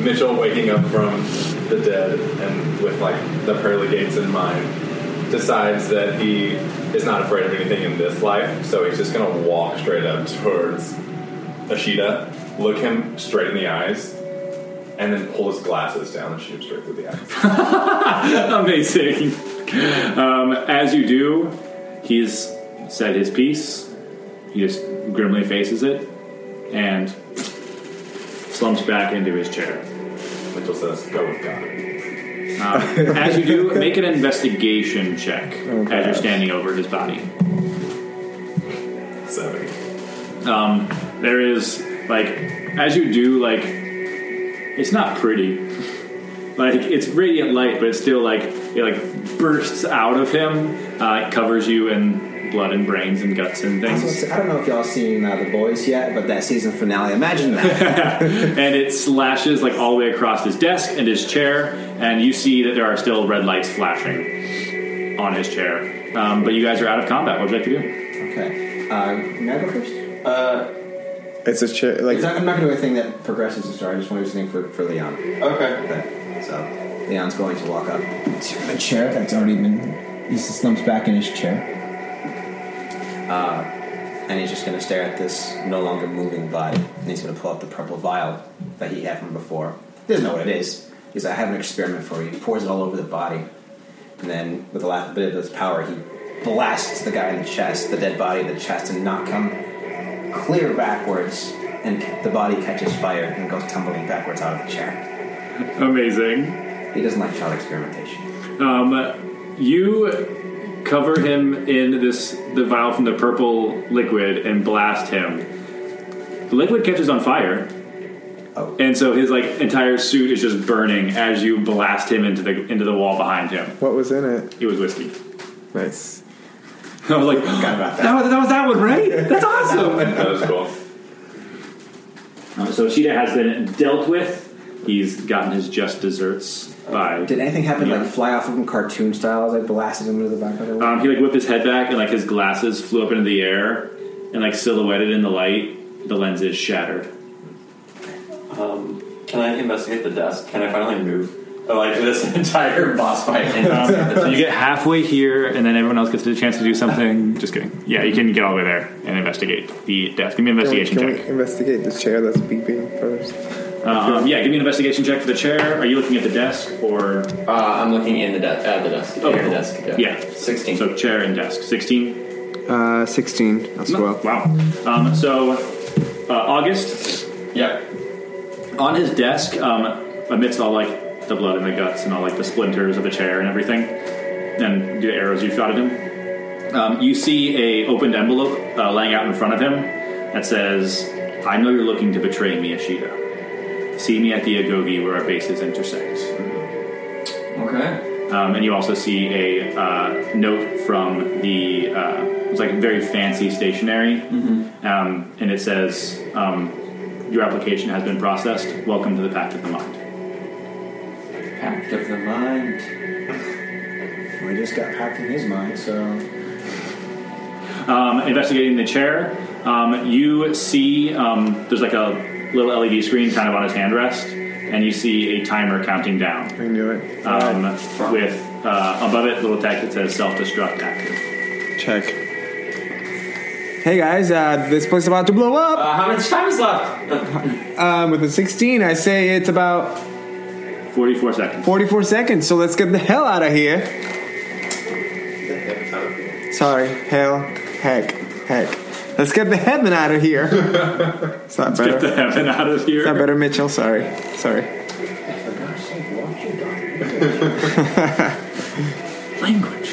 [SPEAKER 6] Mitchell waking up from the dead and with like the pearly gates in mind, decides that he is not afraid of anything in this life, so he's just gonna walk straight up towards Ashita, look him straight in the eyes, and then pull his glasses down and shoot him straight through the eyes.
[SPEAKER 2] <laughs> Amazing. Um, as you do, he's said his piece. He just grimly faces it and slumps back into his chair.
[SPEAKER 6] Mitchell says, "Go with God."
[SPEAKER 2] Um, as you do, make an investigation check as you're
[SPEAKER 6] gosh.
[SPEAKER 2] standing over his body.
[SPEAKER 6] <laughs> Seven.
[SPEAKER 2] Um, there is like as you do like it's not pretty. Like it's radiant light, but it's still like it like bursts out of him. Uh, it covers you in blood and brains and guts and
[SPEAKER 3] Also,
[SPEAKER 2] things,
[SPEAKER 3] it's- I don't know if y'all seen uh, The Boys yet, but that season finale. Imagine <laughs> that.
[SPEAKER 2] and it slashes like all the way across his desk and his chair. And you see that there are still red lights flashing on his chair. Um, but you guys are out of combat. What would you like to do?
[SPEAKER 3] okay. Uh, may I go first? Uh,
[SPEAKER 7] It's a chair. Like,
[SPEAKER 3] Because I- I'm not going to do anything that progresses the story. I just want to do something for, for Leon.
[SPEAKER 4] Okay.
[SPEAKER 3] Okay. So Leon's going to walk up to a chair that's already been. He slumps back in his chair. Uh, and he's just going to stare at this no longer moving body. And he's going to pull out the purple vial that he had from before. He doesn't know what it is. He's like, I have an experiment for you. He pours it all over the body. And then, with the last bit of his power, he blasts the guy in the chest, the dead body in the chest, and knock him clear backwards, and the body catches fire and goes tumbling backwards out of the chair.
[SPEAKER 2] Amazing.
[SPEAKER 3] He doesn't like child experimentation.
[SPEAKER 2] Um, you cover him in this the vial from the purple liquid and blast him. The liquid catches on fire, and so his like entire suit is just burning as you blast him into the into the wall behind him.
[SPEAKER 7] What was in it?
[SPEAKER 2] It was whiskey.
[SPEAKER 7] Nice.
[SPEAKER 2] <laughs> I was like, "Oh, that. was, that was that one, right? That's <laughs> awesome.
[SPEAKER 6] that was cool.
[SPEAKER 2] Um, so Sheeta has been dealt with. He's gotten his just desserts by.
[SPEAKER 18] Did anything happen
[SPEAKER 2] Yeah.
[SPEAKER 18] like fly off of him cartoon style as I blasted him into the back of the wall?
[SPEAKER 2] Um, he like whipped his head back and like his glasses flew up into the air and like silhouetted in the light. The lenses shattered.
[SPEAKER 4] Um, can I investigate the desk? Can I finally move? Like this <laughs> entire boss fight.
[SPEAKER 2] <laughs> so you get halfway here, and then everyone else gets a chance to do something. Just kidding. Yeah, you can get all the way there and investigate the desk. Give me an investigation
[SPEAKER 7] can we,
[SPEAKER 2] check.
[SPEAKER 7] Can we investigate the chair that's beeping first?
[SPEAKER 2] Um, yeah, give me an investigation check for the chair. Are you looking at the desk or? Uh, I'm looking in the desk. At the desk. Okay. the desk. Oh, Yeah. Sixteen. So chair and desk. Sixteen.
[SPEAKER 7] Uh, 16. That's well.
[SPEAKER 2] Wow. Um, so uh, August. Yeah. On his desk, um, amidst all like the blood and the guts and all like the splinters of the chair and everything, and the arrows you shot at him, um, you see a opened envelope uh, laying out in front of him that says, "I know you're looking to betray me, Ashita. See me at the Agogi where our bases intersect."
[SPEAKER 4] Okay.
[SPEAKER 2] Um, and you also see a uh, note from the uh, it's like very fancy stationery, um, and it says, um, "Your application has been processed. Welcome to the Pact of the Mind."
[SPEAKER 4] Pact of the mind.
[SPEAKER 18] We just got packed in his mind, so.
[SPEAKER 2] Um, investigating the chair, um, you see um, there's like a little LED screen kind of on his handrest, and you see a timer counting down.
[SPEAKER 7] I knew it.
[SPEAKER 2] Um, With uh, above it, little text that says "self-destruct active."
[SPEAKER 7] Check. Hey guys, uh, this place is about to blow up.
[SPEAKER 4] Uh, how much time is left?
[SPEAKER 7] Um, with a 16, I say it's about
[SPEAKER 2] 44 seconds.
[SPEAKER 7] 44 seconds, so let's get the hell out of here. Sorry, hell, heck, heck. Let's get the heaven out of here. it's not better.
[SPEAKER 2] get the heaven out of here.
[SPEAKER 7] It's not better, Mitchell. Sorry, sorry.
[SPEAKER 2] Language.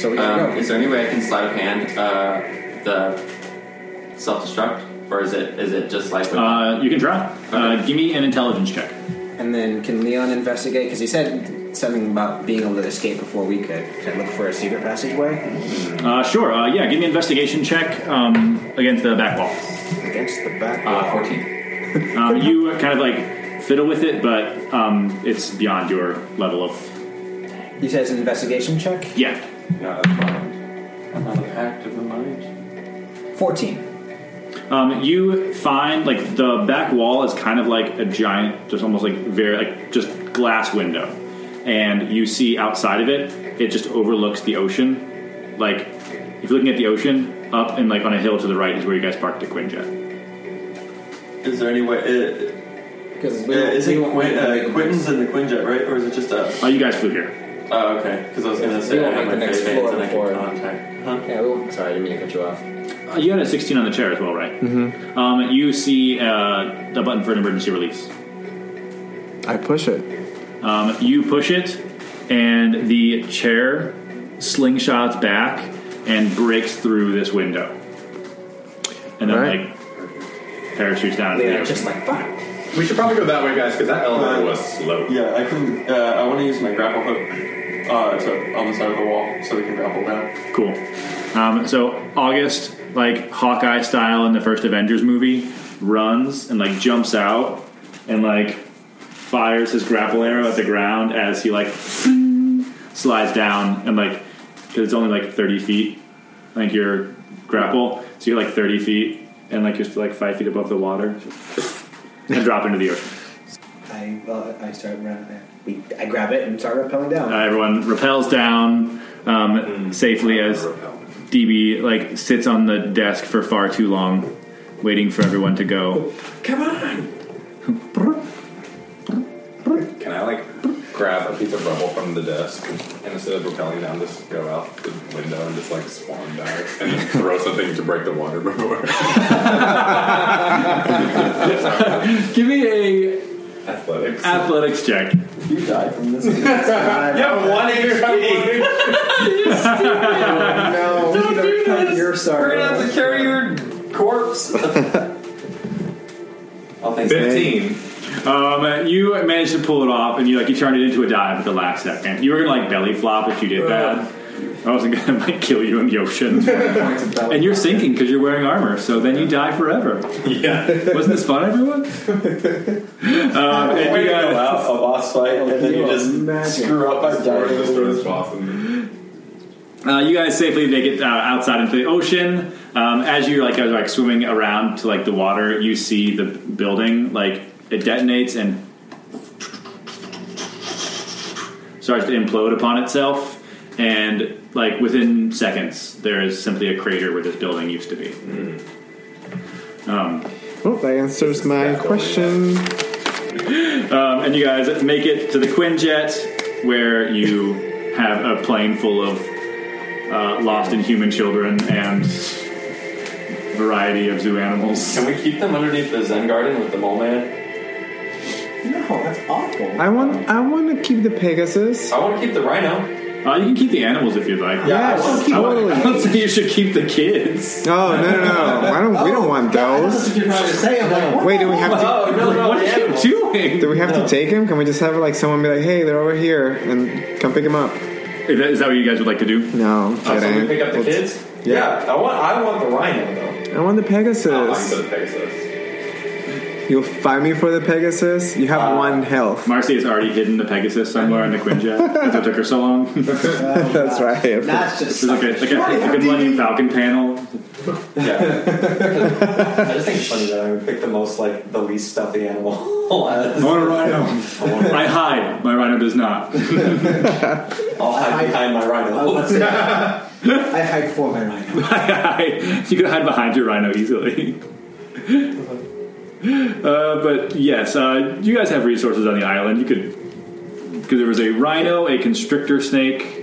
[SPEAKER 18] So we gotta
[SPEAKER 4] um,
[SPEAKER 18] go.
[SPEAKER 4] Is there any way I can slide of hand uh, the self-destruct, or is it is it just like?
[SPEAKER 2] Uh, you can try. Uh, give me an intelligence check.
[SPEAKER 18] And then can Leon investigate? Because he said something about being able to escape before we could. Can I look for a secret passageway?
[SPEAKER 2] Uh, sure. Uh, yeah, give me an investigation check um, against the back wall. Uh,
[SPEAKER 18] Against the back
[SPEAKER 4] wall. Uh, 14.
[SPEAKER 2] Um, you kind of like fiddle with it, but um, it's beyond your level of.
[SPEAKER 18] He says an investigation check?
[SPEAKER 2] Yeah.
[SPEAKER 4] No, that's mind. Pact of the mind.
[SPEAKER 18] 14.
[SPEAKER 2] Um, you find like the back wall is kind of like a giant, just almost like very like just glass window, and you see outside of it, it just overlooks the ocean. Like if you're looking at the ocean, up and like on a hill to the right is where you guys parked the Quinjet.
[SPEAKER 4] Is there any way? Uh,
[SPEAKER 18] Because
[SPEAKER 4] uh, is it Quin- uh, Quinton's in the Quinjet, right? Or is it just a?
[SPEAKER 2] Oh, you guys flew here.
[SPEAKER 4] Oh, okay. Because I was gonna say
[SPEAKER 18] We
[SPEAKER 4] I
[SPEAKER 18] won't make
[SPEAKER 4] have my
[SPEAKER 18] the next
[SPEAKER 4] face veins
[SPEAKER 18] floor
[SPEAKER 4] and I
[SPEAKER 18] before-
[SPEAKER 4] can contact. Huh?
[SPEAKER 18] Yeah, we won't. Sorry, I didn't mean to cut you off.
[SPEAKER 2] Uh, you had a 16 on the chair as well, right? Mm-hmm. Um, you see uh, the button for an emergency release.
[SPEAKER 7] I push it.
[SPEAKER 2] Um, you push it, and the chair slingshots back and breaks through this window. And then,
[SPEAKER 7] Right.
[SPEAKER 2] like, parachutes down. into the
[SPEAKER 18] Leon,
[SPEAKER 2] ocean.
[SPEAKER 18] just like, fuck.
[SPEAKER 6] We should probably go that way, guys, because that elevator was slow.
[SPEAKER 4] Yeah, I can. Uh, I want to use my grapple hook uh, to on the side of the wall so we can grapple down.
[SPEAKER 2] Cool. Um, so August, like Hawkeye style in the first Avengers movie, runs and like jumps out and like fires his grapple arrow at the ground as he like <sniffs> slides down and like because it's only like thirty feet, like your grapple, so you're like thirty feet and like you're still, like five feet above the water and drop into the ocean.
[SPEAKER 18] I, well, I start running. I, we, I grab it and start rappelling down.
[SPEAKER 2] Uh, everyone repels down um, safely as DB like sits on the desk for far too long, waiting for everyone to go.
[SPEAKER 15] Come on!
[SPEAKER 6] Can I like grab a piece of rubble from the desk and instead of propelling down, just go out the window and just like swan down and then throw something to break the water before?
[SPEAKER 2] Give me a
[SPEAKER 6] Athletics.
[SPEAKER 2] athletics check.
[SPEAKER 4] You died from this. you have one HP.
[SPEAKER 15] no, we don't cut your
[SPEAKER 13] We're
[SPEAKER 15] sorrow.
[SPEAKER 13] gonna have to carry your corpse.
[SPEAKER 2] Fifteen. Um, you managed to pull it off, and you like you turned it into a dive at the last second. You were gonna like belly flop if you did that. I wasn't gonna like kill you in the ocean. <laughs> and you're sinking because you're wearing armor, so then you die forever.
[SPEAKER 6] <laughs>
[SPEAKER 2] Yeah. Wasn't this fun, <laughs> everyone? um, and
[SPEAKER 13] Way
[SPEAKER 2] you
[SPEAKER 13] to
[SPEAKER 2] got-
[SPEAKER 13] go out a boss fight, and then you just screw up by
[SPEAKER 6] dying.
[SPEAKER 2] Uh, you guys safely make it uh, outside into the ocean. Um, as you like are like swimming around to like the water, you see the building like it detonates and starts to implode upon itself. And like within seconds, there is simply a crater where this building used to be. Um,
[SPEAKER 7] Well, Oh, that answers my question.
[SPEAKER 2] um, and you guys make it to the Quinjet, where you have a plane full of uh, lost and human children and variety of zoo animals.
[SPEAKER 4] Can we keep them underneath the Zen garden with the mole man?
[SPEAKER 7] No, that's awful. I want. I want to keep the Pegasus.
[SPEAKER 4] I want to keep the rhino.
[SPEAKER 2] Uh, you can keep the animals if you'd like.
[SPEAKER 7] Yeah,
[SPEAKER 2] I,
[SPEAKER 7] yes,
[SPEAKER 2] <laughs>
[SPEAKER 7] totally.
[SPEAKER 2] I don't think you should keep the <laughs> kids.
[SPEAKER 7] Oh, No, no, no, no. I don't, we don't want those.
[SPEAKER 3] You're trying to say I'm like,
[SPEAKER 7] Wait, do we have to?
[SPEAKER 4] Oh, <laughs> no, no,
[SPEAKER 2] what are you doing?
[SPEAKER 7] Do we have to take him? Can we just have like someone be like, "Hey, they're over here," and come pick him up?
[SPEAKER 2] Is that, is that what you guys would like to do?
[SPEAKER 7] No,
[SPEAKER 4] Uh, so we
[SPEAKER 7] kidding.
[SPEAKER 4] pick up the
[SPEAKER 7] Let's-
[SPEAKER 4] kids. Yeah. I want. I want the rhino though.
[SPEAKER 7] I want the
[SPEAKER 4] for
[SPEAKER 7] Pegasus.
[SPEAKER 4] the
[SPEAKER 6] <laughs>
[SPEAKER 4] Pegasus.
[SPEAKER 7] You'll find me for the Pegasus. You
[SPEAKER 4] Uh,
[SPEAKER 7] have one health.
[SPEAKER 2] Marcy has already hidden the Pegasus somewhere in the <laughs> Quinjet. That's what took her so long. <laughs>
[SPEAKER 7] That's right.
[SPEAKER 3] That's
[SPEAKER 2] This
[SPEAKER 3] just.
[SPEAKER 2] is like a, like a, like a Millennium Falcon panel.
[SPEAKER 4] Yeah.
[SPEAKER 13] I just think it's funny that I would pick the most like the least stuffy animal.
[SPEAKER 2] I want a rhino. I hide. My rhino does not. <laughs>
[SPEAKER 13] I'll hide behind my
[SPEAKER 3] Uh,
[SPEAKER 13] rhino.
[SPEAKER 3] let's see. I hide for my rhino.
[SPEAKER 2] you can hide behind your rhino easily. <laughs> uh, but yes, uh, you guys have resources on the island. You could, because there was a rhino, a constrictor snake.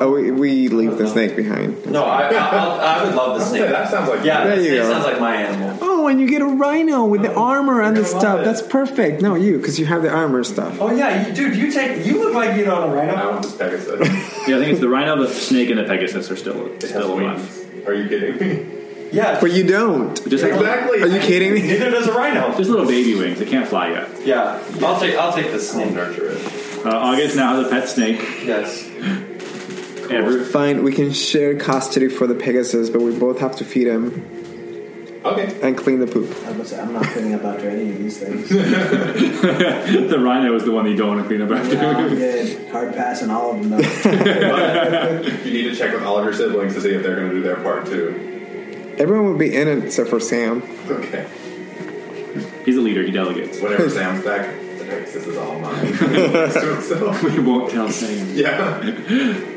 [SPEAKER 7] Oh, we, we leave the snake behind.
[SPEAKER 4] No, I, I, I'll- I would love the snake.
[SPEAKER 6] That sounds like
[SPEAKER 4] Yeah,
[SPEAKER 7] There
[SPEAKER 4] the
[SPEAKER 7] you
[SPEAKER 4] snake
[SPEAKER 7] go.
[SPEAKER 4] sounds like my animal.
[SPEAKER 7] Oh, and you get a rhino with the armor and the
[SPEAKER 13] love
[SPEAKER 7] stuff.
[SPEAKER 13] it.
[SPEAKER 7] That's perfect. No, you, because you have the armor stuff.
[SPEAKER 13] Oh yeah, you, dude, you take. You look like you don't know
[SPEAKER 6] I
[SPEAKER 13] rhino.
[SPEAKER 6] want this Pegasus.
[SPEAKER 2] Yeah, I think it's the rhino, the snake, and the pegasus are still still alive.
[SPEAKER 6] Are you kidding <laughs> me?
[SPEAKER 13] Yeah,
[SPEAKER 7] But you don't.
[SPEAKER 2] Just
[SPEAKER 6] Exactly.
[SPEAKER 7] Are you kidding me? <laughs>
[SPEAKER 13] neither does a rhino.
[SPEAKER 2] just little baby wings. They can't fly yet.
[SPEAKER 13] Yeah,
[SPEAKER 4] I'll take. I'll take the snake.
[SPEAKER 6] Nurture it.
[SPEAKER 2] Uh, August now has a pet snake.
[SPEAKER 4] Yes.
[SPEAKER 2] Every,
[SPEAKER 7] Fine, we can share custody for the Pegasus, but we both have to feed him
[SPEAKER 6] Okay.
[SPEAKER 7] and clean the poop.
[SPEAKER 3] I was- I'm not feeling up after any of these
[SPEAKER 2] <laughs>
[SPEAKER 3] things.
[SPEAKER 2] the rhino is the one that you don't want to clean up after.
[SPEAKER 3] No, I'm good. Hard pass on all of them. Though.
[SPEAKER 6] You need to check with all of your siblings to see if they're going to do their part too.
[SPEAKER 7] Everyone will be in it except for Sam.
[SPEAKER 6] Okay.
[SPEAKER 2] He's a leader. He delegates. <laughs>
[SPEAKER 6] <laughs> Whenever Sam's back, the Pegasus is all <laughs> mine. So itself.
[SPEAKER 2] We won't tell Sam.
[SPEAKER 6] yeah.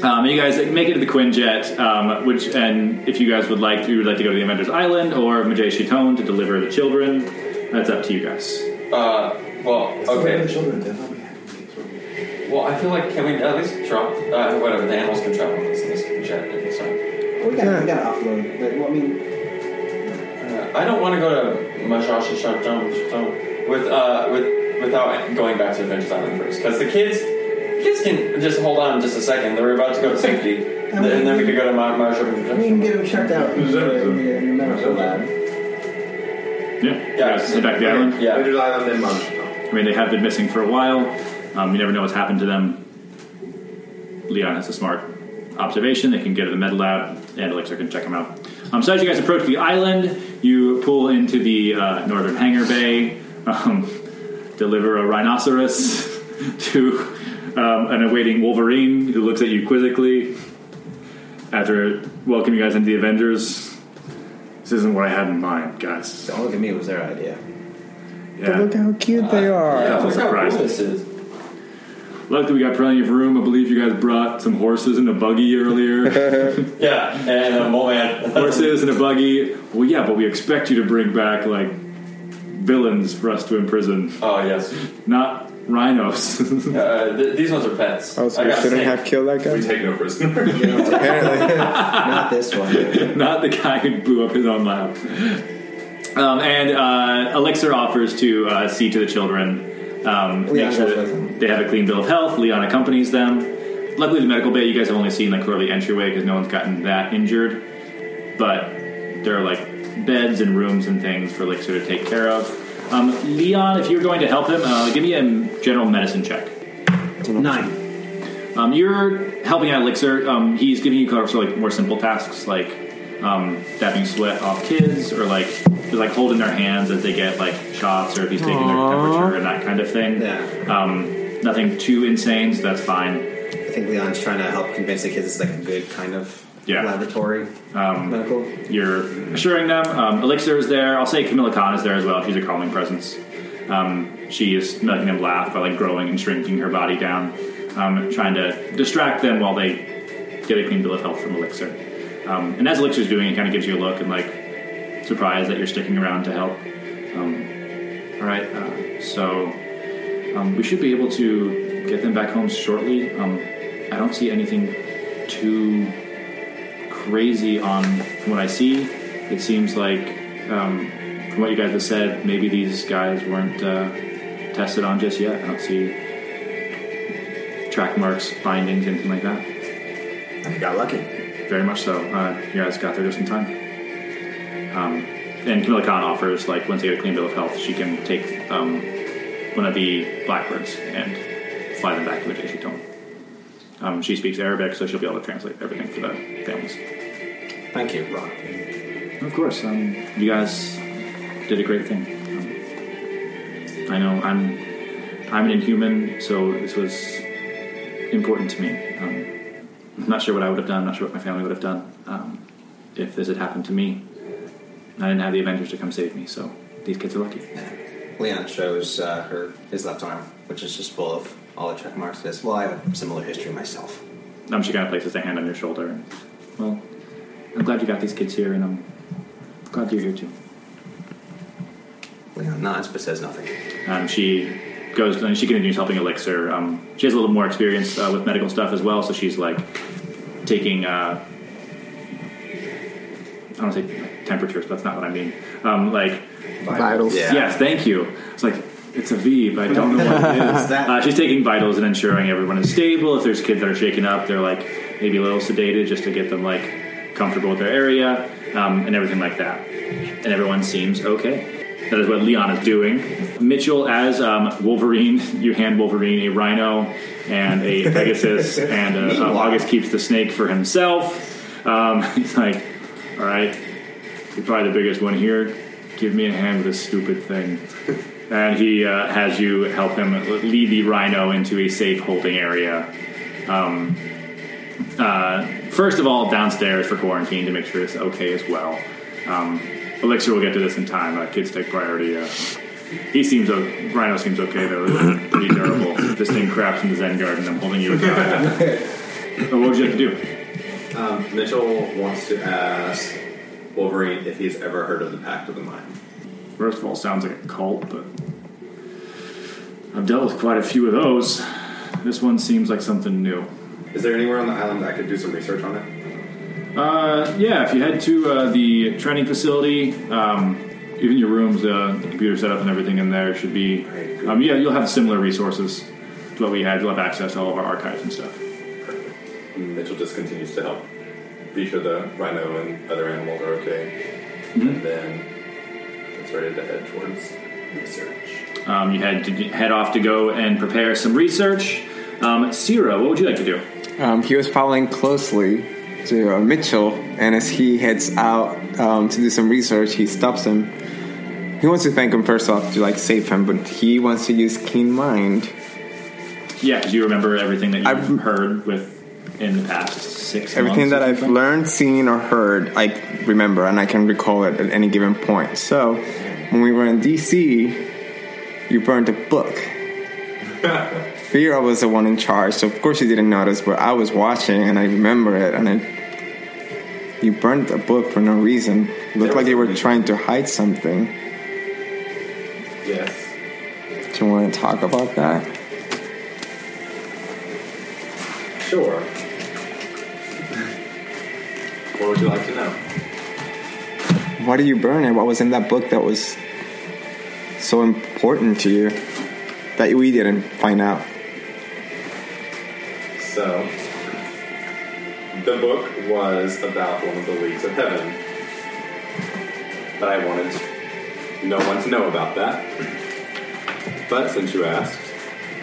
[SPEAKER 2] Um, you guys make it to the Quinjet, um, which and if you guys would like, you would like to go to the Avengers Island or Majay Chiton to deliver the children. That's up to you guys.
[SPEAKER 4] Uh. Well.
[SPEAKER 15] What are
[SPEAKER 4] Okay.
[SPEAKER 15] the children doing? I'll be happy.
[SPEAKER 4] Well, I feel like can we at least drop? Uh, whatever. The animals can travel with us in this jet. It's fine.
[SPEAKER 3] we got we got to offload. Like, well, I mean,
[SPEAKER 4] Uh, I don't want to go to Majashi Shardon with uh with without going back to Adventures Island first because the kids kids can just hold on just a second. They're about to go to safety, and then we could go to Ma-
[SPEAKER 3] I mean,
[SPEAKER 4] Majashi.
[SPEAKER 3] get them checked out. in the- in the- in the medical lab.
[SPEAKER 2] Yeah, you guys head back to the island.
[SPEAKER 4] Yeah.
[SPEAKER 6] Avengers Island in Munch.
[SPEAKER 2] I mean, they have been missing for a while. Um, you never know what's happened to them. Leon has a smart observation. They can go to the med lab, and Elixir can check them out. Um, so as you guys approach the island, you pull into the uh, northern hangar bay, um, deliver a rhinoceros <laughs> to um, an awaiting Wolverine who looks at you quizzically after welcoming you guys into the Avengers. This isn't what I had in mind, guys.
[SPEAKER 18] Don't look at me. It was their idea.
[SPEAKER 7] But look how cute they are.
[SPEAKER 4] Yeah, look how cool
[SPEAKER 2] Surprised.
[SPEAKER 4] this is.
[SPEAKER 2] Luckily, we got plenty of room. I believe you guys brought some horses and a buggy earlier.
[SPEAKER 7] <laughs>
[SPEAKER 4] Yeah, and a mole
[SPEAKER 2] <laughs>
[SPEAKER 4] man.
[SPEAKER 2] horses and a buggy. Well, yeah, but we expect you to bring back like villains for us to imprison,
[SPEAKER 4] Oh yes,
[SPEAKER 2] not rhinos. <laughs>
[SPEAKER 4] uh, th- these ones are pets.
[SPEAKER 7] Oh, so
[SPEAKER 4] I
[SPEAKER 7] we
[SPEAKER 4] got a
[SPEAKER 7] shouldn't
[SPEAKER 4] snake.
[SPEAKER 7] have killed that
[SPEAKER 6] We
[SPEAKER 7] guy?
[SPEAKER 6] take no
[SPEAKER 7] <laughs>
[SPEAKER 6] prisoner. <laughs>
[SPEAKER 18] <laughs>
[SPEAKER 7] Apparently.
[SPEAKER 18] Not this one.
[SPEAKER 2] <laughs> not the guy who blew up his own lab. Um, and uh, Elixir offers to uh, see to the children, um, make
[SPEAKER 18] Leon
[SPEAKER 2] sure
[SPEAKER 18] goes with
[SPEAKER 2] that they have a clean bill of health. Leon accompanies them. luckily, the medical bay, you guys have only seen like really entryway because no one's gotten that injured. But there are like beds and rooms and things for like sort of take care of. Um, Leon, if you're going to help him, uh, give me a general medicine check.
[SPEAKER 3] Nine.
[SPEAKER 2] Um, you're helping out Elixir. Um, he's giving you kind of sort of, like more simple tasks, like um, dapping sweat off kids, or like like holding their hands as they get like shots, or if he's taking
[SPEAKER 3] Aw.
[SPEAKER 2] their temperature and that kind of thing. Yeah. Um, nothing too insane, so that's fine.
[SPEAKER 18] I think Leon's trying to help convince the kids it's like a good kind of
[SPEAKER 2] yeah.
[SPEAKER 18] laboratory.
[SPEAKER 2] Um, Medical. You're assuring them. Um, Elixir is there. I'll say Camilla Khan is there as well. She's a calming presence. Um, she is making them laugh by like growing and shrinking her body down, um, trying to distract them while they get a clean bill of health from Elixir. Um, and as Elixir's doing, it kind of gives you a look and like surprise that you're sticking around to help. Um, all right, uh, so um, we should be able to get them back home shortly. Um, I don't see anything too crazy on what I see. It seems like, um, from what you guys have said, maybe these guys weren't uh, tested on just yet. I don't see track marks, bindings, anything like that.
[SPEAKER 18] I got lucky.
[SPEAKER 2] Very much so. Uh, you guys got there just in time. Um, and Camilla Khan offers, like, once they get a clean bill of health, she can take um, one of the blackbirds and fly them back to the Jeshi Tome. Um, she speaks Arabic, so she'll be able to translate everything for the families.
[SPEAKER 18] Thank you, Ron.
[SPEAKER 2] Of course, um, you guys did a great thing. Um, I know I'm I'm an inhuman, so this was important to me. Um, I'm not sure what I would have done. I'm not sure what my family would have done um, if this had happened to me. I didn't have the Avengers to come save me, so these kids are lucky.
[SPEAKER 18] Leon shows uh, her his left arm, which is just full of all the check marks. Says, "Well, I have a similar history myself."
[SPEAKER 2] Um, she kind of places a hand on your shoulder. And, well, I'm glad you got these kids here, and I'm glad you're here too.
[SPEAKER 18] Leon nods but says nothing.
[SPEAKER 3] <laughs>
[SPEAKER 2] Um, she goes and she continues helping Elixir. Um, she has a little more experience uh, with medical stuff as well, so she's like taking uh, I don't say temperatures, but that's not what I mean. Um, like
[SPEAKER 7] Vitals. Yeah.
[SPEAKER 2] Yes, thank you. It's like it's a V, but I don't know what it is. uh, she's taking vitals and ensuring everyone is stable. If there's kids that are shaken up, they're like maybe a little sedated just to get them like comfortable with their area um, and everything like that. And everyone seems okay. That is what Leon is doing. Mitchell as um, Wolverine. <laughs> You hand Wolverine a rhino and a Pegasus, and uh, um, August keeps the snake for himself. Um, <laughs> he's like, "All right, you're probably the biggest one here. Give me a hand with this stupid thing." And he uh, has you help him lead the rhino into a safe holding area. Um, uh, first of all, downstairs for quarantine to make sure it's okay as well. Um, Elixir will get to this in time. Uh, kids take priority. Uh, he seems okay. Rhino seems okay though. It's pretty durable. This thing craps in the Zen garden. I'm holding you accountable. So what would you like to do?
[SPEAKER 6] Um, Mitchell wants to ask Wolverine if he's ever heard of the Pact of the Mind.
[SPEAKER 2] First of all, sounds like a cult, but I've dealt with quite a few of those. This one seems like something new.
[SPEAKER 6] Is there anywhere on the island I could do some research on it?
[SPEAKER 2] Uh, yeah, if you head to uh, the training facility, um, even your rooms, uh, the computer setup and everything in there should be. Um, yeah, you'll have similar resources to what we had. You'll have access to all of our archives and stuff.
[SPEAKER 6] Mitchell just continues to help be sure the rhino and other animals are okay. And then it's ready to head towards research.
[SPEAKER 2] Um, you head to, head off to go and prepare some research. Um, Ciro, what would you like to do?
[SPEAKER 7] Um, he was following closely to uh, Mitchell, and as he heads out um, to do some research, he stops him. He wants to thank him first off to like save him, but he wants to use clean mind.
[SPEAKER 2] Yeah, because you remember everything that you've heard with in the past six. months
[SPEAKER 7] Everything that
[SPEAKER 2] or
[SPEAKER 7] I've
[SPEAKER 2] something.
[SPEAKER 7] learned, seen, or heard, I remember, and I can recall it at any given point. So, when we were in DC, you burned a book. Fira was the one in charge, so of course you didn't notice, but I was watching and I remember it, and I, you burned a book for no reason. It looked like you were trying to hide something.
[SPEAKER 6] Yes.
[SPEAKER 7] Do you want to talk about that?
[SPEAKER 6] Sure. what would you like to know?
[SPEAKER 7] Why did you burn it? What was in that book that was so important to you that we didn't find out?
[SPEAKER 6] So, the book was about one of the leagues of heaven, but I wanted no one to know about that. But since you asked,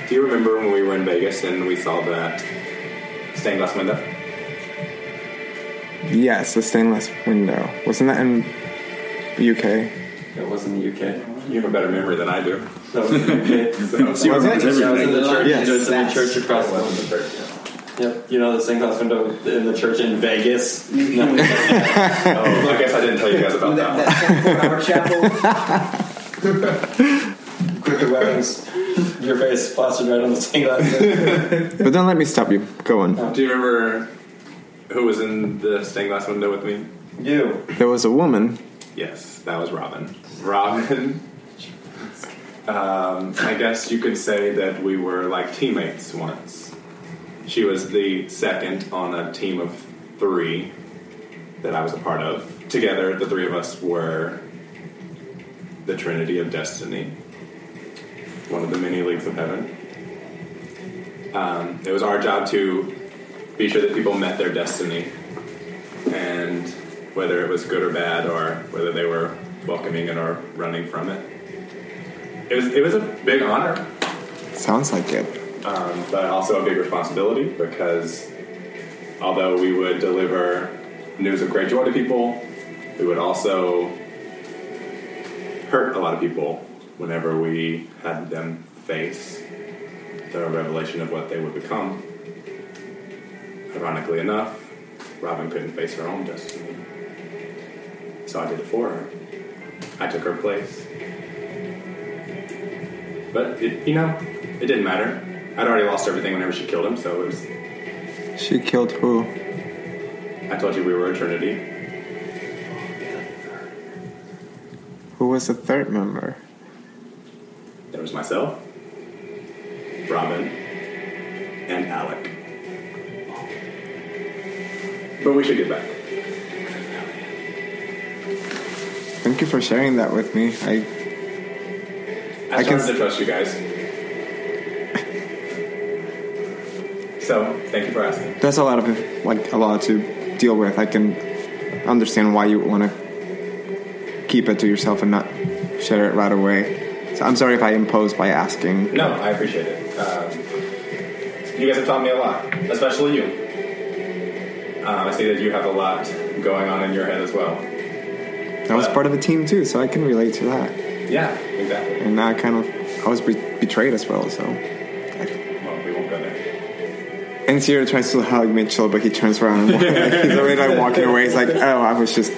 [SPEAKER 6] do you remember when we were in Vegas and we saw that stained glass window?
[SPEAKER 7] Yes, the stainless window. Wasn't that in the UK?
[SPEAKER 4] It was in the UK.
[SPEAKER 6] You have a better memory than I do.
[SPEAKER 4] That was in the UK. So,
[SPEAKER 7] She remembers
[SPEAKER 4] Yeah, it was in the
[SPEAKER 7] everything.
[SPEAKER 4] church.
[SPEAKER 7] Yes.
[SPEAKER 4] It was in the
[SPEAKER 7] That's-
[SPEAKER 4] church across the church. Yep, you know the stained glass window in the church in Vegas. No. oh, I
[SPEAKER 6] guess I didn't tell you guys
[SPEAKER 4] <laughs>
[SPEAKER 6] about that.
[SPEAKER 4] Our chapel. With the weapons, your face plastered right on the stained glass. window.
[SPEAKER 7] But don't let me stop you. Go on.
[SPEAKER 6] Do you remember who was in the stained glass window with me?
[SPEAKER 4] You.
[SPEAKER 7] There was a woman.
[SPEAKER 6] Yes, that was Robin. Robin. Um, I guess you could say that we were like teammates once. She was the second on a team of three that I was a part of. Together, the three of us were the Trinity of Destiny, one of the many leagues of heaven. Um, it was our job to be sure that people met their destiny and whether it was good or bad, or whether they were welcoming it or running from it. It was it was a big honor,
[SPEAKER 7] Sounds like it.
[SPEAKER 6] um, but also a big responsibility because although we would deliver news of great joy to people, we would also hurt a lot of people whenever we had them face the revelation of what they would become. Ironically enough, Robin couldn't face her own destiny. So I did it for her. I took her place. But, it, you know, it didn't matter. I'd already lost everything whenever she killed him, so it was.
[SPEAKER 7] She killed who?
[SPEAKER 6] I told you we were eternity.
[SPEAKER 7] Who was the third member?
[SPEAKER 6] There was myself, Robin, and Alec. But we should get back.
[SPEAKER 7] Thank you for sharing that with me. I
[SPEAKER 6] I,
[SPEAKER 7] I can
[SPEAKER 6] started to trust you guys. so, thank you for asking.
[SPEAKER 7] that's a lot of like a lot to deal with. I can understand why you want to keep it to yourself and not share it right away. So I'm sorry if I imposed by asking.
[SPEAKER 6] No, I appreciate it. Um, you guys have taught me a lot, especially you. Um, I see that you have a lot going on in your head as well.
[SPEAKER 7] I was part of a team too, so I can relate to that.
[SPEAKER 6] Yeah, exactly.
[SPEAKER 7] And I kind of I was be- betrayed as well. So
[SPEAKER 6] Well, we won't go there.
[SPEAKER 7] and Sierra tries to hug Mitchell, but he turns around. <laughs> And like, he's already like walking away. He's like, oh, I was just,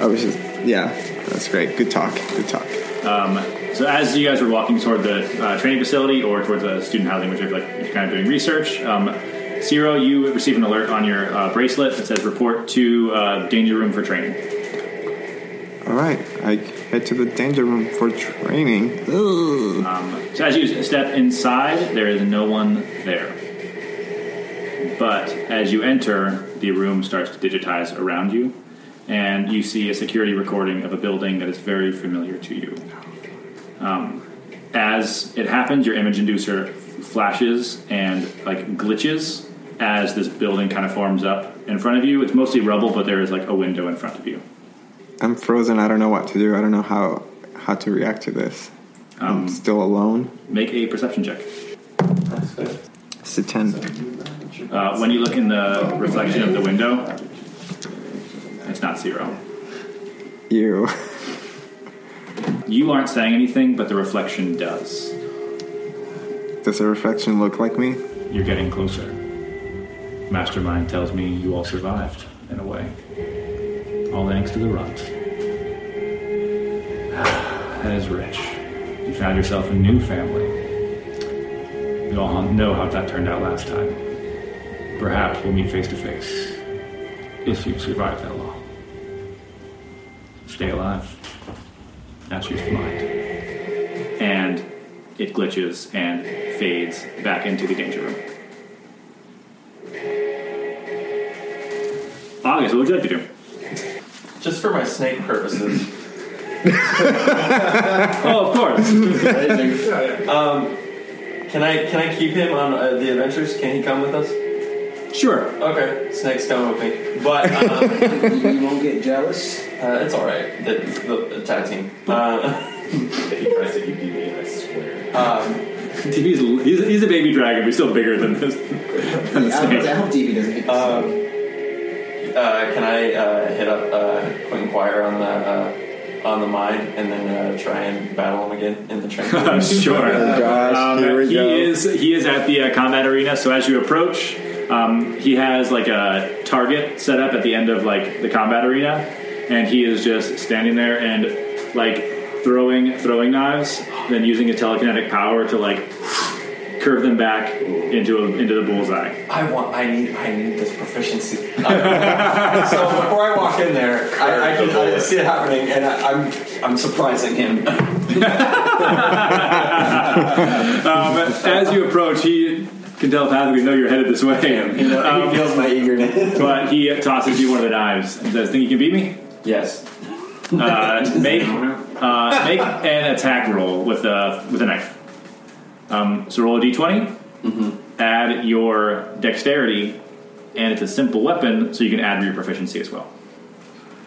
[SPEAKER 7] I was just, yeah. That's great. Good talk. Good talk.
[SPEAKER 2] Um, so as you guys were walking toward the uh, training facility or towards the student housing, which you're like you're kind of doing research, um, Ciro, you receive an alert on your uh, bracelet that says "Report to uh, danger room for training."
[SPEAKER 7] All right, I head to the danger room for training. Ugh.
[SPEAKER 2] Um, so as you step inside, there is no one there. But as you enter, the room starts to digitize around you, and you see a security recording of a building that is very familiar to you. Um, as it happens, your image inducer flashes and like glitches as this building kind of forms up in front of you. It's mostly rubble, but there is like a window in front of you.
[SPEAKER 7] I'm frozen. I don't know what to do. I don't know how how to react to this. I'm still alone.
[SPEAKER 2] Make a perception check.
[SPEAKER 7] It's a ten.
[SPEAKER 2] Uh, when you look in the reflection of the window, it's not zero.
[SPEAKER 7] You.
[SPEAKER 2] You aren't saying anything, but the reflection does.
[SPEAKER 7] <laughs> Does the reflection look like me?
[SPEAKER 2] You're getting closer. Mastermind tells me you all survived, in a way. All thanks to the runt. <sighs> that is rich. You found yourself a new family. You all know how that turned out last time. Perhaps we'll meet face to face if you survive that long. Stay alive. That's your mind. And it glitches and fades back into the danger room. August, what would you like to do?
[SPEAKER 4] Just for my snake purposes.
[SPEAKER 2] oh, of course.
[SPEAKER 4] um, Can I can I keep him on uh, the adventures? Can he come with us?
[SPEAKER 2] Sure.
[SPEAKER 4] Okay, Snake's coming with me, but um,
[SPEAKER 18] you won't get jealous.
[SPEAKER 4] Uh, it's all right. The, the, the tag team. Uh,
[SPEAKER 6] if he tries to keep DB, I swear.
[SPEAKER 4] um,
[SPEAKER 2] TV's l- he's, he's a baby dragon, but he's still bigger than this. than the snake.
[SPEAKER 18] I hope DB doesn't get this.
[SPEAKER 4] um, uh, can I uh, hit up uh, Quentin Quire on the uh, on the mine and then uh, try and battle him again in the train?
[SPEAKER 2] I'm <laughs> sure. Um,
[SPEAKER 4] Oh, here we
[SPEAKER 2] he
[SPEAKER 4] go.
[SPEAKER 2] is he is at the uh, combat arena. So as you approach, um, he has like a target set up at the end of like the combat arena, and he is just standing there and like throwing throwing knives, then using a telekinetic power to like curve them back into a, into the bullseye.
[SPEAKER 4] I want. I need. I need this proficiency. Uh, so before I walk in there, I, I can I see it happening, and I, I'm I'm surprising him.
[SPEAKER 2] Um, as you approach, he can telepathically know you're headed this way. <laughs> Um,
[SPEAKER 4] feels my
[SPEAKER 2] <laughs>
[SPEAKER 4] eagerness.
[SPEAKER 2] but he tosses you one of the knives and says, "Think you can beat me?"
[SPEAKER 4] Yes.
[SPEAKER 2] Uh, make uh, make an attack roll with a with a knife. Um, so roll a d20.
[SPEAKER 4] Mm-hmm.
[SPEAKER 2] Add your dexterity, and it's a simple weapon, so you can add your proficiency as well.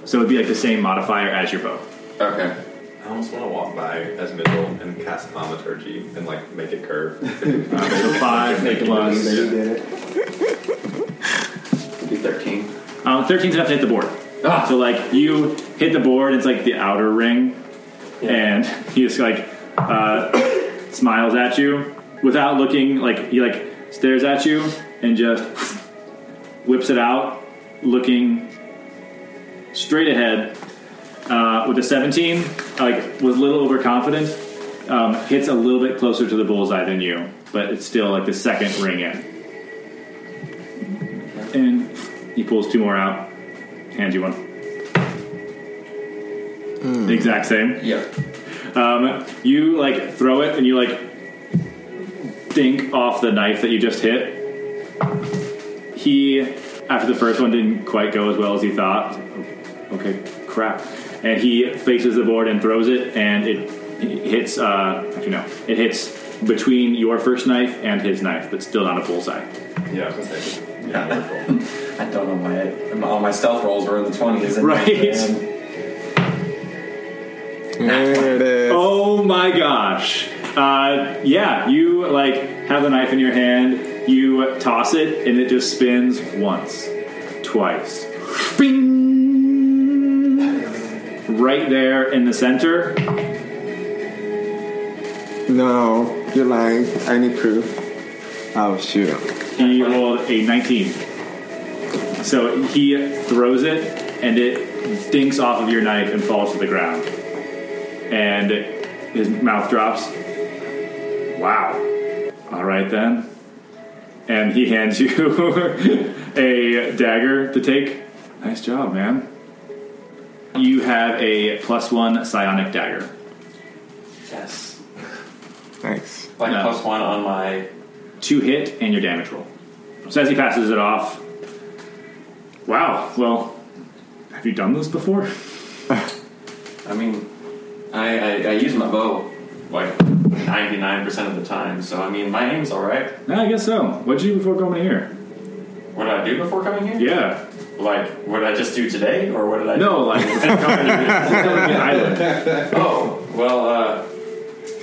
[SPEAKER 2] So it'd be like the same modifier as your bow.
[SPEAKER 4] Okay.
[SPEAKER 6] I almost want to walk by as Mitchell and cast thaumaturgy and like make it curve. <laughs>
[SPEAKER 2] So five plus.
[SPEAKER 4] Be thirteen. Ah.
[SPEAKER 2] Um, 13's enough to hit the board. So, like, you hit the board, it's like the outer ring, and <laughs> he just, like, uh, <coughs> smiles at you without looking. Like, he, like, stares at you and just <laughs> whips it out, looking straight ahead uh, with a 17. Like, was a little overconfident, um, hits a little bit closer to the bullseye than you, but it's still, like, the second ring in. And he pulls two more out, hands you one. The exact same.
[SPEAKER 4] Yeah.
[SPEAKER 2] Um, you like throw it and you like dink off the knife that you just hit. He, after the first one, didn't quite go as well as he thought. Okay, crap. And he faces the board and throws it, and it hits, uh, actually, no, it hits between your first knife and his knife, but still not a bullseye.
[SPEAKER 6] yeah, I was gonna say, yeah, wonderful.
[SPEAKER 13] I don't know why. I, all my stealth rolls were in the 20s. And
[SPEAKER 2] Right.
[SPEAKER 13] and-
[SPEAKER 4] um,
[SPEAKER 7] There it is.
[SPEAKER 2] Oh my gosh. Uh, yeah, you like have the knife in your hand, you toss it, and it just spins once, twice. Bing! Right there in the center.
[SPEAKER 7] No, you're lying. I need proof. Oh shoot.
[SPEAKER 2] He rolled a 19. So he throws it, and it dinks off of your knife and falls to the ground. And his mouth drops. Wow. All right then. And he hands you <laughs> a dagger to take. Nice job, man. You have a plus one psionic dagger.
[SPEAKER 4] Yes.
[SPEAKER 7] Thanks.
[SPEAKER 4] Like
[SPEAKER 2] No.
[SPEAKER 4] plus one on my.
[SPEAKER 2] two hit and your damage roll. So as he passes it off, wow. Well, have you done this before? <laughs>
[SPEAKER 4] I mean, I I, I use my bow like ninety nine percent of the time. So I mean, my aim's all right.
[SPEAKER 2] Yeah, I guess so. What'd you do before coming here?
[SPEAKER 4] What did I do before coming here?
[SPEAKER 2] Yeah,
[SPEAKER 4] Like, what did I just do today, or what did I?
[SPEAKER 2] no, like
[SPEAKER 4] <laughs>
[SPEAKER 2] island.
[SPEAKER 4] Oh well, uh,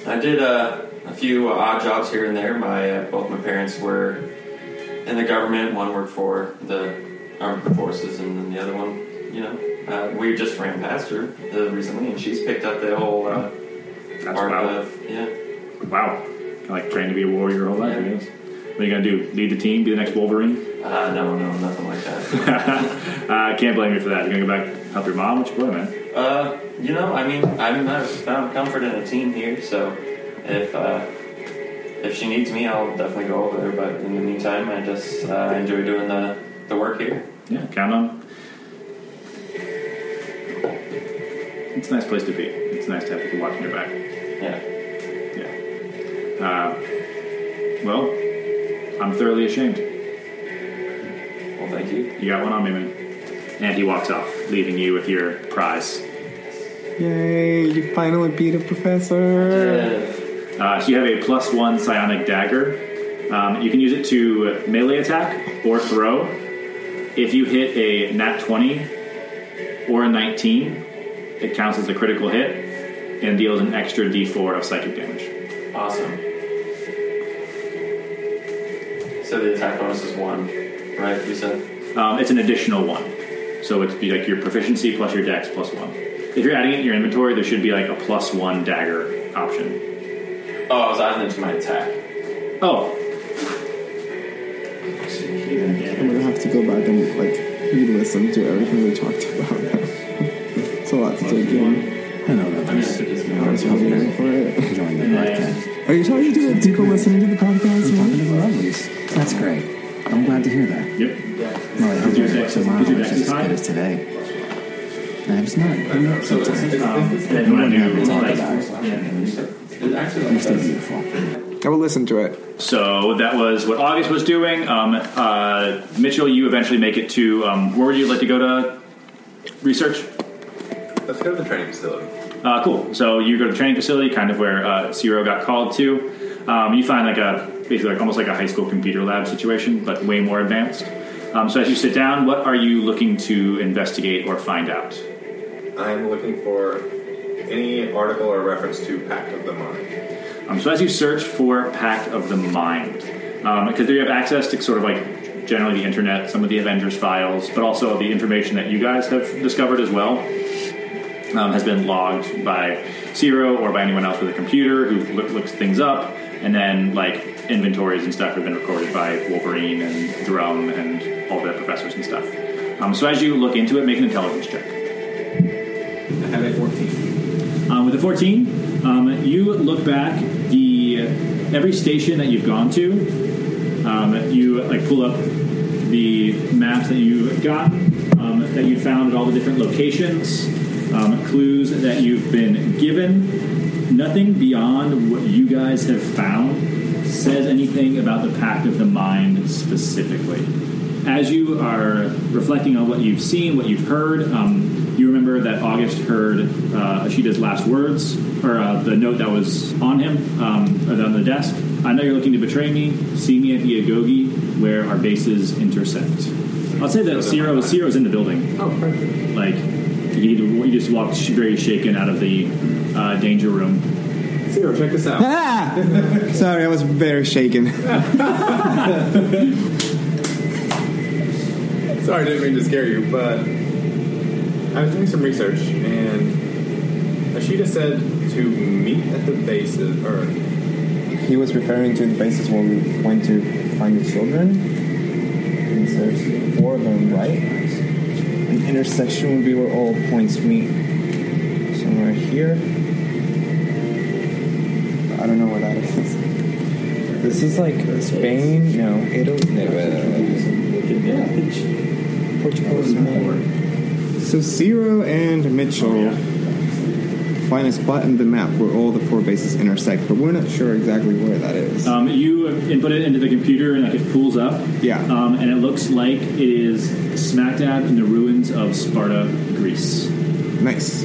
[SPEAKER 4] I did uh, a few uh, odd jobs here and there. My uh, both my parents were in the government. One worked for the armed forces, and then the other one, you know, uh, we just ran past her uh, recently, and she's picked up the whole uh,
[SPEAKER 2] That's
[SPEAKER 4] art
[SPEAKER 2] wow.
[SPEAKER 4] of yeah.
[SPEAKER 2] Wow, I like trained to be a warrior your whole life. I guess. What are you gonna do? Lead the team? Be the next Wolverine? <laughs>
[SPEAKER 4] Uh, no, no, nothing like that.
[SPEAKER 2] I can't blame you for that. You're gonna go back help your mom. What you play, man?
[SPEAKER 4] uh, you know, I mean, I mean, I've found comfort in a team here, so if. Uh, if she needs me, I'll definitely go over there. But in the meantime, I just uh, enjoy doing the, the work here.
[SPEAKER 2] Yeah, count on. It's a nice place to be. It's nice to have people watching your back.
[SPEAKER 4] Yeah.
[SPEAKER 2] Yeah. Uh, well, I'm thoroughly ashamed.
[SPEAKER 4] Well, thank you.
[SPEAKER 2] You got one on me, man. And he walks off, leaving you with your prize.
[SPEAKER 7] Yay, you finally beat a professor.
[SPEAKER 4] Uh,
[SPEAKER 2] Uh, so you have a plus one psionic dagger. Um, you can use it to melee attack or throw. If you hit a nat 20 or a 19, it counts as a critical hit and deals an extra d4 of psychic damage.
[SPEAKER 4] Awesome. So the attack bonus is one, right? You said.
[SPEAKER 2] Um, it's an additional one. So it'd be like your proficiency plus your dex plus one. If you're adding it in your inventory, there should be like a plus one dagger option.
[SPEAKER 4] Oh, I was adding it to my attack.
[SPEAKER 2] Oh.
[SPEAKER 7] I'm gonna have to go back and like re-listen to everything we talked about. <laughs> it's a lot to take in.
[SPEAKER 3] I know that there's hours of
[SPEAKER 7] waiting for it.
[SPEAKER 3] Join the podcast.
[SPEAKER 7] Are you talking to the people listening to the podcast?
[SPEAKER 3] Talking to the lovelies. That's great. I'm glad to hear that.
[SPEAKER 2] Yep. Um,
[SPEAKER 3] Well, I hope
[SPEAKER 2] Is your
[SPEAKER 3] your
[SPEAKER 2] dex-
[SPEAKER 3] tomorrow
[SPEAKER 2] is your
[SPEAKER 3] is
[SPEAKER 2] dex
[SPEAKER 3] as
[SPEAKER 2] high?
[SPEAKER 3] good as today. And it's not. I know.
[SPEAKER 2] Um,
[SPEAKER 3] Sometimes.
[SPEAKER 2] then
[SPEAKER 3] You
[SPEAKER 2] when
[SPEAKER 3] wouldn't
[SPEAKER 2] you
[SPEAKER 3] have to talk
[SPEAKER 2] like-
[SPEAKER 3] about it. It's still beautiful.
[SPEAKER 7] I will listen to it.
[SPEAKER 2] So that was what August was doing. Um, uh, Mitchell, you eventually make it to um, where would you like to go to research?
[SPEAKER 6] Let's go to the training facility.
[SPEAKER 2] Uh, cool. So you go to the training facility, kind of where uh, Ciro got called to. Um, you find like a basically like, almost like a high school computer lab situation, but way more advanced. Um, so as you sit down, what are you looking to investigate or find out?
[SPEAKER 6] I'm looking for any article or reference to Pact of the Mind.
[SPEAKER 2] Um, so as you search for Pact of the Mind, because there you have access to sort of like generally the internet, some of the Avengers files, but also the information that you guys have discovered as well um, has been logged by Zero or by anyone else with a computer who look, looks things up, and then like inventories and stuff have been recorded by Wolverine and Drum and all the professors and stuff. Um, so as you look into it, make an intelligence check.
[SPEAKER 6] I have a 14.
[SPEAKER 2] Um, with the 14, um, you look back the every station that you've gone to. Um, you like pull up the maps that you've gotten, um, that you found at all the different locations, um, clues that you've been given. Nothing beyond what you guys have found says anything about the Pact of the Mind specifically as you are reflecting on what you've seen, what you've heard, um, you remember that August heard uh, Ashida's last words, or uh, the note that was on him, um, or on the desk. I know you're looking to betray me. See me at Iagogi, where our bases intersect. I'll say that Ciro, Ciro's in the building.
[SPEAKER 21] Oh, perfect.
[SPEAKER 2] Like, he, he just walked sh- very shaken out of the uh, danger room.
[SPEAKER 6] Zero, check this out.
[SPEAKER 7] Ah! Sorry, I was very shaken.
[SPEAKER 6] Sorry, I didn't mean to scare you, but I was doing some research, and Ashita said to meet at the base of Earth.
[SPEAKER 7] He was referring to the basis where we went to find the children. And there's four of them, right? An intersection would be where all points meet. Somewhere here. I don't know where that is. This is like Spain? No, Italy. uh, Portugal is more.
[SPEAKER 22] So Zero and Mitchell
[SPEAKER 7] Oh, find a spot in the map where all the four bases intersect, but we're not sure exactly where that is.
[SPEAKER 2] Um, you input it into the computer, and like it pulls up.
[SPEAKER 7] Yeah.
[SPEAKER 2] Um, and it looks like it is smack dab in the ruins of Sparta, Greece.
[SPEAKER 7] Nice.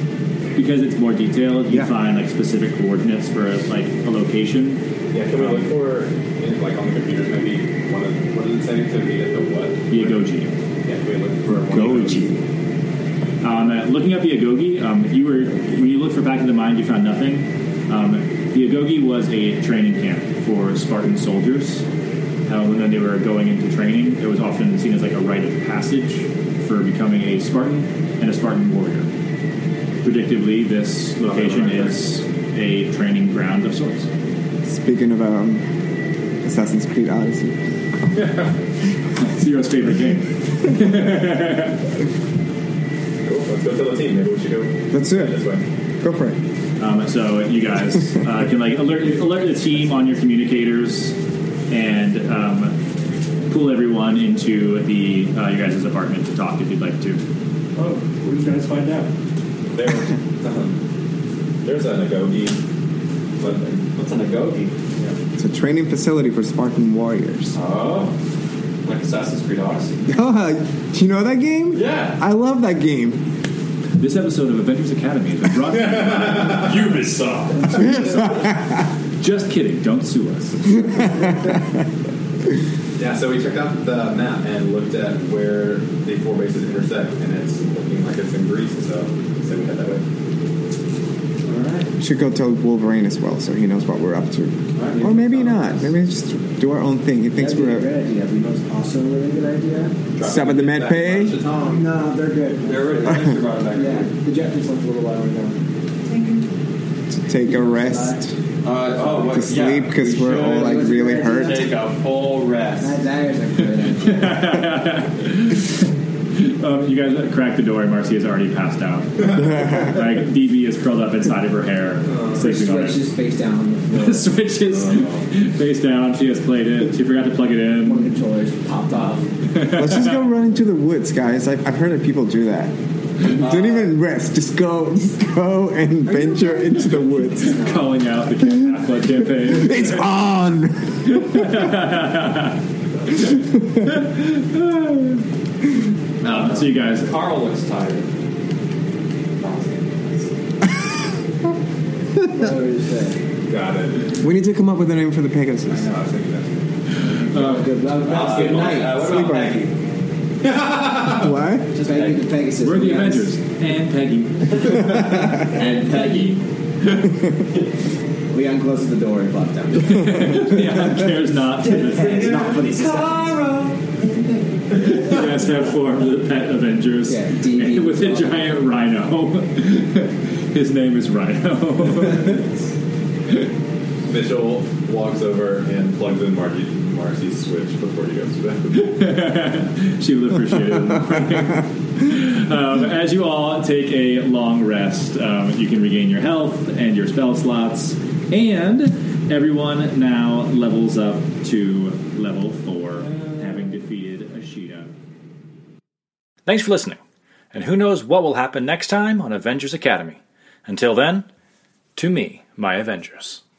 [SPEAKER 2] Because it's more detailed, you
[SPEAKER 7] Yeah.
[SPEAKER 2] find like specific coordinates for like a location.
[SPEAKER 6] Yeah, can we look for, in, like, on the computers, maybe one of, what did it say to meet at the what?
[SPEAKER 2] Iagogi.
[SPEAKER 6] Yeah, can we look for one of those?
[SPEAKER 2] Goji. Um, uh, looking up Iagogi, um, you were when you looked for Back of the Mind, you found nothing. Um, Iagogi was a training camp for Spartan soldiers. Uh, when they were going into training, it was often seen as like a rite of passage for becoming a Spartan and a Spartan warrior. Predictably, this location is a training ground of sorts.
[SPEAKER 7] Speaking of um, Assassin's Creed Odyssey.
[SPEAKER 2] Zero's favorite game.
[SPEAKER 6] Cool, let's go to the team. Maybe we should go
[SPEAKER 7] That's
[SPEAKER 6] this
[SPEAKER 7] it.
[SPEAKER 6] way.
[SPEAKER 7] Go for it.
[SPEAKER 2] Um, so you guys uh, can like alert alert the team on your communicators and um, pull everyone into the uh, your guys' apartment to talk if you'd like to.
[SPEAKER 21] Oh, what did you guys find out?
[SPEAKER 6] There, um, there's a Nagogi. What- What's a Nagogi? Yeah.
[SPEAKER 7] It's a training facility for Spartan warriors. <laughs>
[SPEAKER 4] Oh, like Assassin's Creed Odyssey.
[SPEAKER 7] Do you know that game?
[SPEAKER 4] Yeah.
[SPEAKER 7] I love that game.
[SPEAKER 2] <laughs> This episode of Avengers Academy is brought to you by Ubisoft. Just kidding. Don't sue us. <laughs>
[SPEAKER 6] Yeah, so we checked out the map and looked at where the four bases intersect, and it's looking like it's in Greece, so so we head that way.
[SPEAKER 7] We should go tell Wolverine as well, so he knows what we're up to. Or maybe not. Maybe it's just do our own thing. He thinks
[SPEAKER 3] That'd be a
[SPEAKER 7] we're
[SPEAKER 3] great idea. Reno's also a really good idea.
[SPEAKER 7] Stop at the med pay.
[SPEAKER 3] No, they're good.
[SPEAKER 4] They're
[SPEAKER 3] Yeah, the jet just left a little while ago.
[SPEAKER 7] to take a rest,
[SPEAKER 4] Uh, oh,
[SPEAKER 7] to
[SPEAKER 4] what, yeah.
[SPEAKER 7] sleep because we're all like really hurt.
[SPEAKER 4] Take a full rest.
[SPEAKER 3] <laughs>
[SPEAKER 2] Um, you guys crack the door, and Marcy has already passed out. like DB is curled up inside of her hair, sleeping on it.
[SPEAKER 3] Switches face down on the
[SPEAKER 2] <laughs>
[SPEAKER 3] floor.
[SPEAKER 2] Switches face down. She has played it. She forgot to plug it in. <laughs> One
[SPEAKER 3] controllers popped off.
[SPEAKER 7] Let's just go <laughs> run into the woods, guys. I've, I've heard of people do that. Don't even rest. Just go, <laughs> just go and venture into the woods.
[SPEAKER 2] Calling out the Affleck campaign. <laughs>
[SPEAKER 7] It's on.
[SPEAKER 2] um, so you guys,
[SPEAKER 4] Carl looks tired.
[SPEAKER 6] Got it.
[SPEAKER 7] We need to come up with a name for the Pegasus.
[SPEAKER 6] I was thinking that.
[SPEAKER 3] Uh,
[SPEAKER 4] Good night. Sleep
[SPEAKER 7] on What?
[SPEAKER 3] Just Peggy the Pegasus.
[SPEAKER 2] we're the
[SPEAKER 3] Yes.
[SPEAKER 2] Avengers, and Peggy.
[SPEAKER 4] and Peggy.
[SPEAKER 3] Leon closes the door and plopped
[SPEAKER 2] <laughs>
[SPEAKER 3] down.
[SPEAKER 4] <laughs>
[SPEAKER 2] yeah, cares not.
[SPEAKER 3] it's not for these
[SPEAKER 2] You guys have formed the Pet Avengers
[SPEAKER 3] Yeah, DB
[SPEAKER 2] <laughs> with a giant rhino. <laughs> His name is Rhino. <laughs>
[SPEAKER 6] Mitchell walks over and plugs in Margie, Marcy's switch before he goes to bed.
[SPEAKER 2] she lived for shit. um, as you all take a long rest, um, you can regain your health and your spell slots, and everyone now levels up to level four, having defeated Ashita.
[SPEAKER 1] Thanks for listening, and who knows what will happen next time on Avengers Academy. Until then, to me, my Avengers.